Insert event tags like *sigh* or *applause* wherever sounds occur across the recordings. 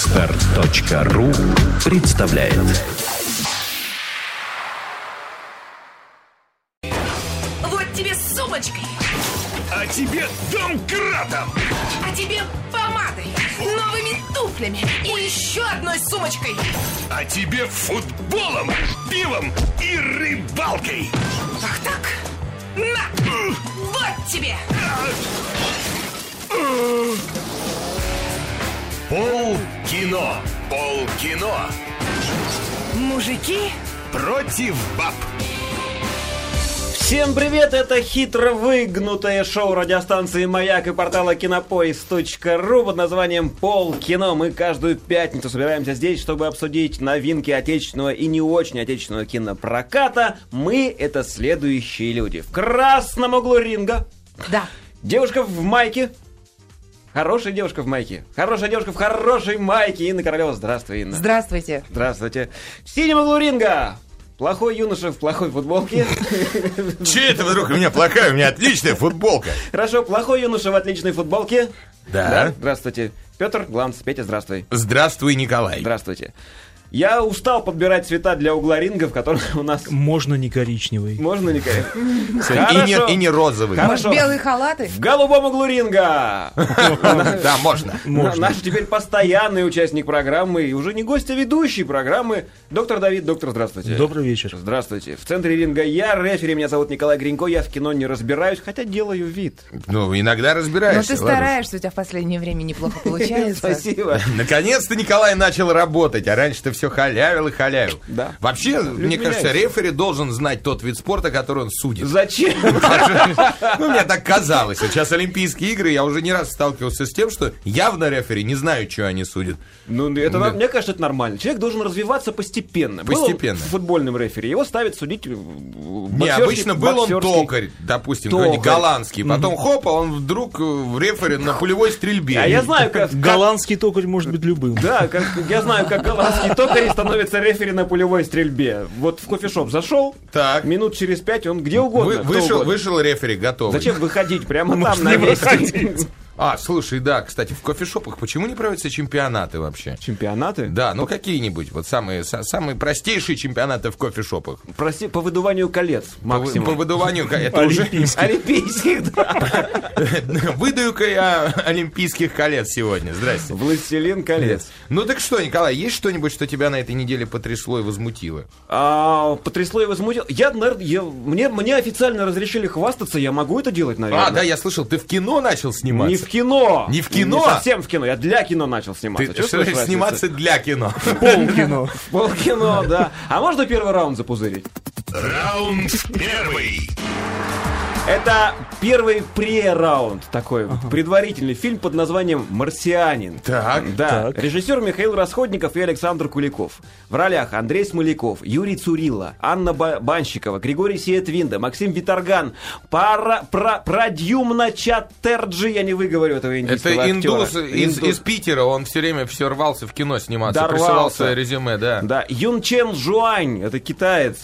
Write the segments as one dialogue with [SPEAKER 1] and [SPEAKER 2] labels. [SPEAKER 1] Отстар.ру представляет
[SPEAKER 2] Вот тебе сумочкой,
[SPEAKER 3] А тебе домкратом!
[SPEAKER 2] а тебе помадой, новыми туфлями и еще одной сумочкой.
[SPEAKER 3] А тебе футболом, пивом и рыбалкой!
[SPEAKER 2] Ах так? На! Вот тебе!
[SPEAKER 3] Пол кино! Пол кино!
[SPEAKER 2] Мужики,
[SPEAKER 3] Против баб!
[SPEAKER 4] Всем привет, это хитро выгнутое шоу радиостанции «Маяк» и портала кинопоиск.ру под названием «Полкино». Мы каждую пятницу собираемся здесь, чтобы обсудить новинки отечественного и не очень отечественного кинопроката. Мы — это следующие люди. В красном углу ринга
[SPEAKER 2] да.
[SPEAKER 4] девушка в майке, Хорошая девушка в майке. Хорошая девушка в хорошей майке. Инна Королева, здравствуй, Инна.
[SPEAKER 2] Здравствуйте.
[SPEAKER 4] Здравствуйте. В синем углу ринга. Плохой юноша в плохой футболке.
[SPEAKER 5] Че это вдруг у меня плохая? У меня отличная футболка.
[SPEAKER 4] Хорошо, плохой юноша в отличной футболке.
[SPEAKER 5] Да.
[SPEAKER 4] Здравствуйте. Петр Гланц, Петя, здравствуй.
[SPEAKER 5] Здравствуй, Николай.
[SPEAKER 4] Здравствуйте. Я устал подбирать цвета для угла ринга, в котором у нас...
[SPEAKER 6] Можно не коричневый.
[SPEAKER 4] Можно, Николай?
[SPEAKER 5] И
[SPEAKER 4] Хорошо.
[SPEAKER 5] не, и не розовый.
[SPEAKER 4] Хорошо.
[SPEAKER 2] Белые халаты?
[SPEAKER 4] В голубом углу
[SPEAKER 6] *laughs*
[SPEAKER 4] ринга!
[SPEAKER 5] Да, можно.
[SPEAKER 6] Можно.
[SPEAKER 4] Наш теперь постоянный участник программы, и уже не гость, а ведущий программы, доктор Давид. Доктор, здравствуйте.
[SPEAKER 6] Добрый вечер.
[SPEAKER 4] Здравствуйте. В центре ринга я, рефери, меня зовут Николай Гринько, я в кино не разбираюсь, хотя делаю вид.
[SPEAKER 5] Ну, иногда
[SPEAKER 7] Но
[SPEAKER 5] разбираешься.
[SPEAKER 7] ты
[SPEAKER 5] ладно.
[SPEAKER 7] стараешься, у тебя в последнее время неплохо
[SPEAKER 4] *laughs*
[SPEAKER 7] получается.
[SPEAKER 4] Спасибо.
[SPEAKER 5] Наконец-то Николай начал работать, а раньше ты все халявил и халявил.
[SPEAKER 4] Да.
[SPEAKER 5] Вообще, мне кажется,
[SPEAKER 4] меняются.
[SPEAKER 5] рефери должен знать тот вид спорта, который он судит.
[SPEAKER 4] Зачем?
[SPEAKER 5] Ну, мне так казалось. Сейчас Олимпийские игры, я уже не раз сталкивался с тем, что явно рефери не знают, что они судят.
[SPEAKER 4] Ну, это,
[SPEAKER 5] Да.
[SPEAKER 4] мне кажется, это нормально. Человек должен развиваться постепенно. Был
[SPEAKER 5] Постепенно.
[SPEAKER 4] в футбольном рефери. Его ставят судить э, в
[SPEAKER 5] Не,
[SPEAKER 4] боксерский-
[SPEAKER 5] обычно был он
[SPEAKER 4] боксерский.
[SPEAKER 5] токарь, допустим, какой-нибудь
[SPEAKER 4] Токарь.
[SPEAKER 5] голландский. Потом хоп, а он вдруг э, в рефери на пулевой стрельбе.
[SPEAKER 4] А я знаю, как... как-
[SPEAKER 6] Голландский токарь может быть любым.
[SPEAKER 4] Да, как, я знаю, как голландский токарь становится рефери на пулевой стрельбе. Вот в кофешоп зашел,
[SPEAKER 5] Так.
[SPEAKER 4] минут через пять он где угодно.
[SPEAKER 5] Вы-
[SPEAKER 4] кто
[SPEAKER 5] вышел,
[SPEAKER 4] угодно.
[SPEAKER 5] вышел рефери, готовый.
[SPEAKER 4] Зачем выходить прямо там на месте?
[SPEAKER 5] А, слушай, да, кстати, в кофешопах почему не проводятся чемпионаты вообще?
[SPEAKER 4] Чемпионаты?
[SPEAKER 5] Да, ну какие-нибудь, вот самые, са- самые простейшие чемпионаты в кофешопах.
[SPEAKER 4] Прости, по выдуванию колец
[SPEAKER 5] По, вы-
[SPEAKER 4] максимум.
[SPEAKER 5] по выдуванию, ка- это уже...
[SPEAKER 4] Олимпийских, да.
[SPEAKER 5] *laughs* Выдаю-ка я Олимпийских колец сегодня, здрасте.
[SPEAKER 4] Властелин колец.
[SPEAKER 5] Ну так что, Николай, есть что-нибудь, что тебя на этой неделе потрясло и возмутило?
[SPEAKER 4] А, потрясло и возмутило. Я, наверное, я- мне, мне официально разрешили хвастаться, я могу это делать, наверное.
[SPEAKER 5] А, да, я слышал, ты в кино начал сниматься.
[SPEAKER 4] Не в кино.
[SPEAKER 5] Не в кино?
[SPEAKER 4] Не совсем в кино. Я для кино начал сниматься.
[SPEAKER 5] Ты
[SPEAKER 4] Чувствуешь
[SPEAKER 5] что,
[SPEAKER 4] разницу?
[SPEAKER 5] сниматься для *laughs* кино.
[SPEAKER 6] Полкино.
[SPEAKER 4] В полкино, да. А можно первый раунд запузырить?
[SPEAKER 3] Раунд первый!
[SPEAKER 4] Это первый прераунд такой, предварительный фильм под названием «Марсианин».
[SPEAKER 5] Так,
[SPEAKER 4] Да,
[SPEAKER 6] так.
[SPEAKER 4] режиссер Михаил Расходников и Александр Куликов. В ролях Андрей Смоляков, Юрий Цурила, Анна Ба- Банщикова, Григорий Сиетвинда, Максим Виторган, пара, пра- Прадьюмна Чаттерджи, я не выговорю этого индийского
[SPEAKER 5] Это индус
[SPEAKER 4] актера.
[SPEAKER 5] из,
[SPEAKER 4] Индус.
[SPEAKER 5] из Питера, он все время все рвался в кино сниматься,
[SPEAKER 4] Дорвался.
[SPEAKER 5] присылал свое резюме, да.
[SPEAKER 4] Да, Юн Чен Жуань, это
[SPEAKER 5] *laughs*
[SPEAKER 4] китаец,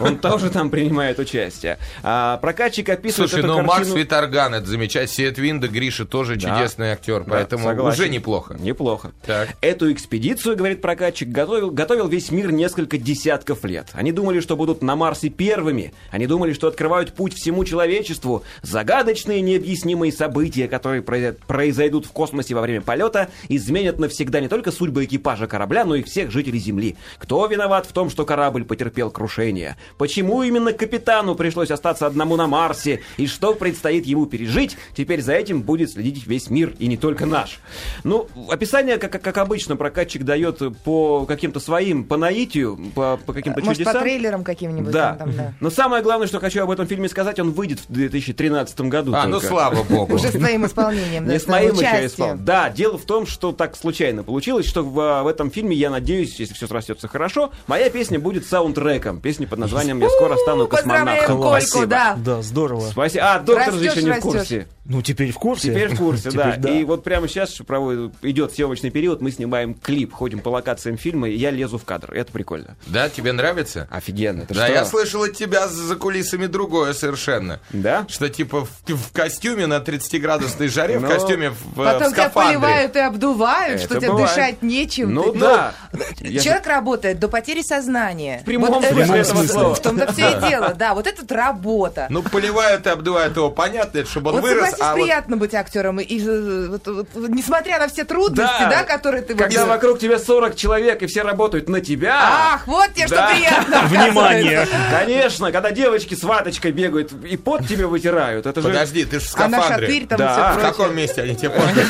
[SPEAKER 4] он тоже там принимает участие. А, прокатчик описывает
[SPEAKER 5] Слушай,
[SPEAKER 4] эту
[SPEAKER 5] ну Макс
[SPEAKER 4] картину-
[SPEAKER 5] Виторган, это замечательно. Сиэтвинда, Гриша тоже чудесный актер,
[SPEAKER 4] Да,
[SPEAKER 5] поэтому
[SPEAKER 4] согласен.
[SPEAKER 5] уже неплохо.
[SPEAKER 4] Неплохо.
[SPEAKER 5] Так.
[SPEAKER 4] Эту экспедицию, говорит прокатчик, готовил, готовил весь мир несколько десятков лет. Они думали, что будут на Марсе первыми. Они думали, что открывают путь всему человечеству. Загадочные необъяснимые события, которые произойд- произойдут в космосе во время полета, изменят навсегда не только судьбы экипажа корабля, но и всех жителей Земли. Кто виноват в том, что корабль потерпел крушение? Почему именно капитану пришлось остаться одному на Марсе? И что предстоит ему пережить? Теперь за этим будет следить весь мир, и не только наш. Ну, описание, как, как обычно, прокатчик дает по каким-то своим, по наитию, по, по каким-то
[SPEAKER 7] Может, по
[SPEAKER 4] чудесам.
[SPEAKER 7] трейлерам каким-нибудь
[SPEAKER 4] да.
[SPEAKER 7] там, там, да.
[SPEAKER 4] Но самое главное, что хочу об этом фильме сказать, он выйдет в 2013 году.
[SPEAKER 5] А, ну
[SPEAKER 4] только. *laughs*
[SPEAKER 5] слава богу.
[SPEAKER 7] Уже с твоим исполнением, да,
[SPEAKER 4] Не
[SPEAKER 7] с
[SPEAKER 4] с
[SPEAKER 7] твоим
[SPEAKER 4] моим еще
[SPEAKER 7] участием.
[SPEAKER 4] исполнением. Да, дело в том, что так случайно получилось, что в, в этом фильме, я надеюсь, если все срастется хорошо, моя песня будет саундтреком. Песня под названием «Я скоро стану
[SPEAKER 7] Поздравляем
[SPEAKER 4] космонавтом».
[SPEAKER 7] Кольку, да.
[SPEAKER 6] Да, здорово. канала.
[SPEAKER 4] Спасибо. А, доктор же
[SPEAKER 7] Растёшь,
[SPEAKER 4] еще не в
[SPEAKER 7] растёшь.
[SPEAKER 4] курсе.
[SPEAKER 6] Ну, теперь в курсе.
[SPEAKER 4] Теперь в курсе, да.
[SPEAKER 6] Теперь да.
[SPEAKER 4] И вот прямо сейчас проводит- идет съемочный период, мы снимаем клип, ходим по локациям фильма, и я лезу в кадр. Это прикольно.
[SPEAKER 5] Да, тебе нравится?
[SPEAKER 4] Офигенно. Это
[SPEAKER 5] да,
[SPEAKER 4] что?
[SPEAKER 5] я слышал от тебя за кулисами другое совершенно.
[SPEAKER 4] Да?
[SPEAKER 5] Что типа в, в костюме на 30-градусной жаре,
[SPEAKER 4] Ну,
[SPEAKER 5] в костюме в, э, в
[SPEAKER 7] Потом тебя
[SPEAKER 5] скафандре.
[SPEAKER 7] поливают и обдувают,
[SPEAKER 4] Это
[SPEAKER 7] что тебе
[SPEAKER 4] бывает.
[SPEAKER 7] дышать нечем.
[SPEAKER 4] Ну
[SPEAKER 7] Ты-
[SPEAKER 4] да. Я же-
[SPEAKER 7] Человек работает до потери сознания. В
[SPEAKER 4] прямом
[SPEAKER 7] вот, э,
[SPEAKER 4] смысле
[SPEAKER 7] э,
[SPEAKER 6] этого
[SPEAKER 7] в-
[SPEAKER 4] слова.
[SPEAKER 7] В том-то все и дело, да. Вот это работа.
[SPEAKER 5] Ну, поливают и обдувают его, понятно, это чтобы он
[SPEAKER 7] вот
[SPEAKER 5] вырос,
[SPEAKER 7] согласись,
[SPEAKER 5] а вот
[SPEAKER 7] приятно быть актером, и, э, вот- вот- вот, несмотря на все трудности,
[SPEAKER 4] Да.
[SPEAKER 7] да, которые ты вот-
[SPEAKER 4] Когда вокруг тебя 40 человек, и все работают на тебя.
[SPEAKER 7] Ах, вот тебе
[SPEAKER 4] Да.
[SPEAKER 7] что приятно.
[SPEAKER 4] *laughs*
[SPEAKER 6] Внимание!
[SPEAKER 4] Конечно, когда девочки с ваточкой бегают и пот тебе вытирают, это же
[SPEAKER 5] Подожди, ты же в
[SPEAKER 4] А
[SPEAKER 7] Она
[SPEAKER 5] скафандре.
[SPEAKER 7] шатырь там
[SPEAKER 4] Да.
[SPEAKER 7] и
[SPEAKER 5] в
[SPEAKER 7] все прочее.
[SPEAKER 5] каком месте они
[SPEAKER 4] *laughs*
[SPEAKER 5] тебе портят?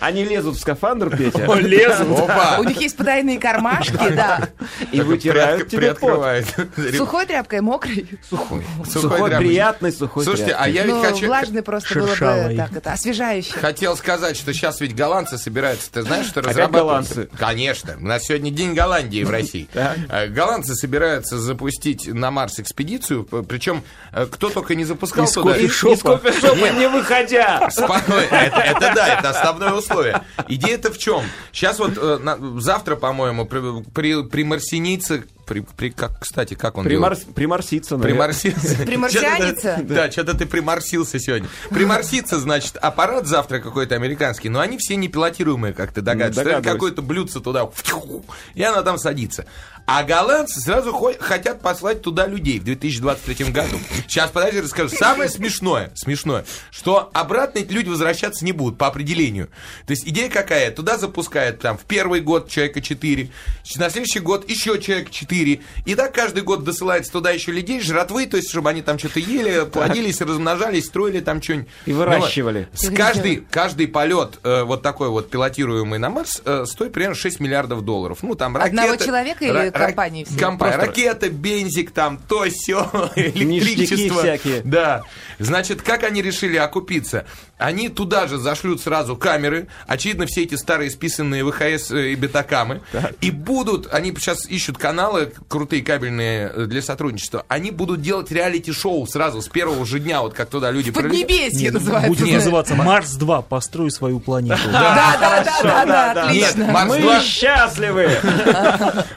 [SPEAKER 4] они лезут в скафандр, Петя,
[SPEAKER 6] Он лезут.
[SPEAKER 5] Опа!
[SPEAKER 7] У них есть
[SPEAKER 4] *laughs*
[SPEAKER 7] потайные кармашки, да.
[SPEAKER 4] и вытирают
[SPEAKER 5] Приотк-
[SPEAKER 4] тебе пот.
[SPEAKER 5] приоткрывает. *laughs*
[SPEAKER 7] Сухой тряпкой, мокрый.
[SPEAKER 4] Сухой.
[SPEAKER 5] Сухой
[SPEAKER 4] Сухой,
[SPEAKER 5] тряпочкой.
[SPEAKER 4] приятный, сухой
[SPEAKER 5] Слушайте, а
[SPEAKER 4] тряпкой.
[SPEAKER 5] я
[SPEAKER 7] Ну,
[SPEAKER 5] ведь хочу...
[SPEAKER 7] влажный просто было бы
[SPEAKER 6] Шершавый.
[SPEAKER 7] так это, освежающий.
[SPEAKER 5] Хотел сказать, что сейчас ведь голландцы собираются. Ты знаешь, что
[SPEAKER 4] Опять
[SPEAKER 5] разрабатывают?
[SPEAKER 4] голландцы.
[SPEAKER 5] Конечно. У нас сегодня День Голландии
[SPEAKER 4] *laughs*
[SPEAKER 5] в России. Э, Голландцы собираются запустить на Марс экспедицию. Причем кто только не запускал
[SPEAKER 6] Из
[SPEAKER 5] туда.
[SPEAKER 4] И
[SPEAKER 6] Шопа.
[SPEAKER 4] из кофешопа не выходя.
[SPEAKER 5] *laughs* Спокойно. Это, это да, это основное условие. Идея-то в чем? Сейчас вот э, на- завтра, по-моему, при, при, примарсинийцы- при- при- как, кстати, как он делал?
[SPEAKER 4] Примарс- Приморситься, наверное.
[SPEAKER 5] Приморсился.
[SPEAKER 7] Приморсяниться?
[SPEAKER 5] Чё-то ты- Да, что-то ты приморсился сегодня. Приморситься, значит, аппарат завтра какой-то американский, но они все непилотируемые, как ты догадываешься.
[SPEAKER 4] Ну, догадываюсь.
[SPEAKER 5] Ставят Какое-то блюдце туда, фтю, и она там садится. А голландцы сразу хо- хотят послать туда людей в 2023 году. Сейчас, подожди, расскажу. Самое смешное, смешное, что обратно эти люди возвращаться не будут по определению. То есть идея какая? Туда запускают там в первый год человека 4, на следующий год еще человек 4. И так каждый год досылается туда еще людей, жратвы, то есть чтобы они там что-то ели, плодились, размножались, строили там что-нибудь. Ну
[SPEAKER 4] И выращивали.
[SPEAKER 5] С каждый, каждый полет э, вот такой вот пилотируемый на Марс э, стоит примерно 6 миллиардов долларов. Ну, там ракеты...
[SPEAKER 7] Одного человека или компании всей?
[SPEAKER 5] компания.
[SPEAKER 4] Просто-
[SPEAKER 5] Ракета, бензик, там, то все
[SPEAKER 4] Ништяки
[SPEAKER 5] *laughs* электричество.
[SPEAKER 4] всякие.
[SPEAKER 5] Да. Значит, как они решили окупиться? Они туда же зашлют сразу камеры, очевидно, все эти старые списанные ВХС э, и бетакамы, и будут, они сейчас ищут каналы, крутые кабельные э, для сотрудничества, они будут делать реалити-шоу сразу с первого же дня, вот как туда люди прилетят.
[SPEAKER 7] Поднебесье
[SPEAKER 6] Нет,
[SPEAKER 7] называется.
[SPEAKER 6] ну, Будет называться Марс-2. Построй свою планету. *laughs*
[SPEAKER 7] Да, да, да, да, да,
[SPEAKER 4] да.
[SPEAKER 5] Нет,
[SPEAKER 7] отлично.
[SPEAKER 5] А, Марс
[SPEAKER 4] Мы
[SPEAKER 5] 2 *laughs*
[SPEAKER 4] счастливы!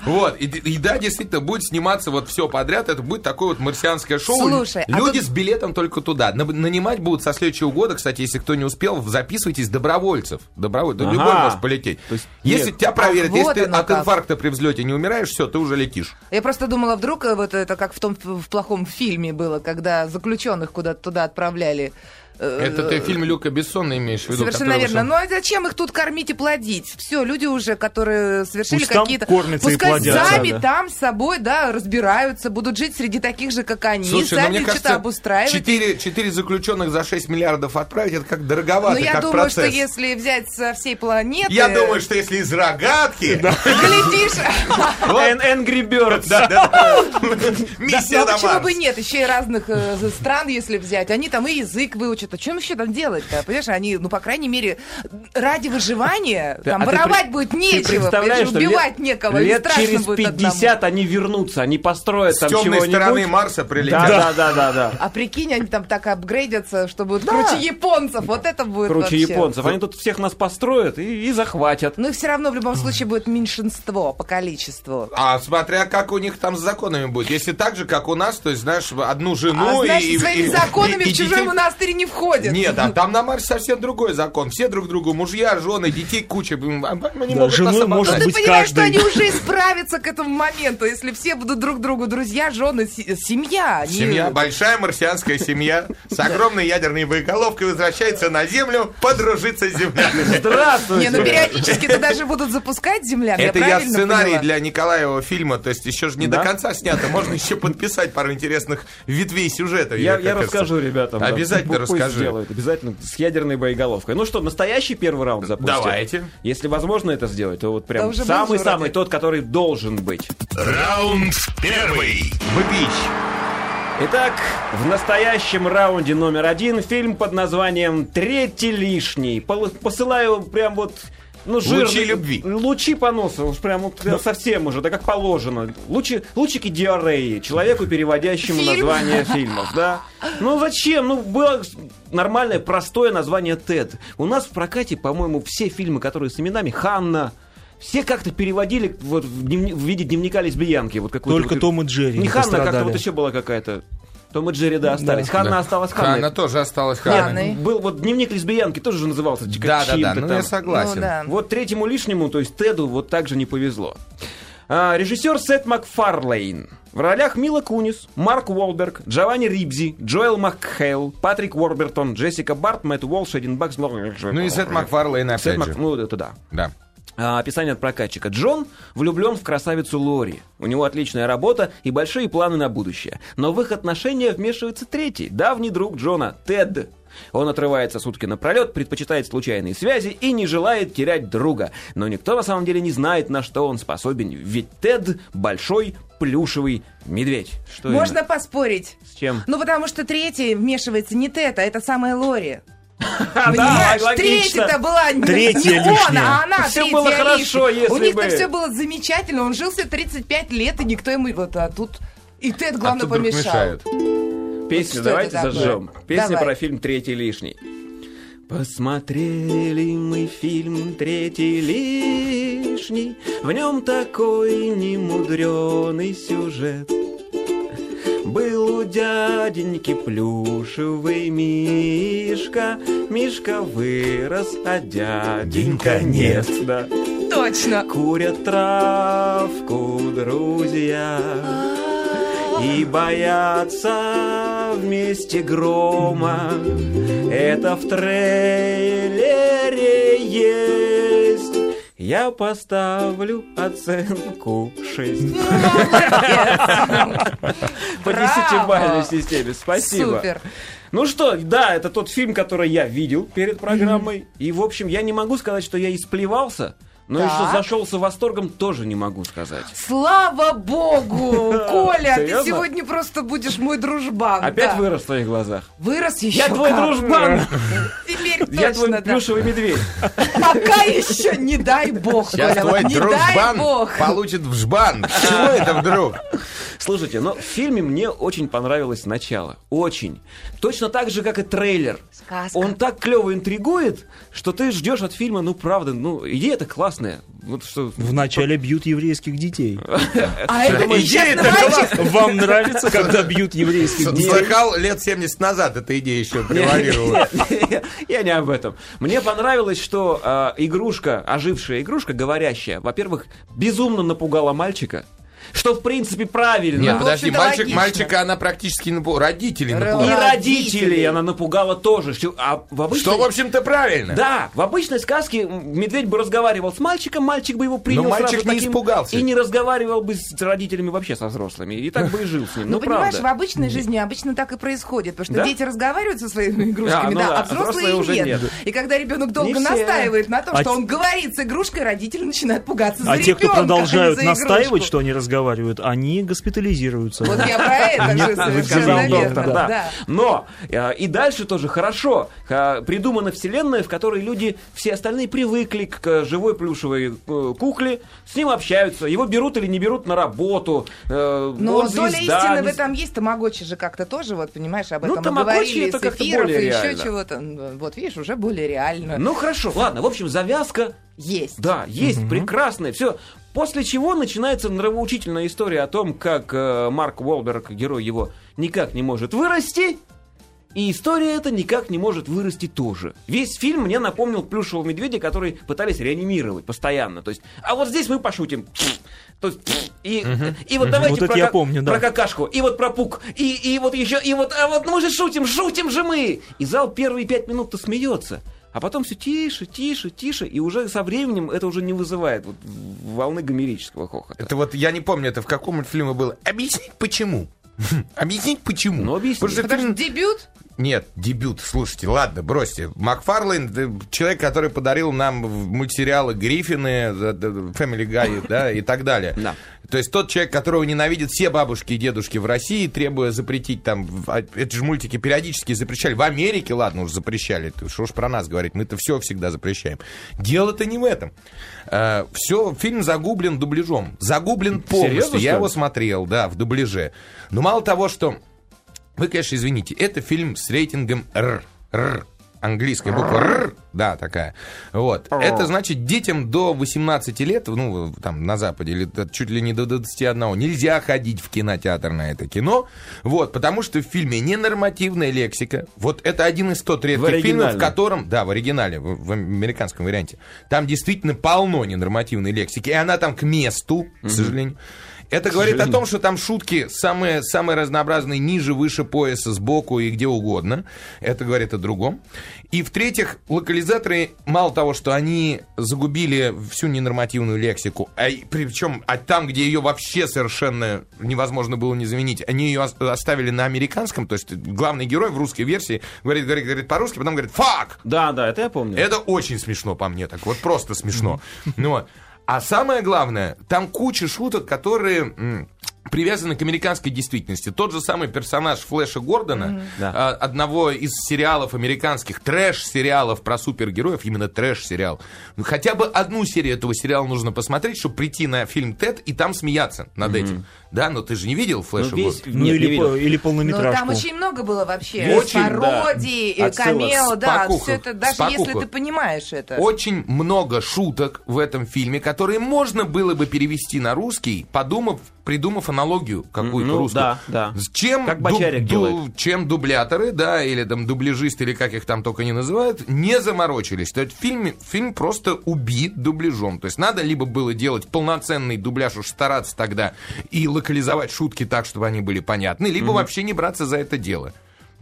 [SPEAKER 5] Вот, и, и да, действительно, будет сниматься вот все подряд, это будет такое вот марсианское шоу.
[SPEAKER 7] Слушай, а
[SPEAKER 5] Люди
[SPEAKER 7] тут-
[SPEAKER 5] с билетом только туда. На- нанимать будут со следующего года, кстати, если кто не успел, записывайтесь добровольцев. Добровольцев,
[SPEAKER 4] Ага.
[SPEAKER 5] любой может полететь.
[SPEAKER 4] То есть
[SPEAKER 5] если
[SPEAKER 4] нет.
[SPEAKER 5] тебя проверят,
[SPEAKER 7] вот
[SPEAKER 5] если ты
[SPEAKER 7] оно
[SPEAKER 5] от
[SPEAKER 7] как.
[SPEAKER 5] инфаркта при взлете не умираешь, все, ты уже летишь.
[SPEAKER 7] Я просто думала, вдруг э, вот это как в том в плохом фильме было, когда заключенных куда-то туда отправляли. Э,
[SPEAKER 5] Это ты фильм Люка Бессона имеешь в виду?
[SPEAKER 7] Совершенно
[SPEAKER 5] который
[SPEAKER 7] верно.
[SPEAKER 5] вышел?
[SPEAKER 7] Ну а зачем их тут кормить и плодить? Все, люди уже, которые совершили
[SPEAKER 6] Пусть там
[SPEAKER 7] какие-то...
[SPEAKER 6] кормятся и
[SPEAKER 7] Пускай
[SPEAKER 6] плодятся,
[SPEAKER 7] сами
[SPEAKER 6] да.
[SPEAKER 7] там с собой, да, разбираются, будут жить среди таких же, как они,
[SPEAKER 5] Слушай, ну,
[SPEAKER 7] сами
[SPEAKER 5] мне
[SPEAKER 7] что-то
[SPEAKER 5] кажется,
[SPEAKER 7] обустраивать.
[SPEAKER 5] 4, заключенных за 6 миллиардов отправить, это как
[SPEAKER 7] Но
[SPEAKER 5] дороговато,
[SPEAKER 7] Ну, я
[SPEAKER 5] как
[SPEAKER 7] думаю,
[SPEAKER 5] процесс.
[SPEAKER 7] что если взять со всей планеты...
[SPEAKER 5] Я думаю, что если из рогатки...
[SPEAKER 7] *laughs* Глядишь...
[SPEAKER 4] Эн- Angry Birds.
[SPEAKER 5] Да, да, да.
[SPEAKER 7] Ну,
[SPEAKER 5] Миссия
[SPEAKER 7] а
[SPEAKER 5] на
[SPEAKER 7] почему
[SPEAKER 5] Марс.
[SPEAKER 7] бы нет? Еще и разных э, за- стран, если взять. Они там и язык выучат. А чем еще там делать-то? Понимаешь, они, ну, по крайней мере, ради выживания, там,
[SPEAKER 4] А ты
[SPEAKER 7] воровать
[SPEAKER 4] пре-
[SPEAKER 7] будет
[SPEAKER 4] Ты
[SPEAKER 7] нечего.
[SPEAKER 4] представляешь,
[SPEAKER 7] понимаешь,
[SPEAKER 4] что
[SPEAKER 7] убивать
[SPEAKER 4] лет-
[SPEAKER 7] некого, и
[SPEAKER 4] лет
[SPEAKER 7] страшно
[SPEAKER 4] через
[SPEAKER 7] будет
[SPEAKER 4] 50
[SPEAKER 7] одному.
[SPEAKER 4] они вернутся, они построят
[SPEAKER 5] С
[SPEAKER 4] там
[SPEAKER 5] темной
[SPEAKER 4] чего-нибудь.
[SPEAKER 5] стороны Марса прилетят.
[SPEAKER 4] Да, да, да, да, да.
[SPEAKER 7] А прикинь, они там так апгрейдятся, что будут круче японцев. Вот это будет
[SPEAKER 4] Круче
[SPEAKER 7] вообще.
[SPEAKER 4] японцев. Они тут всех нас построят и, и захватят.
[SPEAKER 7] Ну, их все равно в любом случае будет меньшинство по количеству.
[SPEAKER 5] А смотря как у них там с законами будет. Если так же, как у нас, то есть, знаешь, одну
[SPEAKER 7] а
[SPEAKER 5] жену
[SPEAKER 7] значит,
[SPEAKER 5] Ну и...
[SPEAKER 7] своими
[SPEAKER 5] и-
[SPEAKER 7] законами
[SPEAKER 5] и- и
[SPEAKER 7] в чужой
[SPEAKER 5] детей-
[SPEAKER 7] монастырь не входит.
[SPEAKER 5] Нет, а там на Марсе совсем другой закон. Все друг другу мужья, жены, детей куча. М, а Они
[SPEAKER 6] Да,
[SPEAKER 5] могут
[SPEAKER 6] женой
[SPEAKER 5] нас обокрасть.
[SPEAKER 6] может
[SPEAKER 7] Ну ты
[SPEAKER 6] быть,
[SPEAKER 7] понимаешь, что
[SPEAKER 6] каждый.
[SPEAKER 7] они уже исправятся к этому моменту, если все будут друг другу друзья, жены, се- семья. они-
[SPEAKER 5] Семья, большая марсианская семья с огромной ядерной боеголовкой возвращается на Землю подружиться с землянами.
[SPEAKER 4] Здравствуйте.
[SPEAKER 7] Не, ну периодически это даже будут запускать землян.
[SPEAKER 5] Это я
[SPEAKER 7] А правильно
[SPEAKER 5] сценарий
[SPEAKER 7] поняла?
[SPEAKER 5] для Николаева фильма, то есть еще же не
[SPEAKER 4] Да?
[SPEAKER 5] до конца снято,
[SPEAKER 4] *laughs*
[SPEAKER 5] можно еще подписать пару интересных ветвей сюжета.
[SPEAKER 4] Я,
[SPEAKER 5] как
[SPEAKER 4] я
[SPEAKER 5] кажется.
[SPEAKER 4] расскажу ребятам. да.
[SPEAKER 5] Обязательно
[SPEAKER 4] Пусть
[SPEAKER 5] расскажи.
[SPEAKER 4] сделают, обязательно с ядерной боеголовкой. Ну что, настоящий первый раунд запустим?
[SPEAKER 5] Давайте.
[SPEAKER 4] Если возможно это сделать, то вот
[SPEAKER 7] Да
[SPEAKER 4] прям
[SPEAKER 7] уже был же
[SPEAKER 4] самый-самый,
[SPEAKER 7] вроде.
[SPEAKER 4] тот, который должен быть.
[SPEAKER 3] Раунд первый.
[SPEAKER 5] Бабич.
[SPEAKER 4] Итак, в настоящем раунде номер один фильм под названием «Третий лишний». Пол- Посылаю прям вот Ну, жирный-
[SPEAKER 5] Лучи любви.
[SPEAKER 4] Лучи поноса, уж прям вот прям совсем уже, да как положено. Лучи, лучики диареи, человеку, переводящему
[SPEAKER 7] Фильм.
[SPEAKER 4] название фильмов, да. Ну зачем? Ну, было с- нормальное, простое название Тед. У нас в прокате, по-моему, все фильмы, которые с именами Ханна, все как-то переводили вот в, дневни- в виде дневника лесбиянки. Вот какую-то
[SPEAKER 6] Только
[SPEAKER 4] вот-
[SPEAKER 6] Том и Джерри
[SPEAKER 4] Не
[SPEAKER 6] не
[SPEAKER 4] Ханна, а как-то
[SPEAKER 6] пострадали.
[SPEAKER 4] вот еще была какая-то. Том и Джерри, да, остались. Ханна
[SPEAKER 5] Да.
[SPEAKER 4] осталась Ханной.
[SPEAKER 5] Ханна тоже осталась
[SPEAKER 7] Ханной.
[SPEAKER 5] Ханной.
[SPEAKER 4] Был вот дневник лесбиянки тоже же назывался. как
[SPEAKER 5] Да, да, да.
[SPEAKER 4] чем-то
[SPEAKER 5] Ну
[SPEAKER 4] там.
[SPEAKER 5] я согласен.
[SPEAKER 7] Ну, да.
[SPEAKER 4] Вот третьему лишнему, то есть Теду, вот так же не повезло. А, режиссер Сет Макфарлейн. В ролях Мила Кунис, Марк Уолберг, Джованни Рибзи, Джоэл Макхейл, Патрик Уорбертон, Джессика Барт, Мэтт Уолш, Эдин Бакс.
[SPEAKER 5] Ну и Сет Макфарлейн опять
[SPEAKER 4] Сет Мак-
[SPEAKER 5] же.
[SPEAKER 4] Ну, это да.
[SPEAKER 5] Да.
[SPEAKER 4] А, описание от прокатчика. Джон влюблен в красавицу Лори. У него отличная работа и большие планы на будущее. Но в их отношения вмешивается третий, давний друг Джона, Тед. Он отрывается сутки напролет, предпочитает случайные связи и не желает терять друга. Но никто на самом деле не знает, на что он способен, ведь Тед — большой плюшевый медведь. Что
[SPEAKER 7] Можно
[SPEAKER 4] именно?
[SPEAKER 7] поспорить.
[SPEAKER 4] С
[SPEAKER 7] *laughs*
[SPEAKER 4] чем?
[SPEAKER 7] Ну, потому что третий вмешивается не Тед, а это самая Лори.
[SPEAKER 4] А, да,
[SPEAKER 7] Понимаешь,
[SPEAKER 4] логично.
[SPEAKER 7] третья-то была не-
[SPEAKER 6] Третья
[SPEAKER 7] не он,
[SPEAKER 6] лишняя.
[SPEAKER 7] а она,
[SPEAKER 4] Всё
[SPEAKER 7] третья
[SPEAKER 4] было хорошо,
[SPEAKER 7] лишняя.
[SPEAKER 4] если
[SPEAKER 7] У них-то
[SPEAKER 4] бы.
[SPEAKER 7] все было замечательно, он жил все 35 лет, и никто ему... Вот, а тут... И Тед, главное,
[SPEAKER 5] А тут вдруг
[SPEAKER 7] помешал.
[SPEAKER 5] мешают.
[SPEAKER 4] Песню
[SPEAKER 7] Что
[SPEAKER 4] давайте
[SPEAKER 7] это такое?
[SPEAKER 4] зажжем. Песня
[SPEAKER 7] Давай.
[SPEAKER 4] про фильм «Третий лишний». Посмотрели мы фильм «Третий лишний», В нем такой немудреный сюжет. Был у дяденьки плюшевый мишка, Мишка вырос, а дяденька нет. Да.
[SPEAKER 7] Точно.
[SPEAKER 4] Курят травку друзья, и боятся вместе грома. Это в трейлере есть. Я поставлю оценку 6. По
[SPEAKER 7] Браво!
[SPEAKER 4] десятибалльной системе. Спасибо.
[SPEAKER 7] Супер.
[SPEAKER 4] Ну что, да, это тот фильм, который я видел перед программой. И, в общем, я не могу сказать, что я исплевался, но и что
[SPEAKER 7] Так.
[SPEAKER 4] зашелся восторгом, тоже не могу сказать. *laughs*
[SPEAKER 7] Слава богу! Коля, ты
[SPEAKER 4] Серьезно?
[SPEAKER 7] сегодня просто будешь мой дружбан.
[SPEAKER 4] Опять
[SPEAKER 7] да.
[SPEAKER 4] вырос в твоих глазах.
[SPEAKER 7] Вырос еще
[SPEAKER 4] Я твой
[SPEAKER 7] как. *laughs*
[SPEAKER 4] дружбан!
[SPEAKER 7] Теперь
[SPEAKER 4] *laughs* Я твой
[SPEAKER 7] точно, да.
[SPEAKER 4] плюшевый медведь.
[SPEAKER 7] Пока еще не дай бог,
[SPEAKER 5] Сейчас
[SPEAKER 7] Коля,
[SPEAKER 5] твой
[SPEAKER 7] вот а не дай
[SPEAKER 5] дружбан
[SPEAKER 7] бог.
[SPEAKER 5] получит в
[SPEAKER 7] *laughs*
[SPEAKER 5] жбан. Чего это вдруг?
[SPEAKER 4] Слушайте, но в фильме мне очень понравилось начало. Очень. Точно так же, как и трейлер.
[SPEAKER 7] Сказка.
[SPEAKER 4] Он так клево интригует, что ты ждешь от фильма, ну правда, ну идея-то классная. Вот что...
[SPEAKER 6] Вначале бьют еврейских *laughs* детей.
[SPEAKER 7] А это
[SPEAKER 5] Идея
[SPEAKER 7] сейчас
[SPEAKER 5] это
[SPEAKER 7] мальчик-
[SPEAKER 6] Вам нравится, когда бьют еврейских детей?
[SPEAKER 5] Слыхал лет 70 назад эта идея еще превалировала.
[SPEAKER 4] *laughs* Я не об этом. Мне понравилось, что а, игрушка, ожившая игрушка, говорящая, во-первых, безумно напугала мальчика, что в принципе правильно.
[SPEAKER 5] Нет,
[SPEAKER 7] Ну,
[SPEAKER 5] подожди,
[SPEAKER 7] вообще-то
[SPEAKER 5] мальчик,
[SPEAKER 7] логично.
[SPEAKER 5] мальчика она практически напу- родители
[SPEAKER 7] Ра-
[SPEAKER 4] И
[SPEAKER 5] напугала.
[SPEAKER 4] родителей она напугала тоже. что- А в обычной-
[SPEAKER 5] Что, в общем-то, правильно.
[SPEAKER 4] Да, в обычной сказке м, медведь бы разговаривал с мальчиком, мальчик бы его принял
[SPEAKER 5] Но мальчик
[SPEAKER 4] сразу
[SPEAKER 5] не
[SPEAKER 4] таким
[SPEAKER 5] испугался.
[SPEAKER 4] И не разговаривал бы с родителями вообще со взрослыми. И так бы и жил с ним.
[SPEAKER 7] Ну,
[SPEAKER 4] Ну,
[SPEAKER 7] понимаешь,
[SPEAKER 4] правда.
[SPEAKER 7] в обычной жизни обычно так и происходит, потому что
[SPEAKER 4] Да?
[SPEAKER 7] дети разговаривают со своими игрушками,
[SPEAKER 4] А, ну
[SPEAKER 7] да,
[SPEAKER 4] да,
[SPEAKER 7] а взрослые,
[SPEAKER 4] взрослые уже
[SPEAKER 7] нет.
[SPEAKER 4] нет.
[SPEAKER 7] И когда ребенок долго
[SPEAKER 4] все.
[SPEAKER 7] настаивает на том,
[SPEAKER 6] А
[SPEAKER 7] что
[SPEAKER 6] те-
[SPEAKER 7] он говорит с игрушкой, родители начинают пугаться за
[SPEAKER 6] А те,
[SPEAKER 7] ребенка,
[SPEAKER 6] кто
[SPEAKER 7] а не
[SPEAKER 6] продолжают
[SPEAKER 7] за
[SPEAKER 6] настаивать,
[SPEAKER 7] игрушку.
[SPEAKER 6] что они разговаривают, они госпитализируются.
[SPEAKER 7] Вот я про это
[SPEAKER 6] Нет,
[SPEAKER 7] же совершенно
[SPEAKER 6] сказал
[SPEAKER 7] верно.
[SPEAKER 6] доктор,
[SPEAKER 4] да.
[SPEAKER 7] Да.
[SPEAKER 4] Но э, и дальше тоже хорошо. Э, придумана вселенная, в которой люди, все остальные привыкли к э, живой плюшевой э, кукле, с ним общаются, его берут или не берут на работу. э,
[SPEAKER 7] Но
[SPEAKER 4] он
[SPEAKER 7] доля
[SPEAKER 4] звезда,
[SPEAKER 7] истины в
[SPEAKER 4] не-
[SPEAKER 7] этом есть. Тамагочи же как-то тоже, вот понимаешь, об
[SPEAKER 4] Ну,
[SPEAKER 7] этом мы
[SPEAKER 4] тамагочи
[SPEAKER 7] говорили
[SPEAKER 4] это
[SPEAKER 7] с
[SPEAKER 4] как-то
[SPEAKER 7] эфиров и
[SPEAKER 4] более
[SPEAKER 7] еще
[SPEAKER 4] реально.
[SPEAKER 7] чего-то. Ну, Вот видишь, уже более реально.
[SPEAKER 4] Ну хорошо, ладно, в общем, завязка
[SPEAKER 7] Есть.
[SPEAKER 4] Да, есть, прекрасное, все. После чего начинается нравоучительная история о том, как э, Марк Уолберг, герой его, никак не может вырасти, и история эта никак не может вырасти тоже. Весь фильм мне напомнил плюшевого медведя, который пытались реанимировать постоянно. То есть, а вот здесь мы пошутим. То есть, и, и вот давайте
[SPEAKER 6] Вот это
[SPEAKER 4] про,
[SPEAKER 6] я
[SPEAKER 4] ка-
[SPEAKER 6] помню, да.
[SPEAKER 4] про какашку, и вот про пук, и, и вот еще, и вот, а вот мы же шутим, шутим же мы. И зал первые пять минут-то смеется. А потом все тише, тише, тише, и уже со временем это уже не вызывает вот волны гомерического хохота.
[SPEAKER 5] Это вот, я не помню, это в каком фильме было. Объяснить почему. *laughs* Объяснить почему.
[SPEAKER 4] Ну, объясни.
[SPEAKER 5] Потому что это
[SPEAKER 7] Потому что дебют
[SPEAKER 5] Нет, дебют, слушайте, ладно, бросьте. Макфарлейн, э, человек,
[SPEAKER 4] *laughs*
[SPEAKER 5] который подарил нам в- мультсериалы Гриффины, э, э, Family Guy, да, и так далее.
[SPEAKER 4] Да.
[SPEAKER 5] То есть тот человек, которого ненавидят все бабушки и дедушки в России, требуя запретить там... в- а, Это же мультики периодически запрещали. В Америке, ладно, уж запрещали. Ты Что ж про нас говорить? Мы-то все всегда запрещаем. Дело-то не в этом. все, фильм загублен дубляжом. Загублен полностью.
[SPEAKER 4] Серьезно,
[SPEAKER 5] Я
[SPEAKER 4] что ли?
[SPEAKER 5] его смотрел, да, в дубляже. Но мало того, что... Вы, конечно, извините, это фильм с рейтингом Р. Р. Английская буква Р. Да, такая. Вот. Это значит, детям до 18 лет, ну, там, на Западе, или д- чуть ли не до 21, нельзя ходить в кинотеатр на это кино. Вот, потому что в фильме ненормативная лексика. Вот это один из тот редких фильмов, в
[SPEAKER 4] оригинальном.
[SPEAKER 5] котором, да, в оригинале, в, в американском варианте, там действительно полно ненормативной лексики, и она там к месту, к сожалению. Это говорит о том, что там шутки самые, самые разнообразные, ниже, выше пояса, сбоку и где угодно. Это говорит о другом. И в-третьих, локализаторы, мало того, что они загубили всю ненормативную лексику, а причем а там, где ее вообще совершенно невозможно было не заменить, они ее ос- оставили на американском, то есть главный герой в русской версии говорит, говорит, говорит по-русски, потом говорит «фак»,
[SPEAKER 4] Да, да, это я помню.
[SPEAKER 5] это очень смешно по мне, так вот просто смешно. Ну, вот. а самое главное, там куча шуток, которые м, привязаны к американской действительности. Тот же самый персонаж Флэша Гордона,
[SPEAKER 4] Да.
[SPEAKER 5] а, одного из сериалов американских, трэш-сериалов про супергероев, именно трэш-сериал. Ну, хотя бы одну серию этого сериала нужно посмотреть, чтобы прийти на фильм «Тед» и там смеяться над этим. Да, но ты же не видел
[SPEAKER 4] Ну,
[SPEAKER 5] Флэша
[SPEAKER 4] весь-
[SPEAKER 5] Гордона?
[SPEAKER 6] Ну
[SPEAKER 4] нет, не
[SPEAKER 6] или,
[SPEAKER 4] видел.
[SPEAKER 6] по- или
[SPEAKER 7] Ну, там
[SPEAKER 6] полнометражку.
[SPEAKER 7] очень много было вообще
[SPEAKER 5] Очень, да.
[SPEAKER 7] пародий, э,
[SPEAKER 4] Отсылок,
[SPEAKER 7] камео, да,
[SPEAKER 5] спокуха,
[SPEAKER 7] все это, даже если
[SPEAKER 5] спокуха.
[SPEAKER 7] ты понимаешь это.
[SPEAKER 5] Очень много шуток в этом фильме, которые можно было бы перевести на русский, подумав, придумав аналогию какую-то
[SPEAKER 4] Ну,
[SPEAKER 5] русскую.
[SPEAKER 4] да, да.
[SPEAKER 5] С Чем
[SPEAKER 4] Как Бочарик делает.
[SPEAKER 5] чем дубляторы, да, или там дубляжисты, или как их там только не называют, не заморочились. То есть фильм, фильм просто убит дубляжом. То есть надо либо было делать полноценный дубляж, уж стараться тогда и локализовать шутки так, чтобы они были понятны, либо вообще не браться за это дело.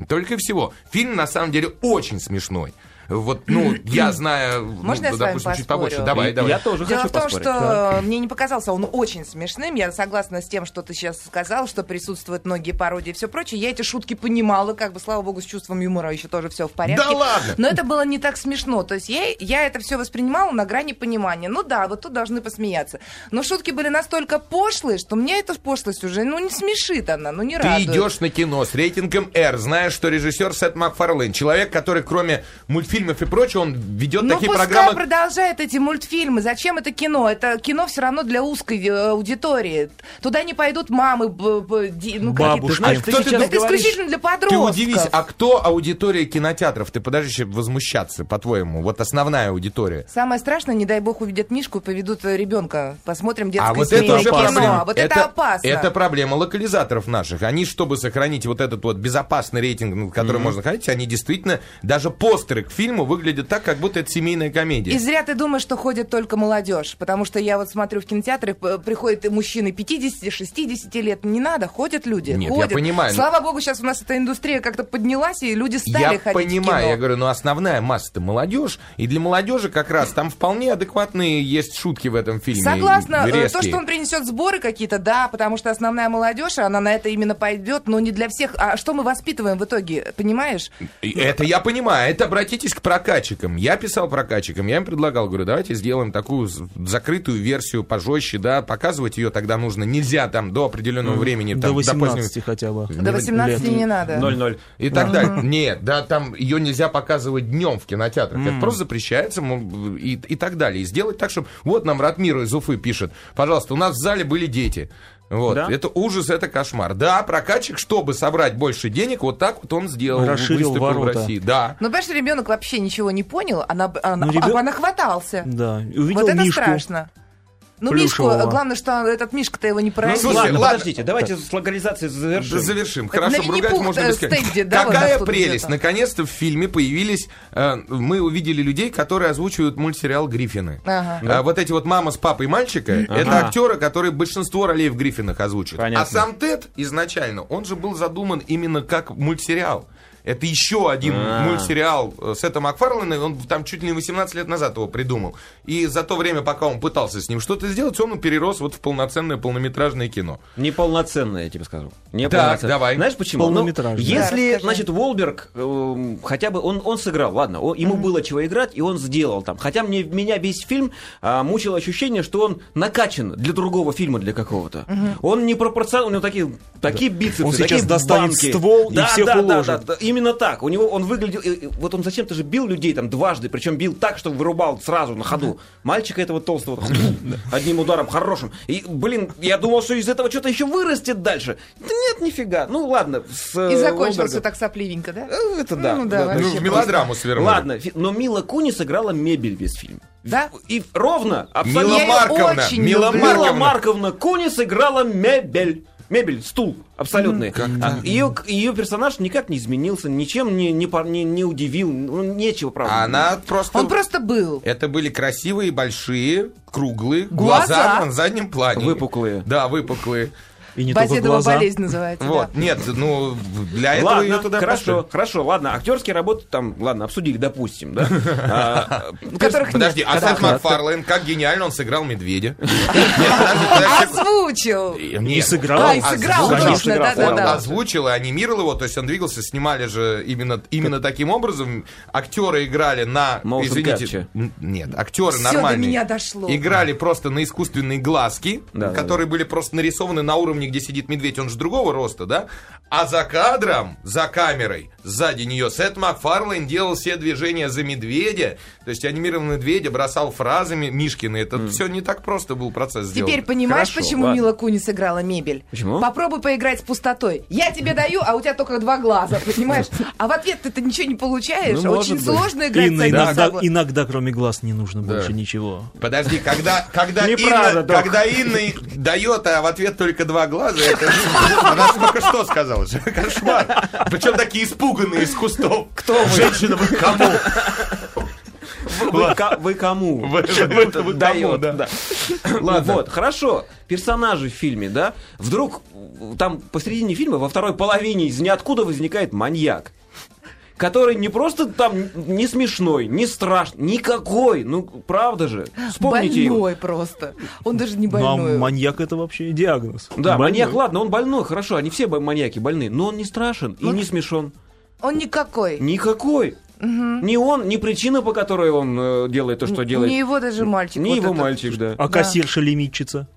[SPEAKER 5] Только и всего. Фильм на самом деле очень смешной. Вот,
[SPEAKER 4] *clears throat*
[SPEAKER 5] ну, я знаю, ну,
[SPEAKER 7] Можно я с вами
[SPEAKER 5] допустим, чуть
[SPEAKER 7] поспорю?
[SPEAKER 5] побольше. Давай,
[SPEAKER 4] И-
[SPEAKER 5] давай.
[SPEAKER 4] Я тоже
[SPEAKER 7] Дело
[SPEAKER 4] хочу
[SPEAKER 7] в том,
[SPEAKER 4] поспорить.
[SPEAKER 7] что мне не показался он очень смешным. Я согласна с тем, что ты сейчас сказал, что присутствуют многие пародии и все прочее. Я эти шутки понимала, как бы, слава богу, с чувством юмора еще тоже все в порядке.
[SPEAKER 5] Да ладно!
[SPEAKER 7] Но это было не так смешно. То есть я, я это все воспринимала на грани понимания. Ну да, вот тут должны посмеяться. Но шутки были настолько пошлые, что мне эта пошлость уже, ну, не смешит она, ну, не
[SPEAKER 5] Ты
[SPEAKER 7] радует.
[SPEAKER 5] идешь на кино с рейтингом R, знаешь, что режиссер Сет Макфарлейн, человек, который кроме мультфильмов и прочего, он ведет
[SPEAKER 7] Ну,
[SPEAKER 5] такие
[SPEAKER 7] пускай
[SPEAKER 5] программы.
[SPEAKER 7] продолжает эти мультфильмы. Зачем это кино? Это кино все равно для узкой э, аудитории. Туда не пойдут мамы, б- б- ди- ну, какие-то-
[SPEAKER 6] Бабушки.
[SPEAKER 4] Знаешь, ты
[SPEAKER 5] Кто ты
[SPEAKER 4] сейчас
[SPEAKER 7] Это
[SPEAKER 4] говоришь-
[SPEAKER 7] исключительно для
[SPEAKER 5] Ты
[SPEAKER 7] подростков.
[SPEAKER 5] удивись, а кто аудитория кинотеатров? Ты подожди, еще возмущаться, по-твоему, вот основная аудитория.
[SPEAKER 7] Самое страшное, не дай бог увидят Мишку и поведут э, ребенка. Посмотрим детское
[SPEAKER 5] а вот это
[SPEAKER 7] семейное
[SPEAKER 5] уже
[SPEAKER 7] кино.
[SPEAKER 5] проблема.
[SPEAKER 7] А Вот это, опасно.
[SPEAKER 5] Это проблема локализаторов наших. Они, чтобы сохранить вот этот вот безопасный рейтинг, на который можно ходить, они действительно, даже постеры к фильму выглядят так, как будто это семейная комедия.
[SPEAKER 7] И зря ты думаешь, что ходит только молодежь. Потому что я вот смотрю в кинотеатры, п- приходят и мужчины 50-60 лет. Не надо, ходят люди.
[SPEAKER 5] Нет, я
[SPEAKER 7] ходят.
[SPEAKER 5] понимаю, но-
[SPEAKER 7] Слава богу, сейчас у нас эта индустрия как-то поднялась, и люди стали
[SPEAKER 5] Я
[SPEAKER 7] ходить в
[SPEAKER 5] понимаю,
[SPEAKER 7] кино.
[SPEAKER 5] я говорю, но основная масса-то молодежь, и для молодежи как раз там вполне адекватные есть шутки в этом фильме.
[SPEAKER 7] Согласна,
[SPEAKER 5] и
[SPEAKER 7] э, то,
[SPEAKER 5] резкие.
[SPEAKER 7] что он принесет сборы какие-то, да, потому что основная молодежь, она на это именно пойдет, но не для всех. А что мы воспитываем в итоге, понимаешь?
[SPEAKER 5] И Это я понимаю, это обратитесь к прокачикам. Я писал прокачикам, я им предлагал, говорю, давайте сделаем такую з- закрытую версию пожестче, да, показывать ее тогда нужно, нельзя там до определенного времени.
[SPEAKER 6] До
[SPEAKER 5] там, позднего-
[SPEAKER 6] 18 хотя бы.
[SPEAKER 7] До 18
[SPEAKER 6] лет.
[SPEAKER 7] не надо.
[SPEAKER 4] 0-0.
[SPEAKER 5] И так далее. Нет, да, там ее нельзя показывать днем в кинотеатрах. Это просто запрещается мол, и, и так далее. И сделать так, чтобы... Вот нам Ратмир из Уфы пишет. Пожалуйста, у нас в зале были дети. Вот.
[SPEAKER 4] Да?
[SPEAKER 5] Это ужас, это кошмар. Да, прокачик, чтобы собрать больше денег, вот так вот он сделал.
[SPEAKER 6] Расширил
[SPEAKER 5] выставку в
[SPEAKER 6] ворота.
[SPEAKER 5] России. Да.
[SPEAKER 7] Ну, понимаешь, ребенок вообще ничего не понял, она, б- она,
[SPEAKER 6] Ну, ребё-
[SPEAKER 7] хватался.
[SPEAKER 6] Да. И увидел
[SPEAKER 7] Вот это
[SPEAKER 6] Мишку.
[SPEAKER 7] страшно. Ну, Мишку,
[SPEAKER 6] Плюшевого.
[SPEAKER 7] э, главное, что этот Мишка-то его не поразил.
[SPEAKER 5] слушай,
[SPEAKER 4] ладно,
[SPEAKER 5] ладно.
[SPEAKER 4] подождите, давайте с локализацией завершим.
[SPEAKER 5] Да Завершим.
[SPEAKER 7] Это
[SPEAKER 5] Хорошо,
[SPEAKER 7] на
[SPEAKER 5] ругать
[SPEAKER 7] Винни-Пух,
[SPEAKER 5] можно
[SPEAKER 7] э,
[SPEAKER 5] бесконечно.
[SPEAKER 7] стенде, да, вот
[SPEAKER 5] Какая
[SPEAKER 7] нас тут
[SPEAKER 5] прелесть!
[SPEAKER 7] где-то.
[SPEAKER 5] Наконец-то в фильме появились... э, мы увидели людей, которые озвучивают мультсериал «Гриффины».
[SPEAKER 7] Ага.
[SPEAKER 5] Э, вот эти вот мама с папой мальчика, это актеры, которые большинство ролей в «Гриффинах» озвучивают.
[SPEAKER 4] Понятно.
[SPEAKER 5] А сам Тед изначально, он же был задуман именно как мультсериал. Это еще один
[SPEAKER 4] А.
[SPEAKER 5] мультсериал э, Сета Макфарлана, и он там чуть ли не 18 лет назад его придумал. И за то время, пока он пытался с ним что-то сделать, он перерос вот в полноценное полнометражное кино.
[SPEAKER 4] Неполноценное, я тебе скажу.
[SPEAKER 5] Так, давай.
[SPEAKER 4] Знаешь почему? Ну,
[SPEAKER 6] Полнометражное.
[SPEAKER 4] если,
[SPEAKER 7] Да, расскажи.
[SPEAKER 4] значит, Волберг эм, хотя бы он, он сыграл, ладно, он- ему было чего играть, и он сделал там. Хотя мне меня весь фильм а, мучило ощущение, что он накачан для другого фильма, для какого-то. Он не пропорционал, у него такие, такие бицепсы,
[SPEAKER 6] Он сейчас
[SPEAKER 4] такие
[SPEAKER 6] достанет
[SPEAKER 4] банки.
[SPEAKER 6] ствол и
[SPEAKER 4] Да,
[SPEAKER 6] всех
[SPEAKER 4] да, да,
[SPEAKER 6] уложит.
[SPEAKER 4] да, да, именно так. У него он выглядел, и- и вот он зачем-то же бил людей там дважды, причем бил так, что вырубал сразу на ходу. Мальчика этого толстого одним ударом хорошим. И, блин, я думал, что из этого что-то еще вырастет дальше. Да нет, нифига. Ну ладно. с, э,
[SPEAKER 7] И закончился
[SPEAKER 4] Уолбергом.
[SPEAKER 7] так сопливенько, да?
[SPEAKER 4] Э, Это да.
[SPEAKER 7] Ну
[SPEAKER 4] да,
[SPEAKER 7] да,
[SPEAKER 4] да.
[SPEAKER 5] Ну,
[SPEAKER 7] вообще
[SPEAKER 5] в мелодраму свернул.
[SPEAKER 4] Ладно, фи- но Мила Куни сыграла мебель весь фильм.
[SPEAKER 7] Да?
[SPEAKER 4] И ровно, абсолютно.
[SPEAKER 5] Мила
[SPEAKER 7] Я её
[SPEAKER 5] Марковна,
[SPEAKER 7] очень
[SPEAKER 5] Мила
[SPEAKER 7] люблю.
[SPEAKER 4] Мила Марковна.
[SPEAKER 5] Марковна.
[SPEAKER 4] Куни сыграла мебель. Мебель, стул абсолютный. А, Ее, ее персонаж никак не изменился, ничем не, не, пор- не, не удивил. Ну, нечего, правда.
[SPEAKER 5] Она просто...
[SPEAKER 7] Он просто был.
[SPEAKER 5] Это были красивые, большие, круглые глаза,
[SPEAKER 7] Глаза.
[SPEAKER 5] на заднем плане.
[SPEAKER 4] Выпуклые.
[SPEAKER 5] Да, выпуклые.
[SPEAKER 6] И не только
[SPEAKER 7] Базедова
[SPEAKER 6] глаза.
[SPEAKER 7] болезнь называется.
[SPEAKER 5] Вот.
[SPEAKER 7] да.
[SPEAKER 5] Нет, ну, для этого
[SPEAKER 4] ладно,
[SPEAKER 5] ее туда
[SPEAKER 4] хорошо,
[SPEAKER 5] пошли.
[SPEAKER 4] хорошо, ладно, актерские работы там, ладно, обсудили, допустим,
[SPEAKER 5] *laughs*
[SPEAKER 4] да. А,
[SPEAKER 7] Которых
[SPEAKER 5] Подожди,
[SPEAKER 7] нет.
[SPEAKER 5] а Сет
[SPEAKER 7] Да.
[SPEAKER 5] Макфарлейн, как гениально он сыграл медведя. Нет, подожди, подожди, секунду.
[SPEAKER 7] Озвучил.
[SPEAKER 5] Нет,
[SPEAKER 6] сыграл.
[SPEAKER 7] А, и сыграл,
[SPEAKER 5] озвучил.
[SPEAKER 7] точно,
[SPEAKER 4] Сыграл, да.
[SPEAKER 5] Он
[SPEAKER 7] да-да-да.
[SPEAKER 5] озвучил и анимировал его, то есть он двигался, снимали же именно, именно таким образом. Актеры играли на...
[SPEAKER 4] Motion capture.
[SPEAKER 5] извините. м, Нет, актеры
[SPEAKER 7] Всё до
[SPEAKER 5] нормальные.
[SPEAKER 7] меня дошло.
[SPEAKER 5] Играли просто на искусственные глазки,
[SPEAKER 4] Да, да,
[SPEAKER 5] которые были просто нарисованы на уровне, где сидит медведь. Он же другого роста, да? А за кадром, за камерой, сзади нее Сет Макфарлейн делал все движения за медведя. То есть анимированный медведя бросал фразами Мишкины. Это все не так просто был процесс сделан.
[SPEAKER 7] Теперь понимаешь,
[SPEAKER 4] Хорошо,
[SPEAKER 7] почему
[SPEAKER 4] ладно.
[SPEAKER 7] Мила Куни сыграла мебель?
[SPEAKER 4] Почему?
[SPEAKER 7] Попробуй поиграть с пустотой. Я тебе даю, а у тебя только два глаза, понимаешь? А в ответ ты ничего не получаешь.
[SPEAKER 4] Ну, может
[SPEAKER 7] Очень
[SPEAKER 4] быть.
[SPEAKER 7] сложно играть с
[SPEAKER 6] Инна,
[SPEAKER 7] одним
[SPEAKER 6] иногда,
[SPEAKER 7] собой.
[SPEAKER 6] иногда, кроме глаз, не нужно больше ничего.
[SPEAKER 5] Подожди, когда, когда,
[SPEAKER 4] Неправда,
[SPEAKER 5] Инна,
[SPEAKER 4] док.
[SPEAKER 5] когда Инна дает, а в ответ только два глаза, это же- она же только что сказала, же кошмар. Причем такие испуганные из кустов. Кто вы? Женщина, вы кому?
[SPEAKER 4] Вы ко- вы кому?
[SPEAKER 5] *laughs* Вы- вы- вы кому,
[SPEAKER 4] дает,
[SPEAKER 5] да.
[SPEAKER 4] да. Вот, хорошо. Персонажи в фильме, да? Вдруг э, там посередине фильма, во второй половине из ниоткуда возникает маньяк. Который не просто там не смешной, не страшный, никакой. Ну, правда же. Вспомните его.
[SPEAKER 7] Больной просто. Он даже не
[SPEAKER 6] Ну, а
[SPEAKER 7] больной.
[SPEAKER 6] маньяк это вообще диагноз.
[SPEAKER 4] Да,
[SPEAKER 6] Больной.
[SPEAKER 4] маньяк, ладно, он больной, хорошо, они все бо- маньяки больны, но он не страшен
[SPEAKER 7] Ну,
[SPEAKER 4] и не смешон.
[SPEAKER 7] Он никакой.
[SPEAKER 4] Никакой. Ни он, ни причина, по которой он э, делает то, что делает.
[SPEAKER 7] Не его даже мальчик.
[SPEAKER 4] Ни
[SPEAKER 7] вот
[SPEAKER 4] его
[SPEAKER 7] этот.
[SPEAKER 4] мальчик, да.
[SPEAKER 6] А кассирша лимитчица.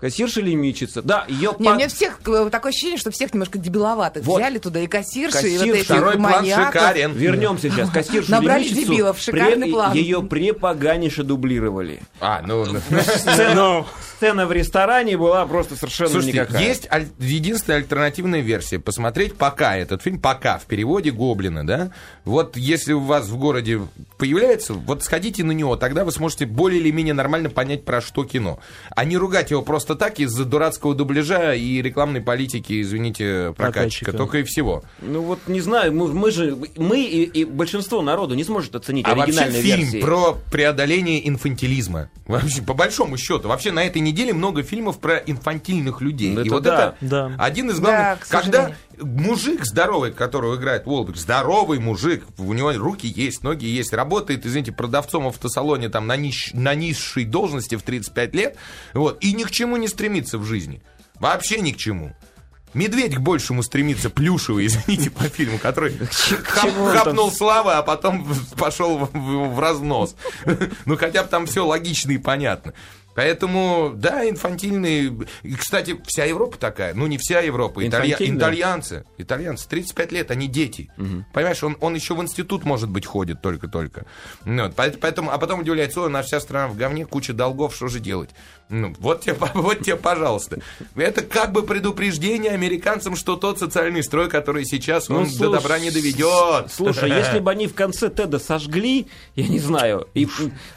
[SPEAKER 4] Кассирша лимитчица. Да, ее
[SPEAKER 7] Не, у меня всех э, такое ощущение, что всех немножко дебиловатых
[SPEAKER 4] Вот.
[SPEAKER 7] взяли туда и кассирши, и
[SPEAKER 4] Кассирши,
[SPEAKER 7] вот этих
[SPEAKER 5] Второй план
[SPEAKER 7] маньяков.
[SPEAKER 5] шикарен.
[SPEAKER 4] Вернемся сейчас. Кассиршу
[SPEAKER 7] Набрали
[SPEAKER 4] лимитчицу
[SPEAKER 7] дебилов, шикарный план.
[SPEAKER 4] Ее препоганише дублировали.
[SPEAKER 5] А, ну...
[SPEAKER 4] Сцена, сцена в ресторане была просто совершенно
[SPEAKER 5] Слушайте,
[SPEAKER 4] никакая.
[SPEAKER 5] есть аль- единственная альтернативная версия. Посмотреть пока этот фильм, пока, в переводе «Гоблины», да? Вот если у вас в городе появляется, вот сходите на него, тогда вы сможете более или менее нормально понять, про что кино. А не ругать его просто так из-за дурацкого дубляжа и рекламной политики, извините, прокатчика.
[SPEAKER 6] Прокатчика.
[SPEAKER 5] Только и всего.
[SPEAKER 4] Ну вот не знаю, мы, мы же мы и, и большинство народу не сможет оценить
[SPEAKER 5] А вообще
[SPEAKER 4] оригинальную
[SPEAKER 5] фильм
[SPEAKER 4] версию.
[SPEAKER 5] про преодоление инфантилизма. Вообще, по большому счету. Вообще на этой неделе много фильмов про инфантильных людей.
[SPEAKER 4] Ну,
[SPEAKER 5] и
[SPEAKER 4] это
[SPEAKER 5] вот
[SPEAKER 4] да.
[SPEAKER 5] это
[SPEAKER 6] Да.
[SPEAKER 5] один из главных.
[SPEAKER 7] к
[SPEAKER 5] когда
[SPEAKER 7] сожалению.
[SPEAKER 5] мужик здоровый, которого играет Уолберг, здоровый мужик, у него руки есть, ноги есть, работает, извините, продавцом в автосалоне там на, нищ- на низшей должности в 35 лет, вот, и ни к чему не стремится в жизни. Вообще ни к чему. Медведь к большему стремится, плюшевый, *laughs* извините, по фильму, который хап- хапнул славы, а потом *laughs* пошел в, в- в разнос. *laughs* Ну, хотя бы там все логично и понятно. Поэтому, да, инфантильные... И, кстати, вся Европа такая. Ну, не вся Европа. Италья-
[SPEAKER 4] Инфантильная?
[SPEAKER 5] Итальянцы. Итальянцы. 35 лет, они дети. Понимаешь, он, он еще в институт, может быть, ходит только-только. Ну, вот, поэт- поэтому, а потом удивляется, ой, наша вся страна в говне, куча долгов, что же делать? Ну, вот тебе, *laughs* по- вот тебе, пожалуйста. Это как бы предупреждение американцам, что тот социальный строй, который сейчас,
[SPEAKER 4] Ну,
[SPEAKER 5] он
[SPEAKER 4] слушай,
[SPEAKER 5] до добра не доведет.
[SPEAKER 4] Слушай, если бы они в конце Теда сожгли, я не знаю, и,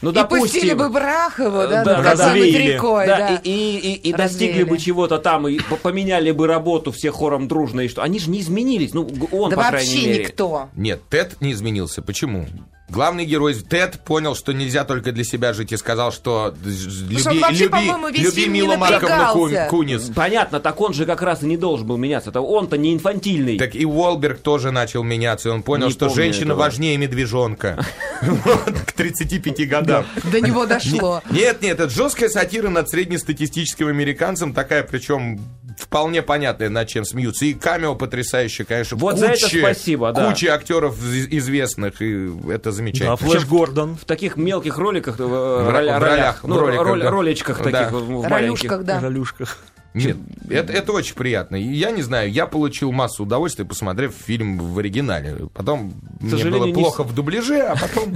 [SPEAKER 4] ну,
[SPEAKER 7] И пустили бы Брахова, да,
[SPEAKER 4] Да,
[SPEAKER 7] да,
[SPEAKER 6] развеяли.
[SPEAKER 7] рекой,
[SPEAKER 4] Да,
[SPEAKER 7] да.
[SPEAKER 4] и, и- и- и
[SPEAKER 7] Развеяли.
[SPEAKER 4] достигли бы чего-то там, и по- поменяли бы работу все хором дружно, и что. Они же не изменились, ну, г- он,
[SPEAKER 7] Да
[SPEAKER 4] по крайней
[SPEAKER 7] вообще
[SPEAKER 4] мере.
[SPEAKER 7] никто.
[SPEAKER 5] Нет, Тед не изменился. Почему? Главный герой Тед понял, что нельзя только для себя жить и сказал, что д- ж-
[SPEAKER 7] что он
[SPEAKER 5] люби,
[SPEAKER 7] вообще,
[SPEAKER 5] люби,
[SPEAKER 7] по-моему, весь
[SPEAKER 5] люби
[SPEAKER 7] фильм
[SPEAKER 5] Милу
[SPEAKER 7] не
[SPEAKER 5] Марковну Кун-
[SPEAKER 7] напрягался.
[SPEAKER 5] Кунис.
[SPEAKER 4] Понятно, так он же как раз и не должен был меняться. Это он-то не инфантильный.
[SPEAKER 5] Так и Уолберг тоже начал меняться, и он понял,
[SPEAKER 4] Не
[SPEAKER 5] что
[SPEAKER 4] помню
[SPEAKER 5] женщина
[SPEAKER 4] этого. *laughs*
[SPEAKER 5] важнее медвежонка. Вот, К 35 годам.
[SPEAKER 7] До него дошло.
[SPEAKER 5] Нет, нет, это жесткая сатира над среднестатистическим американцем, такая, причем вполне понятная, над чем смеются. И камео потрясающе, конечно.
[SPEAKER 4] Вот за это спасибо, да.
[SPEAKER 5] Куча актеров из- известных, и это замечательно.
[SPEAKER 6] Да, Флэш Гордон.
[SPEAKER 4] В таких мелких роликах, э,
[SPEAKER 5] В
[SPEAKER 4] роля-
[SPEAKER 5] ро- в
[SPEAKER 4] ролях,
[SPEAKER 5] ролях,
[SPEAKER 4] ну,
[SPEAKER 5] в роликах,
[SPEAKER 4] роль-
[SPEAKER 5] да.
[SPEAKER 4] ролечках
[SPEAKER 5] Да.
[SPEAKER 4] таких, в- в
[SPEAKER 7] Ролюш,
[SPEAKER 4] маленьких.
[SPEAKER 7] когда.
[SPEAKER 6] Жалюшках.
[SPEAKER 5] Нет, это, это очень приятно. И Я не знаю, я получил массу удовольствия, посмотрев фильм в оригинале. Потом мне
[SPEAKER 4] сожалению,
[SPEAKER 5] было
[SPEAKER 4] не
[SPEAKER 5] плохо в дубляже, а
[SPEAKER 4] *laughs*
[SPEAKER 5] потом...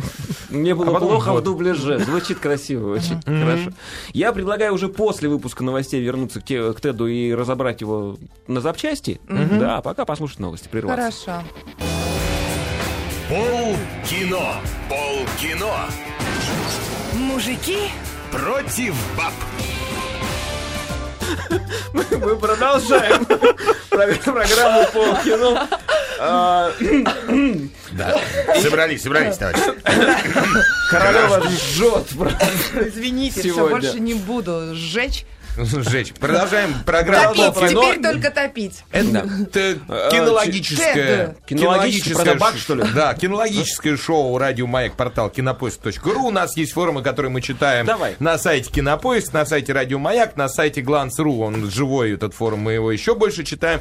[SPEAKER 4] Мне было
[SPEAKER 5] А потом
[SPEAKER 4] плохо
[SPEAKER 5] вот.
[SPEAKER 4] в дубляже. Звучит красиво очень. Хорошо. Я предлагаю уже после выпуска новостей вернуться к, те- к Теду и разобрать его на запчасти. Да, пока послушать новости. Прерваться.
[SPEAKER 7] Хорошо.
[SPEAKER 3] Пол кино. Пол кино.
[SPEAKER 2] Мужики
[SPEAKER 3] Против баб.
[SPEAKER 4] Мы продолжаем *laughs* Про- программу по кино. А,
[SPEAKER 3] Собрались, собрались, товарищи.
[SPEAKER 4] Королева жжет.
[SPEAKER 7] Извините, все,
[SPEAKER 4] Сегодня.
[SPEAKER 7] больше не буду сжечь.
[SPEAKER 5] Сжечь. Продолжаем программу
[SPEAKER 7] Топить,
[SPEAKER 5] кино.
[SPEAKER 7] теперь только топить.
[SPEAKER 5] Т- Кинологическое.
[SPEAKER 7] Т-
[SPEAKER 4] Кинологическое про собак,
[SPEAKER 5] ш-
[SPEAKER 4] что ли?
[SPEAKER 5] *laughs* Да, кинологическое шоу «Радио Маяк», портал кинопоиск.ру. У нас есть форумы, которые мы читаем
[SPEAKER 4] Давай.
[SPEAKER 5] на сайте Кинопоиск, на сайте «Радио Маяк», на сайте «Гланс.ру». Он живой, этот форум, мы его еще больше читаем.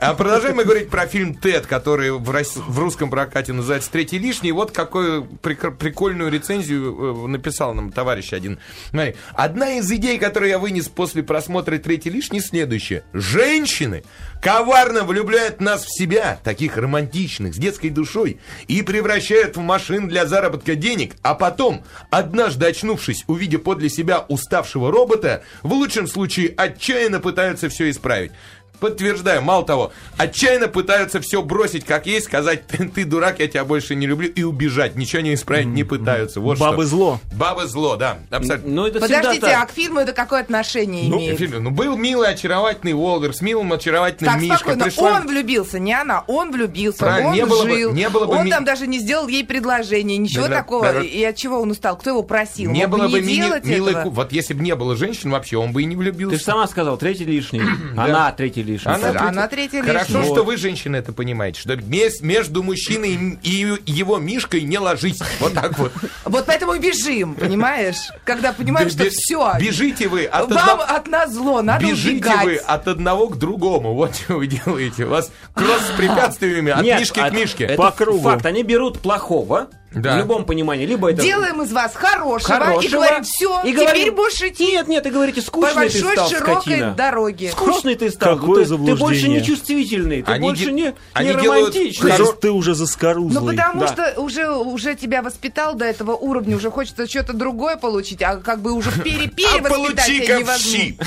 [SPEAKER 5] А продолжаем мы говорить про фильм «Тед», который в, рос- в русском прокате называется «Третий лишний». И Вот какую прик- прикольную рецензию э, написал нам товарищ один. Смотри. Одна из идей, которую я вынес после просмотра «Третий лишний», следующая. Женщины коварно влюбляют нас в себя, таких романтичных, с детской душой, и превращают в машин для заработка денег, а потом, однажды очнувшись, увидя подле себя уставшего робота, в лучшем случае отчаянно пытаются все исправить. Подтверждаю, мало того, отчаянно пытаются все бросить как есть, сказать ты, ты дурак, я тебя больше не люблю и убежать, ничего не исправить не пытаются. Вот Ну
[SPEAKER 6] Бабы
[SPEAKER 5] что.
[SPEAKER 6] зло.
[SPEAKER 5] Бабы зло, да, абсолютно.
[SPEAKER 4] Ну, это всегда
[SPEAKER 7] Подождите, а
[SPEAKER 4] так.
[SPEAKER 7] к фильму это какое отношение
[SPEAKER 5] Ну,
[SPEAKER 7] имеет?
[SPEAKER 5] Филипп, ну, был милый, очаровательный Уолвер с милым, очаровательным
[SPEAKER 7] Так,
[SPEAKER 5] Мишка.
[SPEAKER 7] спокойно,
[SPEAKER 5] Пришла-
[SPEAKER 7] он влюбился, не она, он влюбился,
[SPEAKER 5] Правильно,
[SPEAKER 7] он
[SPEAKER 5] не было бы-
[SPEAKER 7] жил,
[SPEAKER 5] не было бы
[SPEAKER 7] он
[SPEAKER 5] ми-
[SPEAKER 7] там даже не сделал ей предложение, ничего
[SPEAKER 5] Да-да,
[SPEAKER 7] такого,
[SPEAKER 5] да-да.
[SPEAKER 7] и от чего он устал, кто его просил,
[SPEAKER 5] Не
[SPEAKER 7] Мог
[SPEAKER 5] было бы мини-
[SPEAKER 7] делать
[SPEAKER 5] милой
[SPEAKER 7] этого?
[SPEAKER 5] ку- Вот если бы не было женщин вообще, он бы и не
[SPEAKER 4] Ты
[SPEAKER 5] влюбился.
[SPEAKER 4] же сама сказал, третий лишний. Она третий лишний.
[SPEAKER 7] Она третья
[SPEAKER 5] Хорошо,
[SPEAKER 7] лишняя.
[SPEAKER 5] что вы, женщины, это понимаете, что мес- между мужчиной и и его мишкой не ложись. Вот так вот.
[SPEAKER 7] Вот поэтому и бежим, понимаешь? Когда *laughs* понимаешь, что
[SPEAKER 5] Бе-
[SPEAKER 7] все,
[SPEAKER 5] Бежите вы от
[SPEAKER 7] вам
[SPEAKER 5] одного...
[SPEAKER 7] от нас зло, надо
[SPEAKER 5] Бежите
[SPEAKER 7] убегать.
[SPEAKER 5] вы от одного к другому. Вот что вы делаете. У вас кросс
[SPEAKER 7] *laughs*
[SPEAKER 5] с препятствиями от
[SPEAKER 4] Нет,
[SPEAKER 5] мишки
[SPEAKER 4] а-
[SPEAKER 5] к мишке.
[SPEAKER 4] это
[SPEAKER 6] По кругу.
[SPEAKER 4] Факт, они берут плохого
[SPEAKER 5] Да.
[SPEAKER 4] в любом понимании. Либо это
[SPEAKER 7] Делаем из вас хорошего, и говорим, все,
[SPEAKER 4] И
[SPEAKER 7] теперь
[SPEAKER 4] говорим,
[SPEAKER 7] больше идти
[SPEAKER 4] Нет, нет, ты говорите,
[SPEAKER 7] по
[SPEAKER 4] скучный ты
[SPEAKER 7] большой
[SPEAKER 4] стал,
[SPEAKER 7] широкой
[SPEAKER 4] скотина.
[SPEAKER 7] дороге.
[SPEAKER 4] Скучный ты стал.
[SPEAKER 6] Какое
[SPEAKER 4] ты, ты больше
[SPEAKER 6] заблуждение.
[SPEAKER 4] не чувствительный, ты
[SPEAKER 5] Они
[SPEAKER 4] больше
[SPEAKER 5] де-
[SPEAKER 4] не, не
[SPEAKER 5] они делают
[SPEAKER 6] Ты,
[SPEAKER 4] романтичный.
[SPEAKER 5] хоро-
[SPEAKER 6] же- ты уже
[SPEAKER 7] Ну,
[SPEAKER 6] заскорузлый.
[SPEAKER 7] потому
[SPEAKER 4] да.
[SPEAKER 7] что уже, уже тебя воспитал до этого уровня, уже хочется что-то другое получить, а как бы уже
[SPEAKER 5] А
[SPEAKER 7] перевоспитать тебя
[SPEAKER 5] получи-ка
[SPEAKER 7] не
[SPEAKER 5] в щи.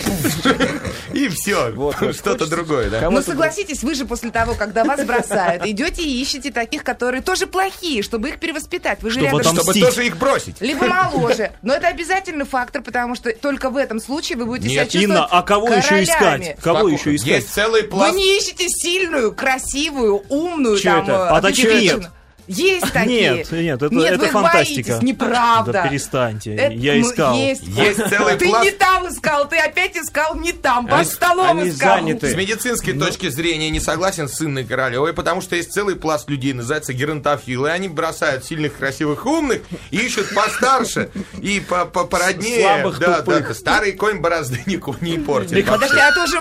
[SPEAKER 5] И все. Что-то другое, да?
[SPEAKER 7] Ну, согласитесь, вы же после того, когда вас бросают, идете и ищете таких, которые тоже плохие, чтобы их перевоспитать. Вы же
[SPEAKER 6] Чтобы
[SPEAKER 7] рядом
[SPEAKER 6] там
[SPEAKER 7] с-
[SPEAKER 5] Чтобы
[SPEAKER 6] Мстить.
[SPEAKER 5] тоже их бросить.
[SPEAKER 7] Либо моложе. Но это обязательный фактор, потому что только в этом случае вы будете
[SPEAKER 5] Нет,
[SPEAKER 7] себя чувствовать
[SPEAKER 6] Инна, а кого еще
[SPEAKER 7] королями.
[SPEAKER 6] искать? Кого
[SPEAKER 5] Спокойно.
[SPEAKER 6] еще искать?
[SPEAKER 5] Есть целый
[SPEAKER 7] Вы
[SPEAKER 5] пласт
[SPEAKER 7] не ищете сильную, красивую, умную
[SPEAKER 4] Чё
[SPEAKER 7] там...
[SPEAKER 4] это?
[SPEAKER 7] э,
[SPEAKER 6] А таких
[SPEAKER 7] женщину.
[SPEAKER 6] нет.
[SPEAKER 7] Есть такие.
[SPEAKER 6] *laughs* Нет, нет, это,
[SPEAKER 7] Нет,
[SPEAKER 6] это
[SPEAKER 7] вы
[SPEAKER 6] фантастика.
[SPEAKER 7] боитесь, неправда.
[SPEAKER 6] Да перестаньте,
[SPEAKER 7] Это,
[SPEAKER 6] я
[SPEAKER 7] ну,
[SPEAKER 6] искал.
[SPEAKER 7] Есть,
[SPEAKER 5] Есть целый
[SPEAKER 7] ты
[SPEAKER 5] пласт.
[SPEAKER 7] не там искал, ты опять искал не там, под
[SPEAKER 4] Они-
[SPEAKER 7] столом
[SPEAKER 4] они
[SPEAKER 7] искал.
[SPEAKER 4] заняты.
[SPEAKER 5] С медицинской точки зрения не согласен с Инной Королевой, потому что есть целый пласт людей, называется геронтофилы, и они бросают сильных, красивых, умных и ищут постарше и по- по- породнее.
[SPEAKER 4] Слабых,
[SPEAKER 5] да, да,
[SPEAKER 4] тупых.
[SPEAKER 5] старый конь борозды *laughs* нику- не портит.
[SPEAKER 7] Подожди, а тоже...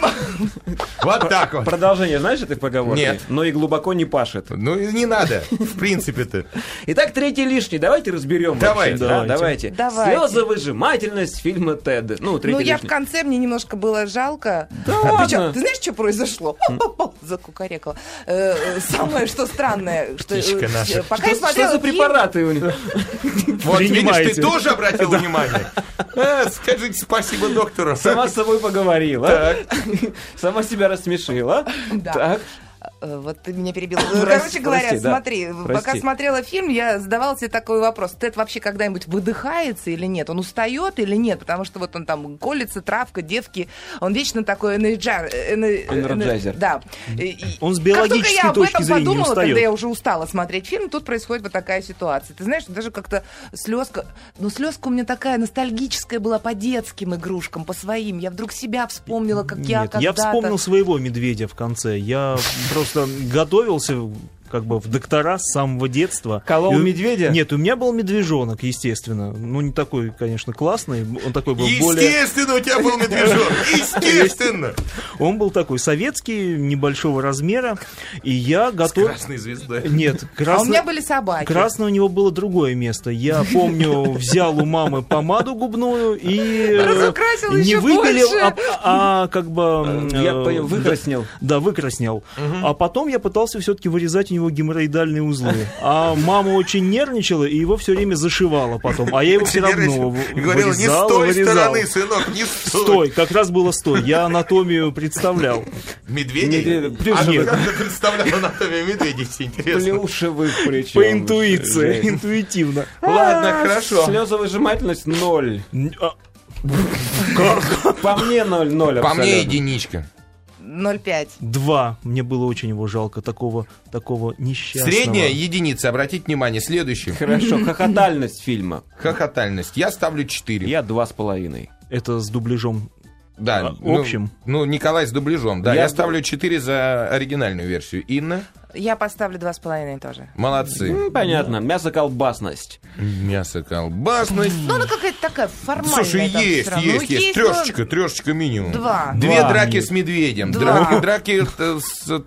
[SPEAKER 5] Вот так вот.
[SPEAKER 4] Продолжение знаешь этой поговорки?
[SPEAKER 5] Нет.
[SPEAKER 4] Но и глубоко не пашет.
[SPEAKER 5] Ну и не надо, в принципе-то.
[SPEAKER 4] Итак, третий лишний. Давайте разберем. вообще,
[SPEAKER 5] Давайте.
[SPEAKER 4] да, давайте.
[SPEAKER 6] Давайте.
[SPEAKER 7] Давайте.
[SPEAKER 4] Слезовыжимательность фильма Тед. Ну, третий
[SPEAKER 7] Ну, я в
[SPEAKER 4] лишний.
[SPEAKER 7] конце, мне немножко было жалко.
[SPEAKER 4] Да
[SPEAKER 7] А причём,
[SPEAKER 4] ладно.
[SPEAKER 7] ты знаешь, что *laughs* произошло? Закукарекала. Э, э, Самое, что странное, что... э,
[SPEAKER 5] Птичка наша.
[SPEAKER 7] Пока я
[SPEAKER 4] Что, что
[SPEAKER 7] смотрела
[SPEAKER 4] за
[SPEAKER 7] фильм,
[SPEAKER 4] препараты у *laughs* них?
[SPEAKER 5] Вот видишь, ты
[SPEAKER 6] Принимайте.
[SPEAKER 5] тоже обратил внимание. Э, Скажите спасибо
[SPEAKER 4] *laughs*
[SPEAKER 5] доктору.
[SPEAKER 4] Сама с собой поговорила.
[SPEAKER 5] Так. А,
[SPEAKER 4] Сама себя рассмешила.
[SPEAKER 7] Да.
[SPEAKER 4] Так.
[SPEAKER 7] э, вот ты меня перебил. Ну,
[SPEAKER 4] Прости,
[SPEAKER 7] Короче говоря,
[SPEAKER 4] прости, да.
[SPEAKER 7] смотри, пока
[SPEAKER 4] Прости.
[SPEAKER 7] смотрела фильм, я задавала себе такой вопрос. Тед вообще когда-нибудь выдыхается или нет? Он устает или нет? Потому что вот он там колется, травка, девки. Он вечно такой энерджар... эне-
[SPEAKER 4] Энерджайзер.
[SPEAKER 7] эне- Да. И- и-
[SPEAKER 6] Он с
[SPEAKER 7] как
[SPEAKER 6] биологической
[SPEAKER 7] только я об
[SPEAKER 6] точки
[SPEAKER 7] этом
[SPEAKER 6] зрения не
[SPEAKER 7] подумала,
[SPEAKER 6] устает.
[SPEAKER 7] когда я уже устала смотреть фильм, тут происходит вот такая ситуация. Ты знаешь, даже как-то слезка... Ну, слезка у меня такая ностальгическая была по детским игрушкам, по своим. Я вдруг себя вспомнила, как я
[SPEAKER 6] Нет,
[SPEAKER 7] когда-то...
[SPEAKER 6] я вспомнил своего медведя в конце. Я просто готовился как бы в доктора с самого детства.
[SPEAKER 4] Колол
[SPEAKER 6] И у-
[SPEAKER 4] медведя?
[SPEAKER 6] Нет, у меня был медвежонок, естественно. Ну, не такой, конечно, классный. Он такой был более...
[SPEAKER 5] Естественно, у тебя был медвежонок. Естественно.
[SPEAKER 6] Он был такой советский, небольшого размера. И я готов...
[SPEAKER 5] Красной звездой.
[SPEAKER 6] Нет,
[SPEAKER 7] А
[SPEAKER 6] красный...
[SPEAKER 7] у меня были собаки.
[SPEAKER 6] Красное у него было другое место. Я помню, взял у мамы помаду губную и э,
[SPEAKER 7] Разукрасил
[SPEAKER 6] не
[SPEAKER 7] еще
[SPEAKER 6] выпилил,
[SPEAKER 7] больше.
[SPEAKER 6] а, а как бы м,
[SPEAKER 4] Я
[SPEAKER 6] э,
[SPEAKER 4] понял, выкраснел.
[SPEAKER 6] Да, выкраснел. А потом я пытался все-таки вырезать у него геморроидальные узлы. А мама очень нервничала и его все время зашивала потом. А я его все равно в-
[SPEAKER 5] Говорил, не с
[SPEAKER 6] вырезал,
[SPEAKER 5] той
[SPEAKER 6] вырезал.
[SPEAKER 5] стороны, сынок, не с той.
[SPEAKER 6] Стой, как раз было стой. Я анатомию представлял.
[SPEAKER 5] Медведей?
[SPEAKER 4] Медведей.
[SPEAKER 5] А ты
[SPEAKER 6] Нет.
[SPEAKER 5] как ты представлял анатомию медведей, тебе интересно?
[SPEAKER 4] Плюшевых причем.
[SPEAKER 6] По интуиции,
[SPEAKER 4] *laughs*
[SPEAKER 6] интуитивно.
[SPEAKER 7] А,
[SPEAKER 5] Ладно, хорошо.
[SPEAKER 4] Слезовыжимательность ноль.
[SPEAKER 6] Н- а,
[SPEAKER 4] По мне ноль ноль
[SPEAKER 5] По мне
[SPEAKER 4] абсолютно.
[SPEAKER 5] единичка.
[SPEAKER 7] 0,5.
[SPEAKER 6] Два. Мне было очень его жалко, такого, такого несчастного.
[SPEAKER 5] Средняя единица, обратите внимание, следующий.
[SPEAKER 4] Хорошо, хохотальность фильма.
[SPEAKER 5] Хохотальность. Я ставлю 4.
[SPEAKER 4] Я два с половиной.
[SPEAKER 6] Это с дубляжом.
[SPEAKER 5] Да,
[SPEAKER 6] А, в
[SPEAKER 5] ну,
[SPEAKER 6] общем.
[SPEAKER 5] Ну, Николай с дубляжом. Да, я,
[SPEAKER 4] Я с дуб-
[SPEAKER 5] ставлю 4 за оригинальную версию. Инна,
[SPEAKER 7] Я поставлю 2,5 тоже.
[SPEAKER 5] молодцы.
[SPEAKER 4] М, Понятно, мясо-колбасность.
[SPEAKER 5] Мясо колбасность.
[SPEAKER 7] Ну, она какая-то такая формальная.
[SPEAKER 5] Слушай,
[SPEAKER 7] там
[SPEAKER 5] есть,
[SPEAKER 7] всё равно.
[SPEAKER 5] есть,
[SPEAKER 7] Ну,
[SPEAKER 5] есть.
[SPEAKER 7] но
[SPEAKER 5] Трешечка, трешечка минимум.
[SPEAKER 7] Два.
[SPEAKER 5] Две
[SPEAKER 6] Два.
[SPEAKER 5] драки с медведем,
[SPEAKER 7] Два.
[SPEAKER 5] драки, драки э, с, э,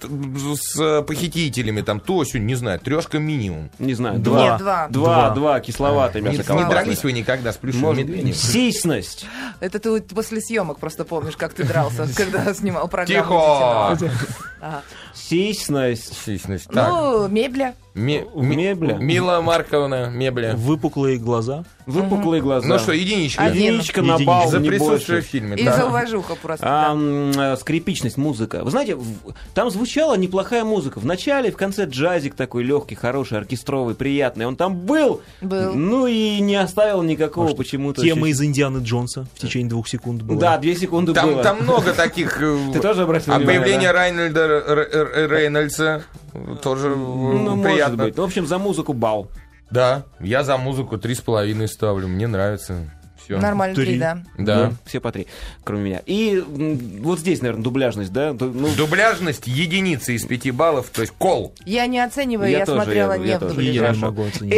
[SPEAKER 5] с похитителями, там, то, сё, не знаю, трешка минимум.
[SPEAKER 4] Не знаю,
[SPEAKER 6] Два.
[SPEAKER 4] два.
[SPEAKER 7] Нет, два.
[SPEAKER 4] Два, два, кисловатое
[SPEAKER 5] Не, не дрались
[SPEAKER 4] мясо-колбасность.
[SPEAKER 5] вы никогда с плюшевым
[SPEAKER 4] Может,
[SPEAKER 5] медведем?
[SPEAKER 4] Сисьность.
[SPEAKER 7] Это ты вот после съемок просто помнишь, как ты дрался, *laughs* когда снимал программу.
[SPEAKER 5] Тихо!
[SPEAKER 7] «Детина».
[SPEAKER 4] Сисьность.
[SPEAKER 5] Сущность. Так.
[SPEAKER 7] Ну, мебля.
[SPEAKER 5] Ме- ме-
[SPEAKER 4] Мебля.
[SPEAKER 5] Мила Марковна, мебля.
[SPEAKER 6] Выпуклые глаза.
[SPEAKER 4] Выпуклые глаза.
[SPEAKER 5] Ну что, единичка.
[SPEAKER 7] Один.
[SPEAKER 4] Единичка на
[SPEAKER 6] Единичка.
[SPEAKER 4] бал,
[SPEAKER 5] За
[SPEAKER 4] не
[SPEAKER 5] присутствие в
[SPEAKER 4] больше.
[SPEAKER 5] фильме.
[SPEAKER 7] И
[SPEAKER 5] да.
[SPEAKER 7] за уважуха просто.
[SPEAKER 4] А,
[SPEAKER 7] да.
[SPEAKER 4] м, э, скрипичность музыка. Вы знаете, в- там звучала неплохая музыка. В начале, в конце джазик такой легкий, хороший, оркестровый, приятный. Он там был,
[SPEAKER 7] Был.
[SPEAKER 4] ну и не оставил никакого почему-то.
[SPEAKER 6] Тема
[SPEAKER 4] ощущ-
[SPEAKER 6] из Индианы Джонса в течение двух секунд была.
[SPEAKER 4] Да, две секунды
[SPEAKER 5] Там,
[SPEAKER 4] было.
[SPEAKER 5] там много таких... э,
[SPEAKER 4] *laughs* Ты тоже обратил
[SPEAKER 5] А
[SPEAKER 4] внимание,
[SPEAKER 5] появление
[SPEAKER 4] да?
[SPEAKER 5] Райнольда Р- Р- Р- Рейнольдса э, тоже э,
[SPEAKER 4] Ну, может
[SPEAKER 5] приятно.
[SPEAKER 4] быть. В общем, за музыку бал.
[SPEAKER 5] Да, я за музыку три с половиной ставлю, мне нравится. Все.
[SPEAKER 7] Нормально, три,
[SPEAKER 6] три.
[SPEAKER 7] да.
[SPEAKER 5] Да.
[SPEAKER 4] Ну, Все по три, кроме меня. И м, вот здесь, наверное, дубляжность, да? Ду- Ну,
[SPEAKER 5] Дубляжность единица из пяти баллов, то есть кол.
[SPEAKER 7] Я не оцениваю, я,
[SPEAKER 4] тоже,
[SPEAKER 7] смотрела
[SPEAKER 4] я-
[SPEAKER 7] не
[SPEAKER 4] я
[SPEAKER 7] в
[SPEAKER 4] тоже.
[SPEAKER 6] И
[SPEAKER 7] дубляже.
[SPEAKER 6] я не
[SPEAKER 4] Хорошо.
[SPEAKER 6] могу оценить.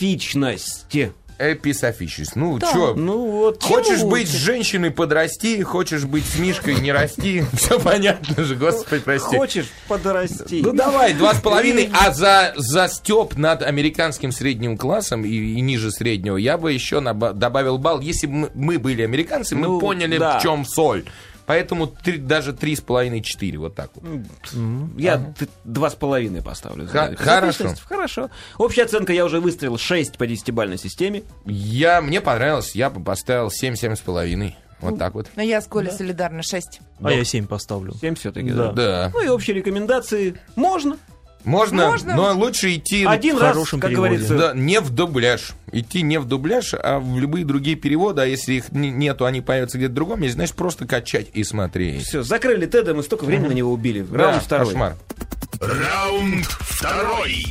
[SPEAKER 4] Эписофичность.
[SPEAKER 5] Эписофичность. Ну,
[SPEAKER 7] Да.
[SPEAKER 5] чё?
[SPEAKER 4] Ну вот.
[SPEAKER 5] Хочешь
[SPEAKER 4] чему
[SPEAKER 5] быть
[SPEAKER 4] лучше?
[SPEAKER 5] женщиной, подрасти, хочешь быть с Мишкой, не расти. Все понятно же, господи,
[SPEAKER 4] *laughs*
[SPEAKER 5] прости.
[SPEAKER 4] Хочешь подрасти.
[SPEAKER 5] Ну давай, два с половиной, а за, за степ над американским средним классом и, и ниже среднего я бы еще наба- добавил балл. Если бы мы, мы были американцы, мы
[SPEAKER 4] Ну,
[SPEAKER 5] поняли,
[SPEAKER 4] да.
[SPEAKER 5] в чем соль. Поэтому три- даже три с половиной, четыре, вот так вот.
[SPEAKER 4] Я т- два с половиной поставлю. за
[SPEAKER 5] Ха-
[SPEAKER 4] эпизодичность.
[SPEAKER 5] хорошо.
[SPEAKER 4] Хорошо. Общая оценка я уже выстрелил 6 по десятибальной системе.
[SPEAKER 5] Я, мне понравилось, я бы поставил семь, семь с половиной. Вот так вот.
[SPEAKER 7] Но я с Колей солидарна, шесть.
[SPEAKER 6] А я семь поставлю.
[SPEAKER 4] 7 все-таки, да.
[SPEAKER 6] Да.
[SPEAKER 5] Да.
[SPEAKER 4] Ну и общие рекомендации. Можно.
[SPEAKER 5] Можно,
[SPEAKER 7] Можно.
[SPEAKER 5] но лучше идти...
[SPEAKER 4] Один
[SPEAKER 6] в
[SPEAKER 4] раз,
[SPEAKER 6] хорошем
[SPEAKER 4] как
[SPEAKER 6] переводе.
[SPEAKER 4] говорится.
[SPEAKER 5] Да, не в дубляж. Идти не в дубляж, а в любые другие переводы. А если их не- нету, они появятся где-то в другом месте, значит, просто качать и смотреть.
[SPEAKER 4] Все, закрыли Теда, мы столько времени на него убили. Раунд
[SPEAKER 5] Да,
[SPEAKER 4] второй.
[SPEAKER 5] Кошмар.
[SPEAKER 3] Раунд второй.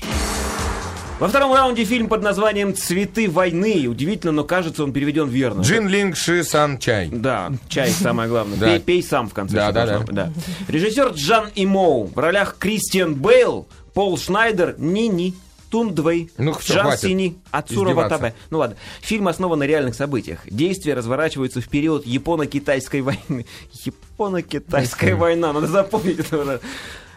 [SPEAKER 4] Во втором раунде фильм под названием «Цветы войны». Удивительно, но кажется, он переведен верно.
[SPEAKER 5] Джин Линг Ши Сан Чай.
[SPEAKER 4] Да, чай самое главное.
[SPEAKER 5] Да.
[SPEAKER 4] Пей, пей сам в конце.
[SPEAKER 5] Да,
[SPEAKER 4] всё
[SPEAKER 5] да,
[SPEAKER 4] должно быть, Режиссер Джан Имоу. В ролях Кристиан Бейл, Пол Шнайдер, Нини. Тундвей,
[SPEAKER 5] Ну, всё,
[SPEAKER 4] Джан
[SPEAKER 5] хватит
[SPEAKER 4] Сини, Ацура
[SPEAKER 5] издеваться.
[SPEAKER 4] Ватабе. Ну ладно. Фильм основан на реальных событиях. Действия разворачиваются в период Японо-Китайской войны. Японо-Китайская война, надо запомнить это. уже.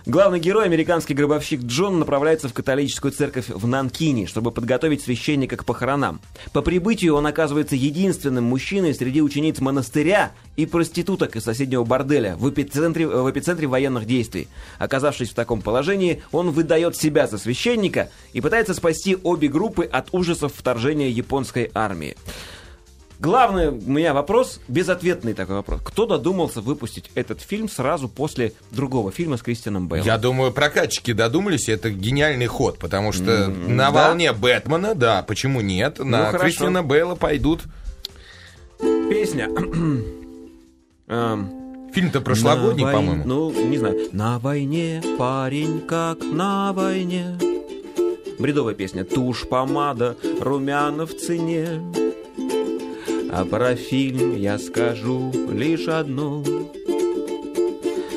[SPEAKER 4] Главный герой, американский гробовщик Джон, направляется в католическую церковь в Нанкине, чтобы подготовить священника к похоронам. По прибытию он оказывается единственным мужчиной среди учениц монастыря и проституток из соседнего борделя в эпицентре, в эпицентре военных действий. Оказавшись в таком положении, он выдает себя за священника и пытается спасти обе группы от ужасов вторжения японской армии. Главный у меня вопрос, безответный такой вопрос. Кто додумался выпустить этот фильм сразу после другого фильма с Кристианом Бейлом?
[SPEAKER 5] Я думаю, прокатчики додумались, и это гениальный ход, потому что на волне Бэтмена, да, почему нет, на
[SPEAKER 4] Ну, хорошо.
[SPEAKER 5] Кристина Бейла пойдут.
[SPEAKER 4] Песня. *clears throat* Эм,
[SPEAKER 5] Фильм-то прошлогодний,
[SPEAKER 4] на вой-
[SPEAKER 5] по-моему.
[SPEAKER 4] Ну, не знаю. На войне парень как на войне. Бредовая песня. Тушь, помада, румяна в цене. А про фильм я скажу лишь одно.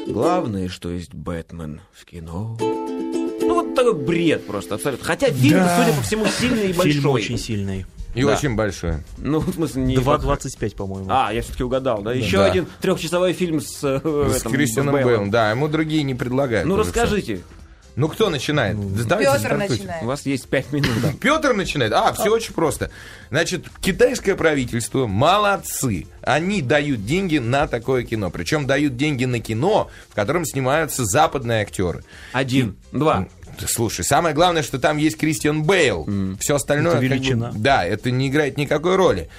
[SPEAKER 4] Главное, что есть Бэтмен в кино. Ну, вот такой бред просто абсолютно. Хотя фильм, судя по всему, сильный и большой.
[SPEAKER 6] Фильм очень сильный.
[SPEAKER 5] И
[SPEAKER 4] да.
[SPEAKER 5] очень большое.
[SPEAKER 4] Ну, в смысле, не...
[SPEAKER 6] 2.25, по-моему.
[SPEAKER 4] А, я все-таки угадал, да? Еще
[SPEAKER 5] Да.
[SPEAKER 4] один трехчасовой фильм с, э,
[SPEAKER 5] С
[SPEAKER 4] этом,
[SPEAKER 5] Кристианом
[SPEAKER 4] Бейлом.
[SPEAKER 5] Бейлом, да, ему другие не предлагают.
[SPEAKER 4] Ну
[SPEAKER 5] уже
[SPEAKER 4] расскажите,
[SPEAKER 5] всё. Ну кто начинает? Да давайте
[SPEAKER 7] Петр
[SPEAKER 5] стартуйте.
[SPEAKER 4] у
[SPEAKER 7] начинает.
[SPEAKER 4] вас есть пять минут. да.
[SPEAKER 5] Петр начинает. А, все очень просто. Значит, китайское правительство молодцы. Они дают деньги на такое кино. Причем дают деньги на кино, в котором снимаются западные актеры.
[SPEAKER 4] *laughs* Один, два.
[SPEAKER 5] Да, Слушай, самое главное, что там есть Кристиан Бейл. Все остальное...
[SPEAKER 6] Это
[SPEAKER 5] как бы-
[SPEAKER 6] величина.
[SPEAKER 5] да, это не играет никакой роли.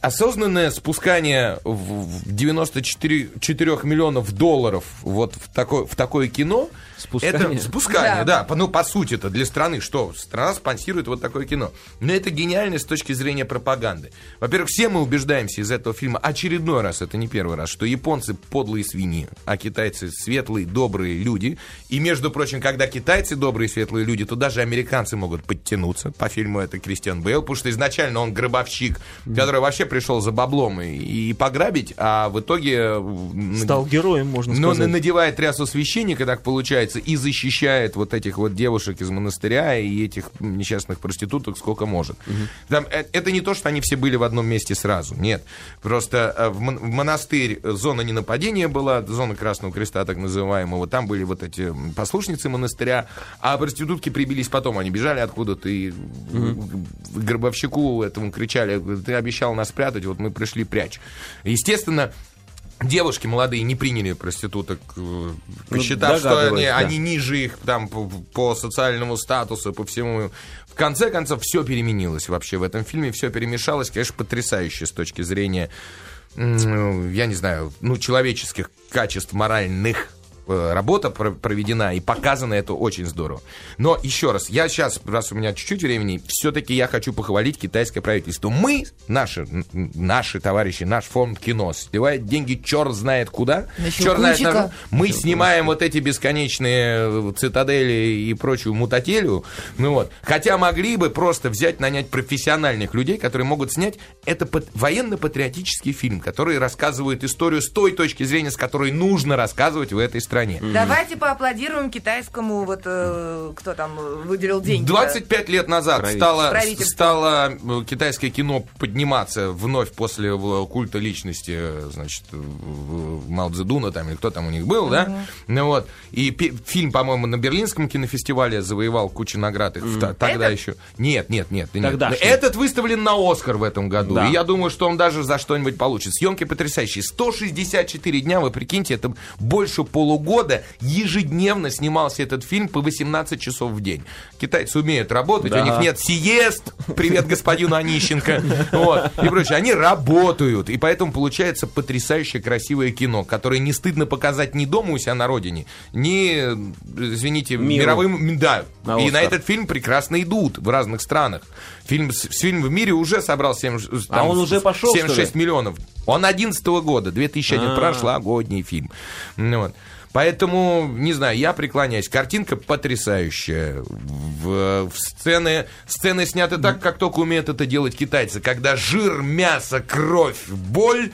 [SPEAKER 5] Осознанное спускание в в 94 4 миллионов долларов вот в такое, в такое кино...
[SPEAKER 4] Спускание?
[SPEAKER 5] Это спускание, да.
[SPEAKER 7] Да.
[SPEAKER 5] По- Ну, по сути это для страны что? Страна спонсирует вот такое кино. Но это гениально с точки зрения пропаганды. Во-первых, все мы убеждаемся из этого фильма очередной раз, это не первый раз, что японцы подлые свиньи, а китайцы светлые, добрые люди. И, между прочим, когда китайцы добрые, светлые люди, то даже американцы могут подтянуться. По фильму это Кристиан Бейл, потому что изначально он гробовщик, который вообще пришел за баблом и, и пограбить, а в итоге... э,
[SPEAKER 6] Стал героем, можно
[SPEAKER 5] но
[SPEAKER 6] сказать.
[SPEAKER 5] на- надевает трясу священника, так получается, и защищает вот этих вот девушек из монастыря и этих несчастных проституток сколько может. Там, э, это не то, что они все были в одном месте сразу, нет. Просто э, в, мон- в монастырь э, зона ненападения была, зона Красного Креста так называемого, там были вот эти м, послушницы монастыря, а проститутки прибились потом, они бежали откуда-то и э, гробовщику этому кричали, ты обещал нас прятать, вот мы пришли прячь. Естественно, Девушки молодые не приняли проституток, э, посчитав, что
[SPEAKER 4] Ну,
[SPEAKER 5] они,
[SPEAKER 4] догадываюсь, да.
[SPEAKER 5] они ниже их там по, по социальному статусу, по всему. В конце концов, все переменилось вообще в этом фильме, все перемешалось, конечно, потрясающе с точки зрения, м, я не знаю, ну, человеческих качеств моральных э, работа про- проведена и показано это очень здорово. Но еще раз, я сейчас, раз у меня чуть-чуть времени, все-таки я хочу похвалить китайское правительство. Мы, наши, н- н- наши товарищи, наш фонд кино сливает деньги черт знает куда.
[SPEAKER 7] На
[SPEAKER 5] Черт знает
[SPEAKER 7] щелкунчика.
[SPEAKER 5] на- мы снимаем вот эти бесконечные э, цитадели и прочую мутателю. Ну вот. Хотя могли бы просто взять, нанять профессиональных людей, которые могут снять это пат- военно-патриотический фильм, который рассказывает историю с той точки зрения, с которой нужно рассказывать в этой стране.
[SPEAKER 7] Давайте поаплодируем китайскому, вот э, кто там э, выделил деньги.
[SPEAKER 5] 25 лет назад стало,
[SPEAKER 7] Правительство.
[SPEAKER 5] стало э, китайское кино подниматься вновь после э, культа личности, э, значит, э, в- Мао Цзэдуна там, или кто там у них был, да? Ну вот. И пи- фильм, по-моему, на Берлинском кинофестивале завоевал кучу наград. и в та- Тогда еще... Нет, нет, нет. нет.
[SPEAKER 4] Тогдашний.
[SPEAKER 5] Этот выставлен на Оскар в этом году.
[SPEAKER 4] Да.
[SPEAKER 5] И я думаю, что он даже за что-нибудь получит. Съемки потрясающие. 164 дня, вы прикиньте, это больше полугода ежедневно снимался этот фильм по 18 часов в день. Китайцы умеют работать, у них нет сиест, привет господину Онищенко, *laughs* вот, и прочее. Они работают, и поэтому получается потрясающе красивое кино, которое не стыдно показать ни дома у себя на родине, ни, извините,
[SPEAKER 4] Миру.
[SPEAKER 5] мировым, да,
[SPEAKER 4] На
[SPEAKER 5] и на
[SPEAKER 4] Оскар.
[SPEAKER 5] этот фильм прекрасно идут в разных странах. Фильм, с- фильм в мире уже собрал 7,
[SPEAKER 4] А он уже пошел, что ли?
[SPEAKER 5] 76 миллионов. Он 11 года, 2001
[SPEAKER 4] А.
[SPEAKER 5] прошлогодний фильм. Ну вот. Поэтому, не знаю, я преклоняюсь. Картинка потрясающая. В, в сцены, сцены сняты так, как только умеют это делать китайцы. Когда жир, мясо, кровь, боль...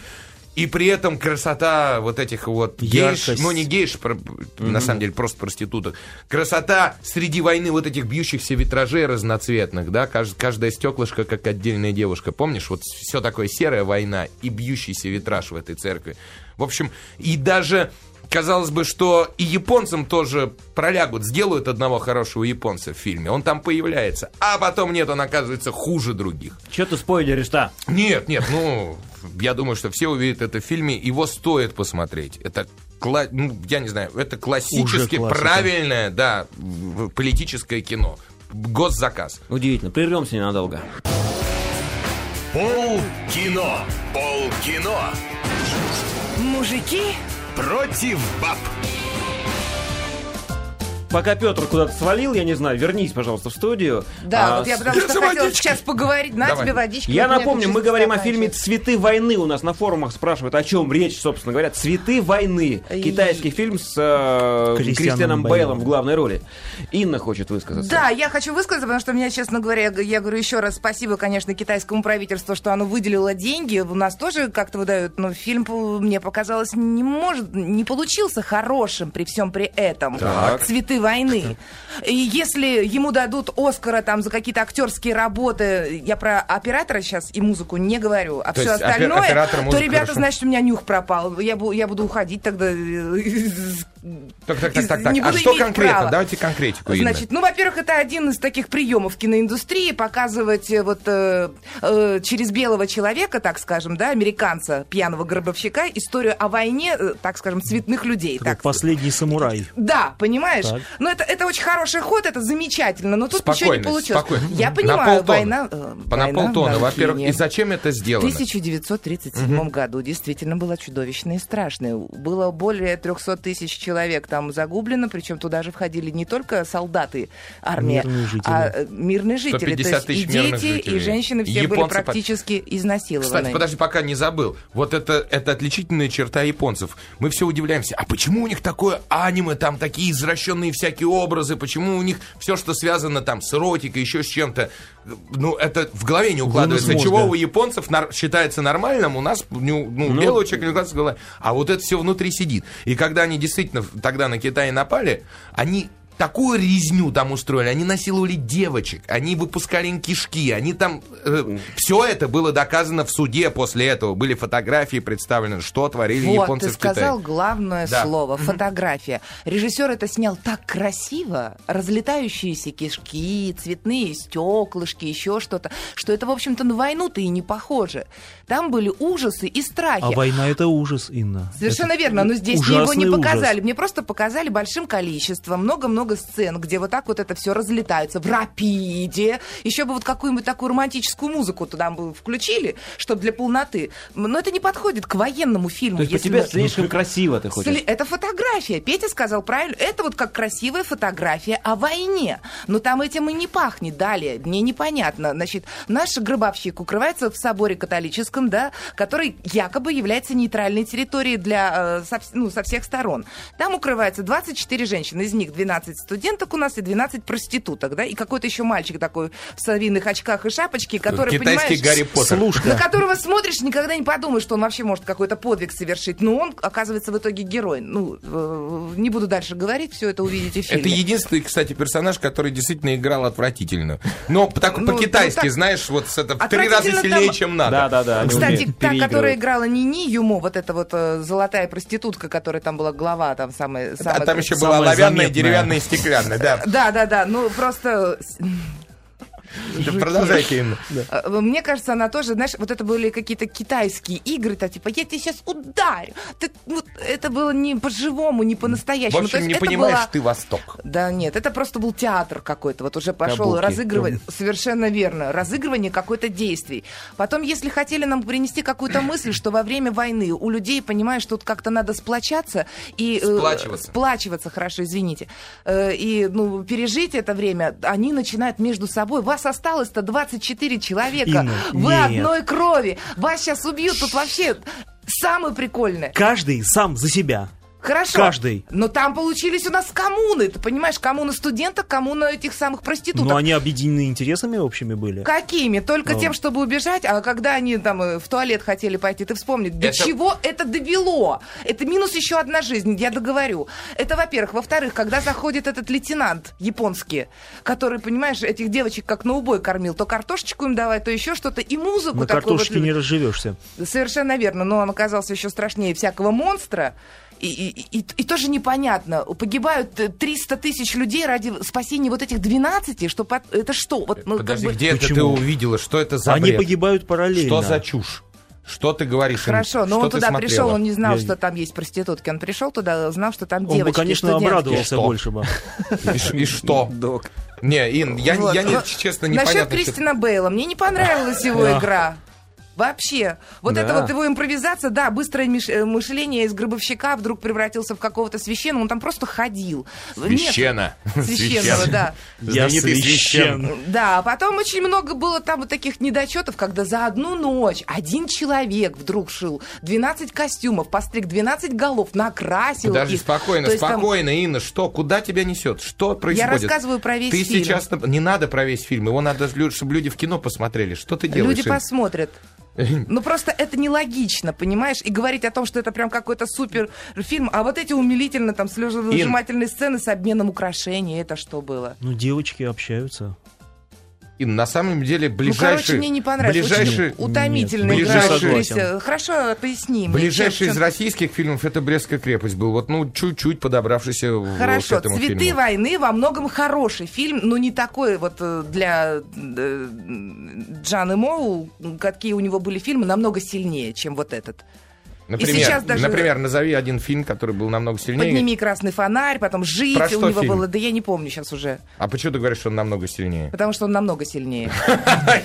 [SPEAKER 5] И при этом красота вот этих вот гейш,
[SPEAKER 6] Яркость.
[SPEAKER 5] ну не гейш, про- на самом деле просто проституток. Красота среди войны вот этих бьющихся витражей разноцветных, да, кажд- каждое стеклышко как отдельная девушка. Помнишь, вот все такое серая война и бьющийся витраж в этой церкви. В общем, и даже Казалось бы, что и японцам тоже пролягут, сделают одного хорошего японца в фильме. Он там появляется. А потом нет, он оказывается хуже других.
[SPEAKER 4] Че ты спойлеришь-то?
[SPEAKER 5] Нет, нет, ну, я думаю, что все увидят это в фильме, его стоит посмотреть. Это, кла- ну, я не знаю, это классически
[SPEAKER 6] Уже классика.
[SPEAKER 5] правильное, да, в- в- политическое кино. Госзаказ.
[SPEAKER 4] Удивительно, прервемся ненадолго.
[SPEAKER 3] Пол Кино. Полкино.
[SPEAKER 8] Мужики
[SPEAKER 3] Против баб.
[SPEAKER 4] Пока Петр куда-то свалил, я не знаю, вернись, пожалуйста, в студию.
[SPEAKER 2] Да,
[SPEAKER 4] А,
[SPEAKER 2] вот я
[SPEAKER 4] с-
[SPEAKER 2] потому что
[SPEAKER 5] сама
[SPEAKER 2] хотела
[SPEAKER 5] девочка.
[SPEAKER 2] сейчас поговорить. На
[SPEAKER 5] Давай.
[SPEAKER 2] тебе водички. вот
[SPEAKER 4] Я
[SPEAKER 2] у меня
[SPEAKER 4] напомню,
[SPEAKER 2] тут
[SPEAKER 4] мы
[SPEAKER 2] чистый
[SPEAKER 4] говорим о
[SPEAKER 2] стаканчик.
[SPEAKER 4] фильме «Цветы войны». У нас на форумах спрашивают, о чем речь, собственно говоря. «Цветы войны».
[SPEAKER 2] И-
[SPEAKER 4] Китайский фильм с э,
[SPEAKER 6] Кристианом
[SPEAKER 4] Кристианом Бейлом
[SPEAKER 6] Бэйлом.
[SPEAKER 4] в главной роли. Инна хочет высказаться.
[SPEAKER 2] Да, я хочу высказаться, потому что меня, честно говоря, я г- я говорю еще раз спасибо, конечно, китайскому правительству, что оно выделило деньги. У нас тоже как-то выдают, но фильм, по- мне показалось, не может, не получился хорошим при всем при этом. Цветы войны. И если ему дадут Оскара там за какие-то актерские работы, я про оператора сейчас и музыку не говорю, а
[SPEAKER 5] То
[SPEAKER 2] все
[SPEAKER 5] есть опер-
[SPEAKER 2] остальное,
[SPEAKER 5] оператор,
[SPEAKER 2] то
[SPEAKER 5] музыка,
[SPEAKER 2] ребята,
[SPEAKER 5] хорошо.
[SPEAKER 2] значит, у меня нюх пропал. Я, бу- я буду уходить тогда. э,
[SPEAKER 5] Так, так, так, так, так.
[SPEAKER 2] Не
[SPEAKER 5] А
[SPEAKER 2] буду
[SPEAKER 5] что
[SPEAKER 2] иметь
[SPEAKER 5] конкретно?
[SPEAKER 2] права.
[SPEAKER 5] Давайте конкретику, Инна.
[SPEAKER 2] Значит, ну, во-первых, это один из таких приемов киноиндустрии показывать э, вот э, э, через белого человека, так скажем, да, американца, пьяного гробовщика, историю о войне, э, так скажем, цветных людей.
[SPEAKER 6] Такой
[SPEAKER 2] Так.
[SPEAKER 6] Последний самурай.
[SPEAKER 2] Да, понимаешь?
[SPEAKER 6] Так.
[SPEAKER 2] Ну, это, это очень хороший ход, это замечательно, но тут ничего не
[SPEAKER 5] Спокойно,
[SPEAKER 2] получилось.
[SPEAKER 5] спокойно.
[SPEAKER 2] Я
[SPEAKER 5] На
[SPEAKER 2] понимаю,
[SPEAKER 5] полтона.
[SPEAKER 2] война... э,
[SPEAKER 5] По- На
[SPEAKER 2] война в
[SPEAKER 5] полтона, во-первых.
[SPEAKER 2] Донкине.
[SPEAKER 5] И зачем это сделано?
[SPEAKER 2] В 1937 году действительно было чудовищно и страшно. Было более 300 тысяч человек там загублено, причем туда же входили не только солдаты армии,
[SPEAKER 6] Мирные жители.
[SPEAKER 2] а э, мирные жители.
[SPEAKER 5] 150
[SPEAKER 2] То есть и
[SPEAKER 5] тысяч мирных
[SPEAKER 2] дети, и
[SPEAKER 5] жителей.
[SPEAKER 2] женщины все были
[SPEAKER 5] Японцы под-
[SPEAKER 2] практически изнасилованы.
[SPEAKER 5] Кстати, подожди, пока не забыл. Вот это, это отличительная черта японцев. Мы все удивляемся, а почему у них такое аниме, там такие извращенные всякие образы, почему у них все, что связано там с эротикой, еще с чем-то, ну, это в голове не укладывается.
[SPEAKER 6] мозга.
[SPEAKER 5] Чего у японцев нар- считается нормальным, у нас, не у- ну, у белого человека не укладывается в голове. А вот это все внутри сидит. И когда они действительно в- тогда на Китай напали, они такую резню там устроили, они насиловали девочек, они выпускали им кишки, они там... все это было доказано в суде после этого. Были фотографии представлены, что творили
[SPEAKER 2] Вот,
[SPEAKER 5] японцы
[SPEAKER 2] ты
[SPEAKER 5] в Китае.
[SPEAKER 2] сказал главное
[SPEAKER 5] Да.
[SPEAKER 2] слово фотография. Режиссер это снял так красиво, разлетающиеся кишки, цветные стеклышки, еще что-то, что это, в общем-то, на войну-то и не похоже. Там были ужасы и страхи.
[SPEAKER 6] А война это ужас, Инна.
[SPEAKER 2] Совершенно
[SPEAKER 6] Это
[SPEAKER 2] верно, но здесь мне его не
[SPEAKER 6] ужасный ужас.
[SPEAKER 2] показали. Мне просто показали большим количеством, много-много сцен, где вот так вот это все разлетается в рапиде. Еще бы вот какую-нибудь такую романтическую музыку туда бы включили, чтобы для полноты. Но это не подходит к военному фильму.
[SPEAKER 4] То есть по
[SPEAKER 2] если
[SPEAKER 4] тебе
[SPEAKER 2] мы-
[SPEAKER 4] слишком красиво ты хочешь.
[SPEAKER 2] Сли- Это фотография. Петя сказал правильно. Это вот как красивая фотография о войне. Но там этим и не пахнет. Далее, мне непонятно. Значит, наш гробовщик укрывается в соборе католическом, да, который якобы является нейтральной территорией для, э, со, вс- ну, со всех сторон. Там укрывается 24 женщины, из них 12 студенток у нас и 12 проституток, да, и какой-то еще мальчик такой в совиных очках и шапочке, который,
[SPEAKER 5] Китайский
[SPEAKER 2] понимаешь...
[SPEAKER 5] Гарри Поттер.
[SPEAKER 2] На
[SPEAKER 6] Слушка.
[SPEAKER 2] которого смотришь, никогда не подумаешь, что он вообще может какой-то подвиг совершить. Но он оказывается в итоге герой. Ну, э, не буду дальше говорить, все это увидите в фильме.
[SPEAKER 5] Это единственный, кстати, персонаж, который действительно играл отвратительно. Но по- так-
[SPEAKER 2] Ну,
[SPEAKER 5] по-китайски,
[SPEAKER 2] ну, так-
[SPEAKER 5] знаешь, вот с это в три раза
[SPEAKER 2] Отвратительно
[SPEAKER 5] сильнее,
[SPEAKER 2] там-
[SPEAKER 5] чем надо.
[SPEAKER 4] Да, да, да. они
[SPEAKER 2] Кстати,
[SPEAKER 4] умеют
[SPEAKER 2] та, которая
[SPEAKER 4] переигрывать.
[SPEAKER 2] играла Нини Юмо, вот эта вот э, золотая проститутка, которая там была глава, там самая... самая
[SPEAKER 5] А там еще была
[SPEAKER 6] Самое
[SPEAKER 5] оловянная,
[SPEAKER 6] заметное.
[SPEAKER 5] деревянная и стеклянная, да.
[SPEAKER 2] *laughs* Да, да, да, ну просто... с-
[SPEAKER 5] Да Продолжайте, Инна.
[SPEAKER 2] э, Мне кажется, она тоже, знаешь, вот это были какие-то китайские игры, то типа, я тебя сейчас ударю. Ты- вот это было не по-живому, не
[SPEAKER 5] В
[SPEAKER 2] по-настоящему. ну, То
[SPEAKER 5] общем,
[SPEAKER 2] есть
[SPEAKER 5] не
[SPEAKER 2] это
[SPEAKER 5] понимаешь
[SPEAKER 2] была-
[SPEAKER 5] ты Восток.
[SPEAKER 2] Да нет, это просто был театр какой-то. Вот уже пошел
[SPEAKER 6] Кабуки.
[SPEAKER 2] разыгрывание. Совершенно верно. Разыгрывание какой-то действий. Потом, если хотели нам принести какую-то мысль, что во время войны у людей, понимаешь, тут как-то надо сплочаться и... э,
[SPEAKER 5] Сплачиваться.
[SPEAKER 2] сплачиваться, хорошо, извините. Э, и, ну, пережить это время. Они начинают между собой. Вас осталось-то 24 человека.
[SPEAKER 6] Инна,
[SPEAKER 2] Вы
[SPEAKER 6] нет.
[SPEAKER 2] одной крови. Вас сейчас убьют. Тут вообще... Самое прикольное.
[SPEAKER 6] Каждый сам за себя.
[SPEAKER 2] Хорошо.
[SPEAKER 6] Каждый.
[SPEAKER 2] Но там получились у нас коммуны. Ты понимаешь, коммуна студенток, коммуна этих самых проституток.
[SPEAKER 6] Но они объединены интересами общими были.
[SPEAKER 2] Какими? Только
[SPEAKER 6] Ну.
[SPEAKER 2] тем, чтобы убежать, а когда они там э, в туалет хотели пойти, ты вспомни, до
[SPEAKER 5] Это-
[SPEAKER 2] чего это довело? Это минус еще одна жизнь, я договорю. Это, во-первых. Во-вторых, когда заходит этот лейтенант японский, который, понимаешь, этих девочек как на убой кормил, то картошечку им давай, то еще что-то, и музыку
[SPEAKER 6] На
[SPEAKER 2] такую вот
[SPEAKER 6] картошке не разживешься.
[SPEAKER 2] Совершенно верно, но он оказался еще страшнее всякого монстра. И, и- и- и тоже непонятно, погибают э, 300 тысяч людей ради спасения вот этих 12, что под- это что? Вот, ну, как
[SPEAKER 5] Подожди,
[SPEAKER 2] бы-
[SPEAKER 5] где это ты
[SPEAKER 6] Почему?
[SPEAKER 5] увидела? Что это за
[SPEAKER 6] Они
[SPEAKER 5] бред?
[SPEAKER 6] погибают параллельно.
[SPEAKER 5] Что за чушь? Что ты говоришь? Ин?
[SPEAKER 2] Хорошо, но
[SPEAKER 5] Что
[SPEAKER 2] он
[SPEAKER 5] ты
[SPEAKER 2] туда
[SPEAKER 5] смотрела?
[SPEAKER 2] пришел, он не знал,
[SPEAKER 6] Я-
[SPEAKER 2] что там есть проститутки. Он пришел туда, знал, что там
[SPEAKER 6] Он
[SPEAKER 2] девочки.
[SPEAKER 6] бы, конечно,
[SPEAKER 2] студентки.
[SPEAKER 6] обрадовался
[SPEAKER 5] Что?
[SPEAKER 6] больше бы.
[SPEAKER 5] И ш- И что?
[SPEAKER 4] Док.
[SPEAKER 5] Не, Ин, я,
[SPEAKER 2] Вот.
[SPEAKER 5] я не-
[SPEAKER 2] Но
[SPEAKER 5] честно,
[SPEAKER 2] Насчет
[SPEAKER 5] непонятно. что-
[SPEAKER 2] Кристина Бейла. Мне не понравилась его
[SPEAKER 6] Да.
[SPEAKER 2] игра.
[SPEAKER 7] Вообще, вот
[SPEAKER 4] Да.
[SPEAKER 7] это вот его импровизация, да, быстрое миш- э, мышление из гробовщика вдруг превратился в какого-то священного, он там просто ходил.
[SPEAKER 5] *laughs*
[SPEAKER 7] Нет,
[SPEAKER 5] Священно.
[SPEAKER 7] священного, да.
[SPEAKER 6] Я
[SPEAKER 5] Знаменитый
[SPEAKER 6] священ.
[SPEAKER 7] Да, а потом очень много было там вот таких недочетов, когда за одну ночь один человек вдруг шил 12 костюмов, постриг 12 голов, накрасил
[SPEAKER 5] Подожди,
[SPEAKER 7] их.
[SPEAKER 5] спокойно,
[SPEAKER 7] То есть там-
[SPEAKER 5] спокойно, Инна, что, куда тебя несет? Что происходит?
[SPEAKER 7] рассказываю про весь
[SPEAKER 5] ты
[SPEAKER 7] фильм.
[SPEAKER 5] сейчас... нап- Не надо про весь фильм, его надо, лю- чтобы люди в кино посмотрели. Что ты делаешь,
[SPEAKER 7] Люди
[SPEAKER 5] Инна? *laughs*
[SPEAKER 7] посмотрят. Ну просто это нелогично, понимаешь? И говорить о том, что это прям какой-то супер фильм, а вот эти умилительно там слезовыжимательные сцены с обменом украшений, это что было?
[SPEAKER 6] Ну, девочки общаются.
[SPEAKER 5] Инна, на самом деле,
[SPEAKER 7] Ну,
[SPEAKER 5] ближайшие...
[SPEAKER 7] короче, мне не понравилось.
[SPEAKER 5] Ближайшие...
[SPEAKER 7] Очень утомительно
[SPEAKER 5] Нет,
[SPEAKER 7] играет
[SPEAKER 5] ближайшие-
[SPEAKER 7] актриса. Хорошо, поясни. мне,
[SPEAKER 5] Ближайший
[SPEAKER 7] чем-
[SPEAKER 5] из
[SPEAKER 7] чем-
[SPEAKER 5] российских фильмов это Брестская крепость был. Вот, ну, чуть-чуть подобравшийся в-
[SPEAKER 7] Хорошо,
[SPEAKER 5] к этому
[SPEAKER 7] «Цветы
[SPEAKER 5] фильму.
[SPEAKER 7] войны» во многом хороший фильм, но не такой вот э, для э, Джаны Моу, какие у него были фильмы, намного сильнее, чем вот этот.
[SPEAKER 5] Например,
[SPEAKER 7] сейчас даже-
[SPEAKER 5] например, назови один фильм, который был намного сильнее.
[SPEAKER 7] «Подними красный фонарь», потом «Жить»
[SPEAKER 5] Про
[SPEAKER 7] у
[SPEAKER 5] что
[SPEAKER 7] него
[SPEAKER 5] фильм?
[SPEAKER 7] было, да я не помню сейчас уже,
[SPEAKER 5] А почему ты говоришь, что он намного
[SPEAKER 2] *laughs*
[SPEAKER 5] сильнее?
[SPEAKER 7] потому что он намного сильнее.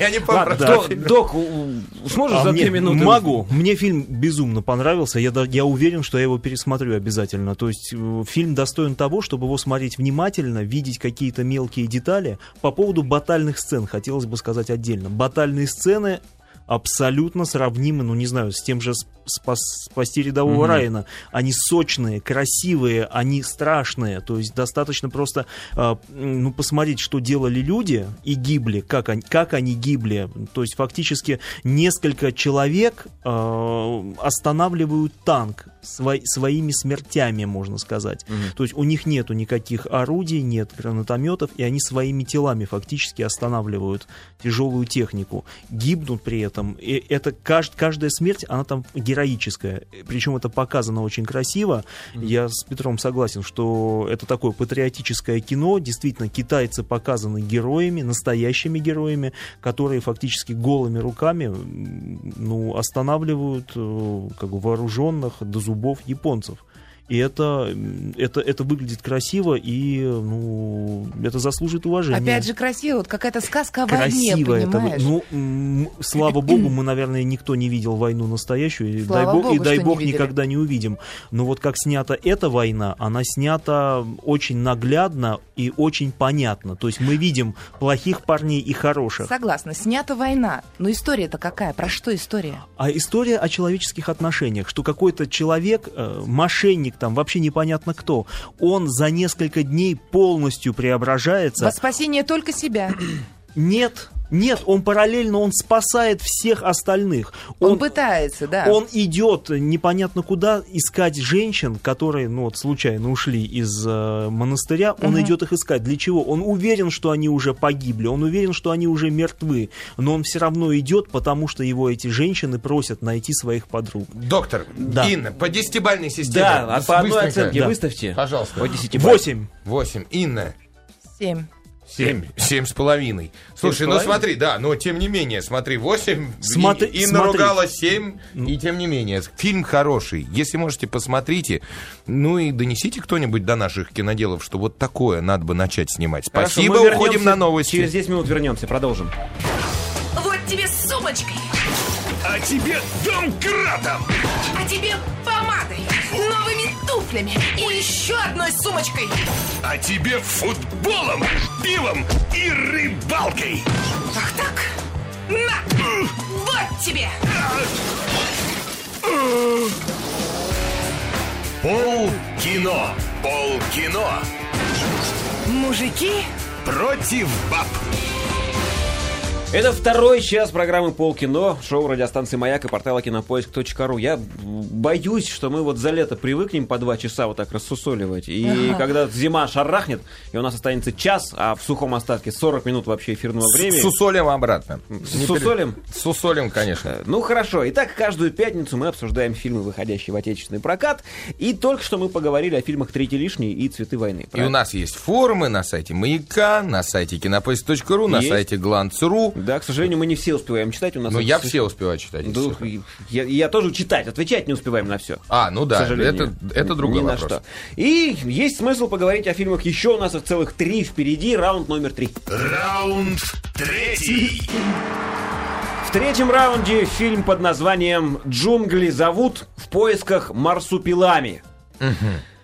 [SPEAKER 5] Я не
[SPEAKER 6] Ладно,
[SPEAKER 5] про
[SPEAKER 6] да.
[SPEAKER 5] что
[SPEAKER 4] Док, док, у- у- сможешь
[SPEAKER 6] А
[SPEAKER 4] за
[SPEAKER 6] мне-
[SPEAKER 4] две минуты?
[SPEAKER 6] Могу. Мне фильм безумно понравился. Я, да- я уверен, что я его пересмотрю обязательно. То есть э, фильм достоин того, чтобы его смотреть внимательно, видеть какие-то мелкие детали. По поводу батальных сцен хотелось бы сказать отдельно. Батальные сцены абсолютно сравнимы, ну не знаю, с тем же с- спас- «Спасти рядового Райана». Они сочные, красивые, они страшные. То есть достаточно просто э, м, ну, посмотреть, что делали люди и гибли, как они, как они гибли. То есть фактически несколько человек э, останавливают танк свой- своими смертями, можно сказать. То есть у них нету никаких орудий, нет гранатометов, и они своими телами фактически останавливают тяжелую технику. Гибнут при этом. И это кажд- каждая смерть, она там героическая. Причем это показано очень красиво. Я с Петром согласен, что это такое патриотическое кино. Действительно, китайцы показаны героями, настоящими героями, которые фактически голыми руками м, ну, останавливают э, как бы вооруженных до зубов японцев. И это, м, это, это выглядит красиво, и ну, это заслужит уважения.
[SPEAKER 7] Опять же, красиво, вот какая-то сказка о войне,
[SPEAKER 6] Красиво это. вы-
[SPEAKER 7] понимаешь?
[SPEAKER 6] Ну, м,
[SPEAKER 7] *clears throat*
[SPEAKER 6] слава богу, мы, наверное, никто не видел войну настоящую, и
[SPEAKER 7] Слава
[SPEAKER 6] дай бог, и
[SPEAKER 7] богу,
[SPEAKER 6] дай
[SPEAKER 7] что не
[SPEAKER 6] бог
[SPEAKER 7] видели.
[SPEAKER 6] никогда не увидим. Но вот как снята эта война, она снята очень наглядно и очень понятно. То есть мы видим плохих парней и хороших.
[SPEAKER 7] Согласна, снята война. Но история-то какая? Про что история?
[SPEAKER 6] А история о человеческих отношениях, что какой-то человек, э, мошенник там, вообще непонятно кто, он за несколько дней полностью преображается.
[SPEAKER 7] Во спасение только себя.
[SPEAKER 6] Нет, нет, он параллельно, он спасает всех остальных.
[SPEAKER 7] Он, пытается, да.
[SPEAKER 6] Он идет непонятно куда искать женщин, которые, ну вот, случайно ушли из э, монастыря. Он идет их искать. Для чего? Он уверен, что они уже погибли, он уверен, что они уже мертвы, но он все равно идет, потому что его эти женщины просят найти своих подруг.
[SPEAKER 5] Доктор,
[SPEAKER 6] Да.
[SPEAKER 5] Инна, по десятибальной системе.
[SPEAKER 4] Да, а
[SPEAKER 5] С-
[SPEAKER 4] по одной
[SPEAKER 5] быстренько.
[SPEAKER 4] оценке
[SPEAKER 6] Да.
[SPEAKER 4] выставьте.
[SPEAKER 5] Пожалуйста.
[SPEAKER 4] По 10
[SPEAKER 6] Восемь.
[SPEAKER 5] Восемь. Инна.
[SPEAKER 7] Семь.
[SPEAKER 5] Семь. Семь с половиной. Слушай, ну
[SPEAKER 4] половиной?
[SPEAKER 5] смотри, да, но тем не менее, смотри, восемь.
[SPEAKER 6] Смотри-
[SPEAKER 5] и, Инна
[SPEAKER 6] смотри.
[SPEAKER 5] ругала семь, и тем не менее. Фильм хороший. Если можете, посмотрите. Ну и донесите кто-нибудь до наших киноделов, что вот такое надо бы начать снимать.
[SPEAKER 4] Хорошо,
[SPEAKER 5] Спасибо,
[SPEAKER 4] мы
[SPEAKER 5] уходим
[SPEAKER 4] вернемся.
[SPEAKER 5] на новости.
[SPEAKER 4] Через 10 минут вернемся, продолжим.
[SPEAKER 2] Вот тебе с сумочкой,
[SPEAKER 3] А тебе домкратом!
[SPEAKER 2] а тебе помадой, новыми туфлями и еще одной сумочкой.
[SPEAKER 3] А тебе футболом, пивом и рыбалкой!
[SPEAKER 2] Ах так? На! Вот тебе!
[SPEAKER 3] Пол кино! Пол кино!
[SPEAKER 2] Мужики,
[SPEAKER 3] Против баб!
[SPEAKER 4] Это второй час программы «Полкино», шоу радиостанции «Маяк» и портала «Кинопоиск.ру». Я боюсь, что мы вот за лето привыкнем по два часа вот так рассусоливать. И когда зима шарахнет, и у нас останется час, а в сухом остатке 40 минут вообще эфирного времени.
[SPEAKER 5] С усолем обратно.
[SPEAKER 4] С усолем?
[SPEAKER 5] С усолем, конечно.
[SPEAKER 4] Э, Ну хорошо, итак, каждую пятницу мы обсуждаем фильмы, выходящие в отечественный прокат. И только что мы поговорили о фильмах «Третий лишний» и «Цветы войны».
[SPEAKER 5] И у
[SPEAKER 4] правильно?
[SPEAKER 5] нас есть форумы на сайте Маяка, на сайте кинопоиск.ру, на
[SPEAKER 4] Есть.
[SPEAKER 5] сайте гланц.ру.
[SPEAKER 4] Да, к сожалению, мы не все успеваем читать. У нас
[SPEAKER 5] Но
[SPEAKER 4] вот
[SPEAKER 5] Ну, я
[SPEAKER 4] с-
[SPEAKER 5] все успеваю читать.
[SPEAKER 4] Да,
[SPEAKER 5] если честно.
[SPEAKER 4] и- я, и я тоже читать, отвечать не успеваем на все.
[SPEAKER 5] А, ну да,
[SPEAKER 4] к сожалению.
[SPEAKER 5] это, это другой
[SPEAKER 4] Ни на
[SPEAKER 5] вопрос.
[SPEAKER 4] что. И есть смысл поговорить о фильмах еще. У нас их целых три впереди. Раунд номер три.
[SPEAKER 3] Раунд третий!
[SPEAKER 4] В третьем раунде фильм под названием «Джунгли зовут в поисках марсупилами».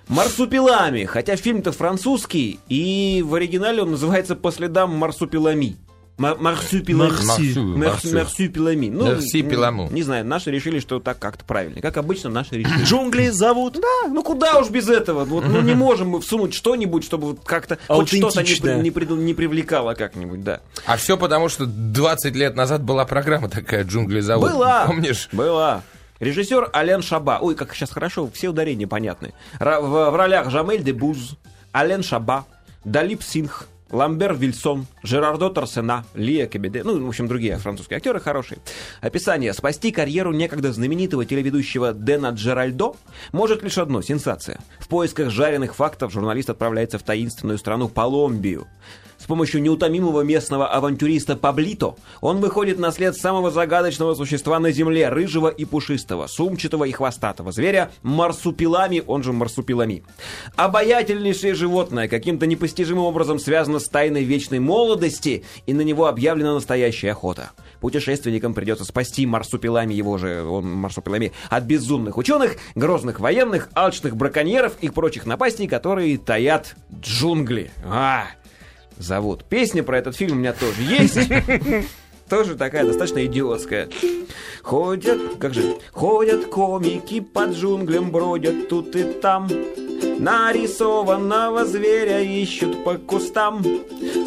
[SPEAKER 4] Марсупилами, хотя фильм-то французский, и в оригинале он называется «По следам марсупилами». Ма- Марсупилами.
[SPEAKER 6] Марси.
[SPEAKER 4] Мерс- Мерсюпилами. Ну,
[SPEAKER 5] Мерсюпиламу.
[SPEAKER 4] Не знаю, наши решили, что так как-то правильно. Как обычно, наши решили. *clears throat*
[SPEAKER 6] Джунгли зовут.
[SPEAKER 4] Да, ну куда уж без этого? Вот, ну не можем мы всунуть что-нибудь, чтобы вот как-то хоть что-то не,
[SPEAKER 6] Аутентичное.
[SPEAKER 4] при- не, при- не привлекало как-нибудь, да.
[SPEAKER 5] А все потому, что 20 лет назад была программа такая «Джунгли зовут».
[SPEAKER 4] Была.
[SPEAKER 5] Помнишь?
[SPEAKER 4] Была. Режиссер Ален Шаба. Ой, как сейчас хорошо, все ударения понятны. Ра- в, в ролях Жамель Дебуз, Ален Шаба, Далип Синх, Ламбер Вильсон, Жерардо Торсена, Лия Кебеде, ну, в общем, другие французские актеры хорошие. Описание. Спасти карьеру некогда знаменитого телеведущего Дэна Джеральдо может лишь одно – сенсация. В поисках жареных фактов журналист отправляется в таинственную страну Колумбию. С помощью неутомимого местного авантюриста Паблито он выходит на след самого загадочного существа на земле, рыжего и пушистого, сумчатого и хвостатого зверя, марсупилами, он же марсупилами. Обаятельнейшее животное каким-то непостижимым образом связано с тайной вечной молодости, и на него объявлена настоящая охота. Путешественникам придется спасти марсупилами его же, он марсупилами, от безумных ученых, грозных военных, алчных браконьеров и прочих напастей, которые таят джунгли. А! зовут. Песня про этот фильм у меня тоже есть. Тоже такая достаточно идиотская. Ходят, как же, ходят комики под джунглям, бродят тут и там. Нарисованного зверя ищут по кустам.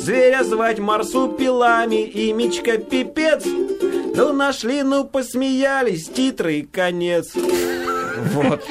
[SPEAKER 4] Зверя звать марсупилами, имечка пипец. Ну нашли, ну посмеялись, титры и конец. Вот.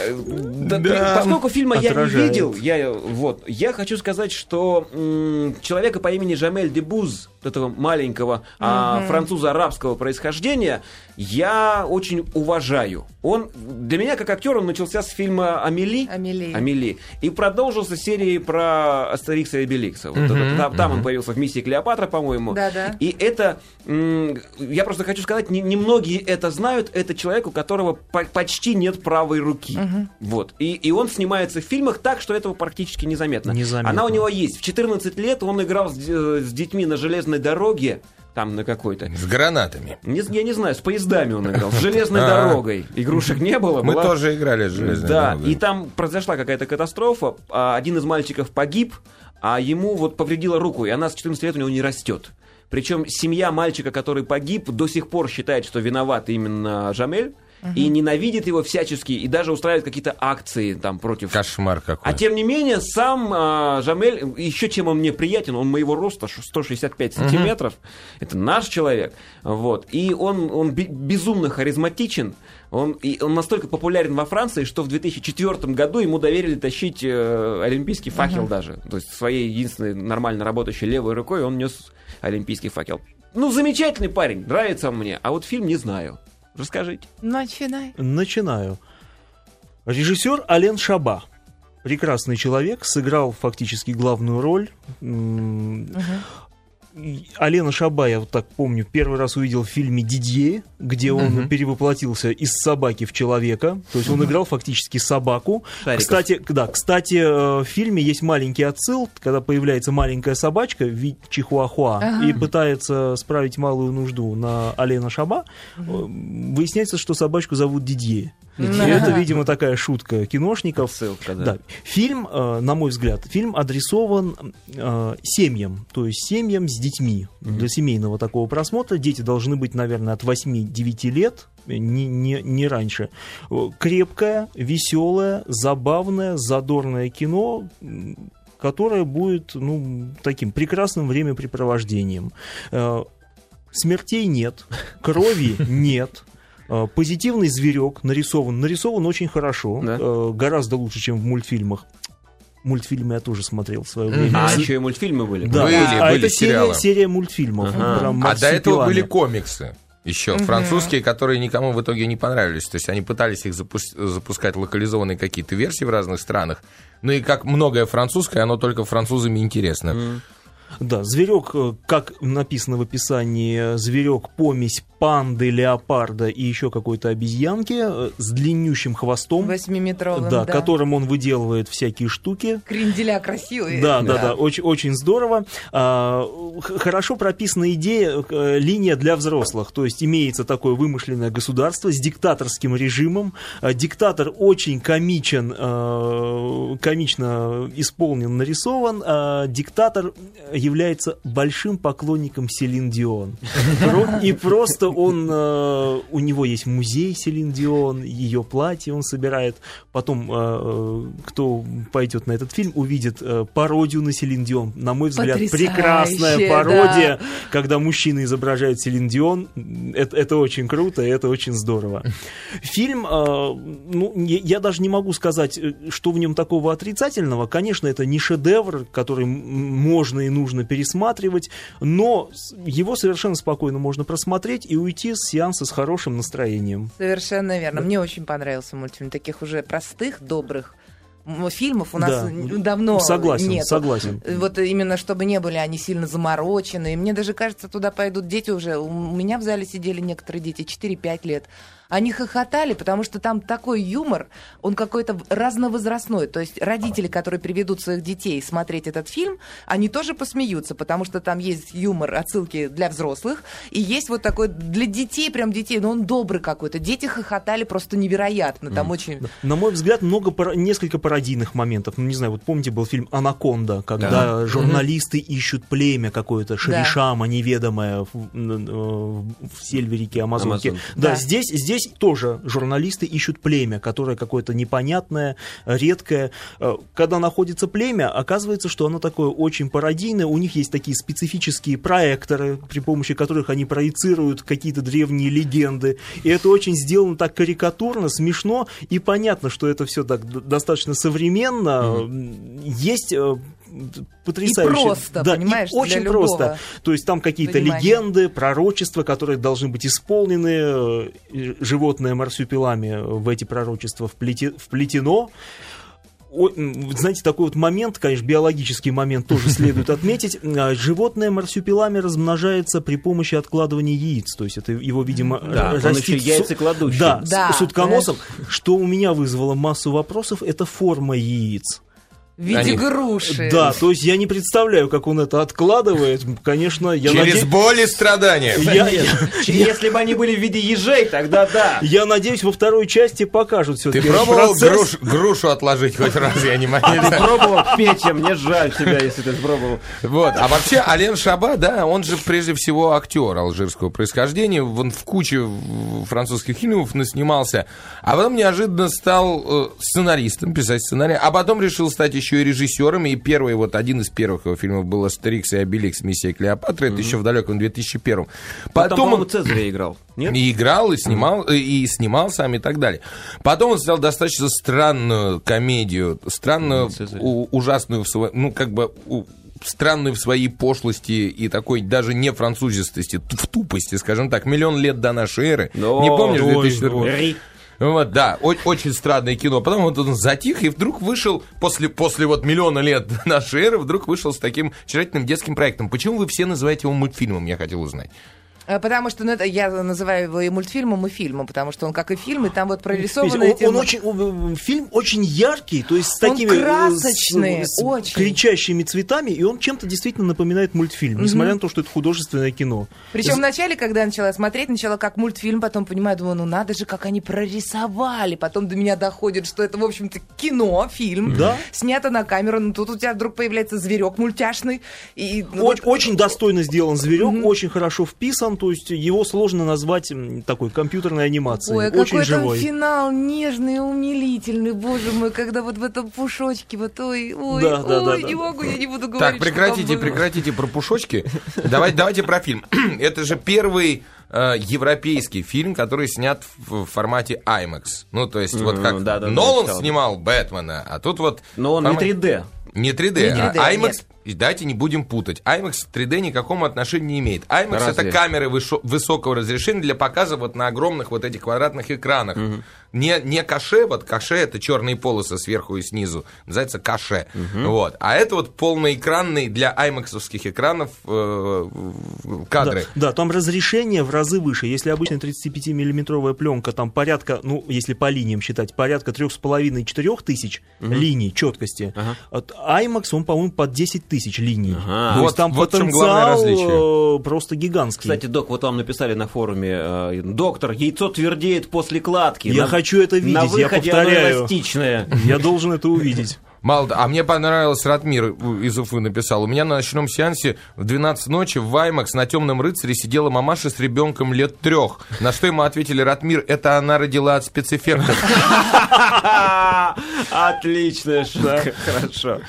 [SPEAKER 4] Э, да,
[SPEAKER 6] Да,
[SPEAKER 4] Поскольку фильма я не
[SPEAKER 6] отражает.
[SPEAKER 4] видел, я, вот, я хочу сказать, что м, человека по имени Жамель Дебуз, вот этого маленького а, француза арабского происхождения, я очень уважаю. Он для меня как актер он начался с фильма Амели.
[SPEAKER 7] Амели.
[SPEAKER 4] Амели. И продолжился серией про Астерикса и Беликса. там там он появился в миссии Клеопатра, по-моему.
[SPEAKER 7] Да-да.
[SPEAKER 4] И это, м, я просто хочу сказать, не- немногие это знают. Это человек, у которого по- почти нет правой руки. Вот. И, и он снимается в фильмах так, что этого практически незаметно.
[SPEAKER 6] Незаметно.
[SPEAKER 4] Она у него есть. В 14 лет он играл с, д- э, с детьми на железной дороге, там на какой-то.
[SPEAKER 5] С гранатами.
[SPEAKER 4] Не з- я не знаю, с поездами он играл, с железной
[SPEAKER 5] А.
[SPEAKER 4] дорогой. Игрушек не было.
[SPEAKER 5] Мы
[SPEAKER 4] была-
[SPEAKER 5] тоже играли с железной
[SPEAKER 4] да,
[SPEAKER 5] дорогой.
[SPEAKER 4] и там произошла какая-то катастрофа, а один из мальчиков погиб, а ему вот повредила руку, и она с 14 лет у него не растет. Причем семья мальчика, который погиб, до сих пор считает, что виноват именно Жамель, и ненавидит его всячески, и даже устраивает какие-то акции там против...
[SPEAKER 5] Кошмар какой.
[SPEAKER 4] А тем не менее, сам а, Жамель, еще чем он мне приятен, он моего роста ш- 165 сантиметров, это наш человек, вот, и он, он бе- безумно харизматичен, он, и он настолько популярен во Франции, что в 2004 году ему доверили тащить э, олимпийский факел даже, то есть своей единственной нормально работающей левой рукой он нес олимпийский факел. Ну, замечательный парень, нравится он мне, а вот фильм не знаю. Расскажите.
[SPEAKER 7] Начинай.
[SPEAKER 6] Начинаю. Режиссер Ален Шаба. Прекрасный человек, сыграл фактически главную роль. М, и Алена Шаба, я вот так помню, первый раз увидел в фильме «Дидье», где он перевоплотился из собаки в человека. То есть он играл фактически собаку.
[SPEAKER 4] Шариков.
[SPEAKER 6] Кстати, да, кстати, э, в фильме есть маленький отсыл, когда появляется маленькая собачка в виде чихуахуа и пытается справить малую нужду на Алена Шаба. Э, Выясняется, что собачку зовут Дидье. И Это, видимо, такая шутка киношников.
[SPEAKER 4] Ссылка, да.
[SPEAKER 6] Да. Фильм, э, на мой взгляд, фильм адресован э, семьям, то есть семьям с детьми. Для семейного такого просмотра дети должны быть, наверное, от 8-9 лет, э, не, не, не раньше. Э, Крепкое, веселое, забавное, задорное кино, м, которое будет ну, таким прекрасным времяпрепровождением. Э, Смертей нет, *laughs* крови нет. Э, Позитивный зверек нарисован. Нарисован очень хорошо.
[SPEAKER 4] Да.
[SPEAKER 6] э, Гораздо лучше, чем в мультфильмах. Мультфильмы я тоже смотрел в свое время.
[SPEAKER 4] А
[SPEAKER 6] С-
[SPEAKER 4] еще и мультфильмы были.
[SPEAKER 6] Да.
[SPEAKER 5] Были,
[SPEAKER 6] а
[SPEAKER 5] были
[SPEAKER 6] это серия,
[SPEAKER 5] сериалы.
[SPEAKER 6] серия мультфильмов.
[SPEAKER 4] Ага.
[SPEAKER 6] про
[SPEAKER 5] А до этого
[SPEAKER 6] марсупилами.
[SPEAKER 5] были комиксы. Еще французские, которые никому в итоге не понравились. То есть они пытались их запус- запускать локализованные какие-то версии в разных странах. Ну и как многое французское, оно только французами интересно.
[SPEAKER 6] Да, зверек, э, как написано в описании, э, зверек помесь панды, леопарда и еще какой-то обезьянки э, с длиннющим хвостом,
[SPEAKER 7] Восьмиметровым,
[SPEAKER 6] да, которым он выделывает всякие штуки.
[SPEAKER 7] Кренделя красивые.
[SPEAKER 6] Да, да, да, очень, очень здорово. А, х- хорошо прописана идея, э, линия для взрослых. То есть имеется такое вымышленное государство с диктаторским режимом. А, Диктатор очень комичен, э, комично исполнен, нарисован. А, Диктатор э, является большим поклонником Селин Дион. Про- И просто он, э, у него есть музей Селин Дион, ее платье он собирает. Потом, э, кто пойдет на этот фильм, увидит э, пародию на Селин Дион. На мой взгляд,
[SPEAKER 7] Потрясающе,
[SPEAKER 6] прекрасная пародия, когда мужчина изображает Селин Дион. Это, это очень круто, и это очень здорово. Фильм, э, ну, я я даже не могу сказать, э, что в нем такого отрицательного. Конечно, это не шедевр, который м- можно и нужно пересматривать, но с- его совершенно спокойно можно просмотреть и уйти с сеанса с хорошим настроением.
[SPEAKER 7] Совершенно верно. Мне очень понравился мультфильм. Таких уже простых, добрых м, фильмов у нас
[SPEAKER 6] Да.
[SPEAKER 7] н- давно
[SPEAKER 6] согласен,
[SPEAKER 7] нет.
[SPEAKER 6] согласен.
[SPEAKER 7] Вот именно, чтобы не были они сильно заморочены. И мне даже кажется, туда пойдут дети уже. У меня в зале сидели некоторые дети, 4-5 лет. Они хохотали, потому что там такой юмор, он какой-то разновозрастной. То есть родители, которые приведут своих детей смотреть этот фильм, они тоже посмеются, потому что там есть юмор, отсылки для взрослых, и есть вот такой для детей, прям детей, но он добрый какой-то. Дети хохотали просто невероятно. Там очень...
[SPEAKER 6] На мой взгляд, много пара- несколько пародийных моментов. Ну, не знаю, вот помните, был фильм «Анаконда», когда
[SPEAKER 5] Да.
[SPEAKER 6] журналисты ищут племя какое-то, шеришама неведомое в, н- э, в сельверике Амазонки.
[SPEAKER 4] Амазонки.
[SPEAKER 6] Да,
[SPEAKER 7] Да.
[SPEAKER 6] Здесь, здесь тоже журналисты ищут племя, которое какое-то непонятное, редкое. Э, Когда находится племя, оказывается, что оно такое очень пародийное. У них есть такие специфические проекторы, при помощи которых они проецируют какие-то древние легенды. И это очень сделано так карикатурно, смешно. И понятно, что это все так д- достаточно современно. Есть э, потрясающие...
[SPEAKER 7] просто,
[SPEAKER 6] да, и
[SPEAKER 7] понимаешь, для
[SPEAKER 6] очень
[SPEAKER 7] любого.
[SPEAKER 6] просто. То есть там какие-то
[SPEAKER 7] Понимание.
[SPEAKER 6] легенды, пророчества, которые должны быть исполнены. э, Животное марсюпилами в эти пророчества вплете- вплетено. О- м, знаете, такой вот момент, конечно, биологический момент тоже *laughs* следует отметить. А, Животное марсюпилами размножается при помощи откладывания яиц. То есть это его, видимо,
[SPEAKER 4] Да,
[SPEAKER 6] р-
[SPEAKER 4] он
[SPEAKER 6] растит
[SPEAKER 4] еще
[SPEAKER 6] су-
[SPEAKER 4] яйцекладущий.
[SPEAKER 6] Да,
[SPEAKER 7] Да,
[SPEAKER 6] с утконосом. Что у меня вызвало массу вопросов, это форма яиц.
[SPEAKER 7] В виде
[SPEAKER 5] Они-
[SPEAKER 7] груши.
[SPEAKER 6] Да, то есть я не представляю, как он это откладывает. Конечно, я
[SPEAKER 5] Через
[SPEAKER 6] наде-
[SPEAKER 5] боль и страдания.
[SPEAKER 6] я- я-
[SPEAKER 4] Если бы они были в виде ежей, тогда да.
[SPEAKER 6] Я надеюсь, во второй части покажут все-таки.
[SPEAKER 5] Ты пробовал груш- грушу отложить хоть раз, я не
[SPEAKER 6] А
[SPEAKER 5] могу.
[SPEAKER 4] Ты пробовал, Петя, мне жаль тебя, если ты пробовал.
[SPEAKER 5] Вот. А вообще, Ален Шаба, да, он же прежде всего актер алжирского происхождения. Он в куче в- французских фильмов наснимался. А потом неожиданно стал э, сценаристом, писать сценарий. А потом решил стать еще и режиссером. И первый, вот один из первых его фильмов был «Астерикс и Обеликс. Миссия Клеопатра». Это еще в далеком 2001.
[SPEAKER 4] Потом,
[SPEAKER 5] Потом
[SPEAKER 4] по-моему,
[SPEAKER 5] он
[SPEAKER 4] Цезаря играл. Нет?
[SPEAKER 5] и играл, и снимал, э, и снимал сам, и так далее. Потом он снял достаточно странную комедию, странную, у- ужасную, в сво- ну, как бы... у- странную в своей пошлости и такой даже не французистости, т- в тупости, скажем так, «Миллион лет до нашей эры».
[SPEAKER 4] Да.
[SPEAKER 5] не помнишь?
[SPEAKER 4] Ой,
[SPEAKER 5] 2004?
[SPEAKER 4] Ри.
[SPEAKER 5] Вот, да, о- очень странное кино. Потом вот он затих и вдруг вышел, после, после вот миллиона лет нашей эры, вдруг вышел с таким очаровательным детским проектом. Почему вы все называете его мультфильмом, я хотел узнать.
[SPEAKER 7] А, Потому что ну, это, я называю его и мультфильмом, и фильмом, потому что он как и фильм, и
[SPEAKER 6] *gasps*
[SPEAKER 7] там вот
[SPEAKER 6] Видите,
[SPEAKER 7] прорисованы
[SPEAKER 6] Он,
[SPEAKER 7] эти...
[SPEAKER 6] он
[SPEAKER 7] ну,
[SPEAKER 6] очень, он, э, фильм очень яркий, то есть с
[SPEAKER 7] Он
[SPEAKER 6] такими э, с-
[SPEAKER 7] красочный, очень.
[SPEAKER 6] кричащими цветами, и он чем-то действительно напоминает мультфильм, несмотря на то, что это художественное кино.
[SPEAKER 7] Причем вначале, когда я начала смотреть, начала как мультфильм, потом понимаю, думаю, ну надо же, как они прорисовали. Потом до меня доходит, что это, в общем-то, кино, фильм.
[SPEAKER 6] Да.
[SPEAKER 7] Снято на камеру, но тут у тебя вдруг появляется зверек мультяшный. И, ну, вот-
[SPEAKER 6] Оч- очень достойно сделан зверек, очень хорошо вписан, то есть его сложно назвать м, такой компьютерной анимацией,
[SPEAKER 7] Ой, а
[SPEAKER 6] очень
[SPEAKER 7] какой
[SPEAKER 6] живой.
[SPEAKER 7] там финал нежный, умилительный, боже мой, когда вот в этом пушочке, вот ой, ой,
[SPEAKER 6] Да, да, да,
[SPEAKER 7] ой,
[SPEAKER 6] да,
[SPEAKER 7] не
[SPEAKER 6] да.
[SPEAKER 7] могу, я не буду говорить.
[SPEAKER 5] Так,
[SPEAKER 7] что там
[SPEAKER 5] прекратите,
[SPEAKER 7] было.
[SPEAKER 5] прекратите про пушочки. Давайте, давайте про фильм. *clears throat* Это же первый э, европейский фильм, который снят в, в формате IMAX. Ну, то есть, вот
[SPEAKER 4] Мгм,
[SPEAKER 5] как
[SPEAKER 4] да, да, да,
[SPEAKER 5] Нолан
[SPEAKER 4] читал.
[SPEAKER 5] снимал Бэтмена, а тут вот...
[SPEAKER 4] Но он не
[SPEAKER 5] формат-
[SPEAKER 4] 3D.
[SPEAKER 5] Не 3D,
[SPEAKER 7] Не
[SPEAKER 5] а
[SPEAKER 7] 3D,
[SPEAKER 5] IMAX...
[SPEAKER 7] нет.
[SPEAKER 5] и Давайте не будем путать. IMAX к 3D никакому отношения не имеет. IMAX это
[SPEAKER 4] Разве?
[SPEAKER 5] камеры вышо- высокого разрешения для показа вот на огромных вот этих квадратных экранах. Не, не каше, вот каше это черные полосы сверху и снизу, называется каше. Вот. А это вот полноэкранные для аймаксовских экранов э, кадры.
[SPEAKER 6] Да, да, там разрешение в разы выше. Если обычная 35-миллиметровая пленка, там порядка, ну, если по линиям считать, порядка 3,5-4 тысяч линий четкости, от IMAX, он, по-моему, под 10 тысяч линий. То
[SPEAKER 5] Вот-
[SPEAKER 6] есть там
[SPEAKER 5] вот в чем главное
[SPEAKER 6] потенциал
[SPEAKER 5] различие.
[SPEAKER 6] э, просто гигантский.
[SPEAKER 4] Кстати, док, вот вам написали на форуме, э, доктор, яйцо твердеет после кладки.
[SPEAKER 6] Я
[SPEAKER 4] На-
[SPEAKER 6] хочу это видеть,
[SPEAKER 4] На
[SPEAKER 6] я
[SPEAKER 4] выходе оно
[SPEAKER 6] повторяю.
[SPEAKER 4] эластичное.
[SPEAKER 6] я должен это увидеть.
[SPEAKER 5] Мало того, а мне понравилось, Ратмир из Уфы написал. У меня на ночном сеансе в 12 ночи в Ваймакс на «Темном рыцаре» сидела мамаша с ребенком лет трех. На что ему ответили Ратмир, это она родила от спецэффектов.
[SPEAKER 4] Отличная шутка, хорошо.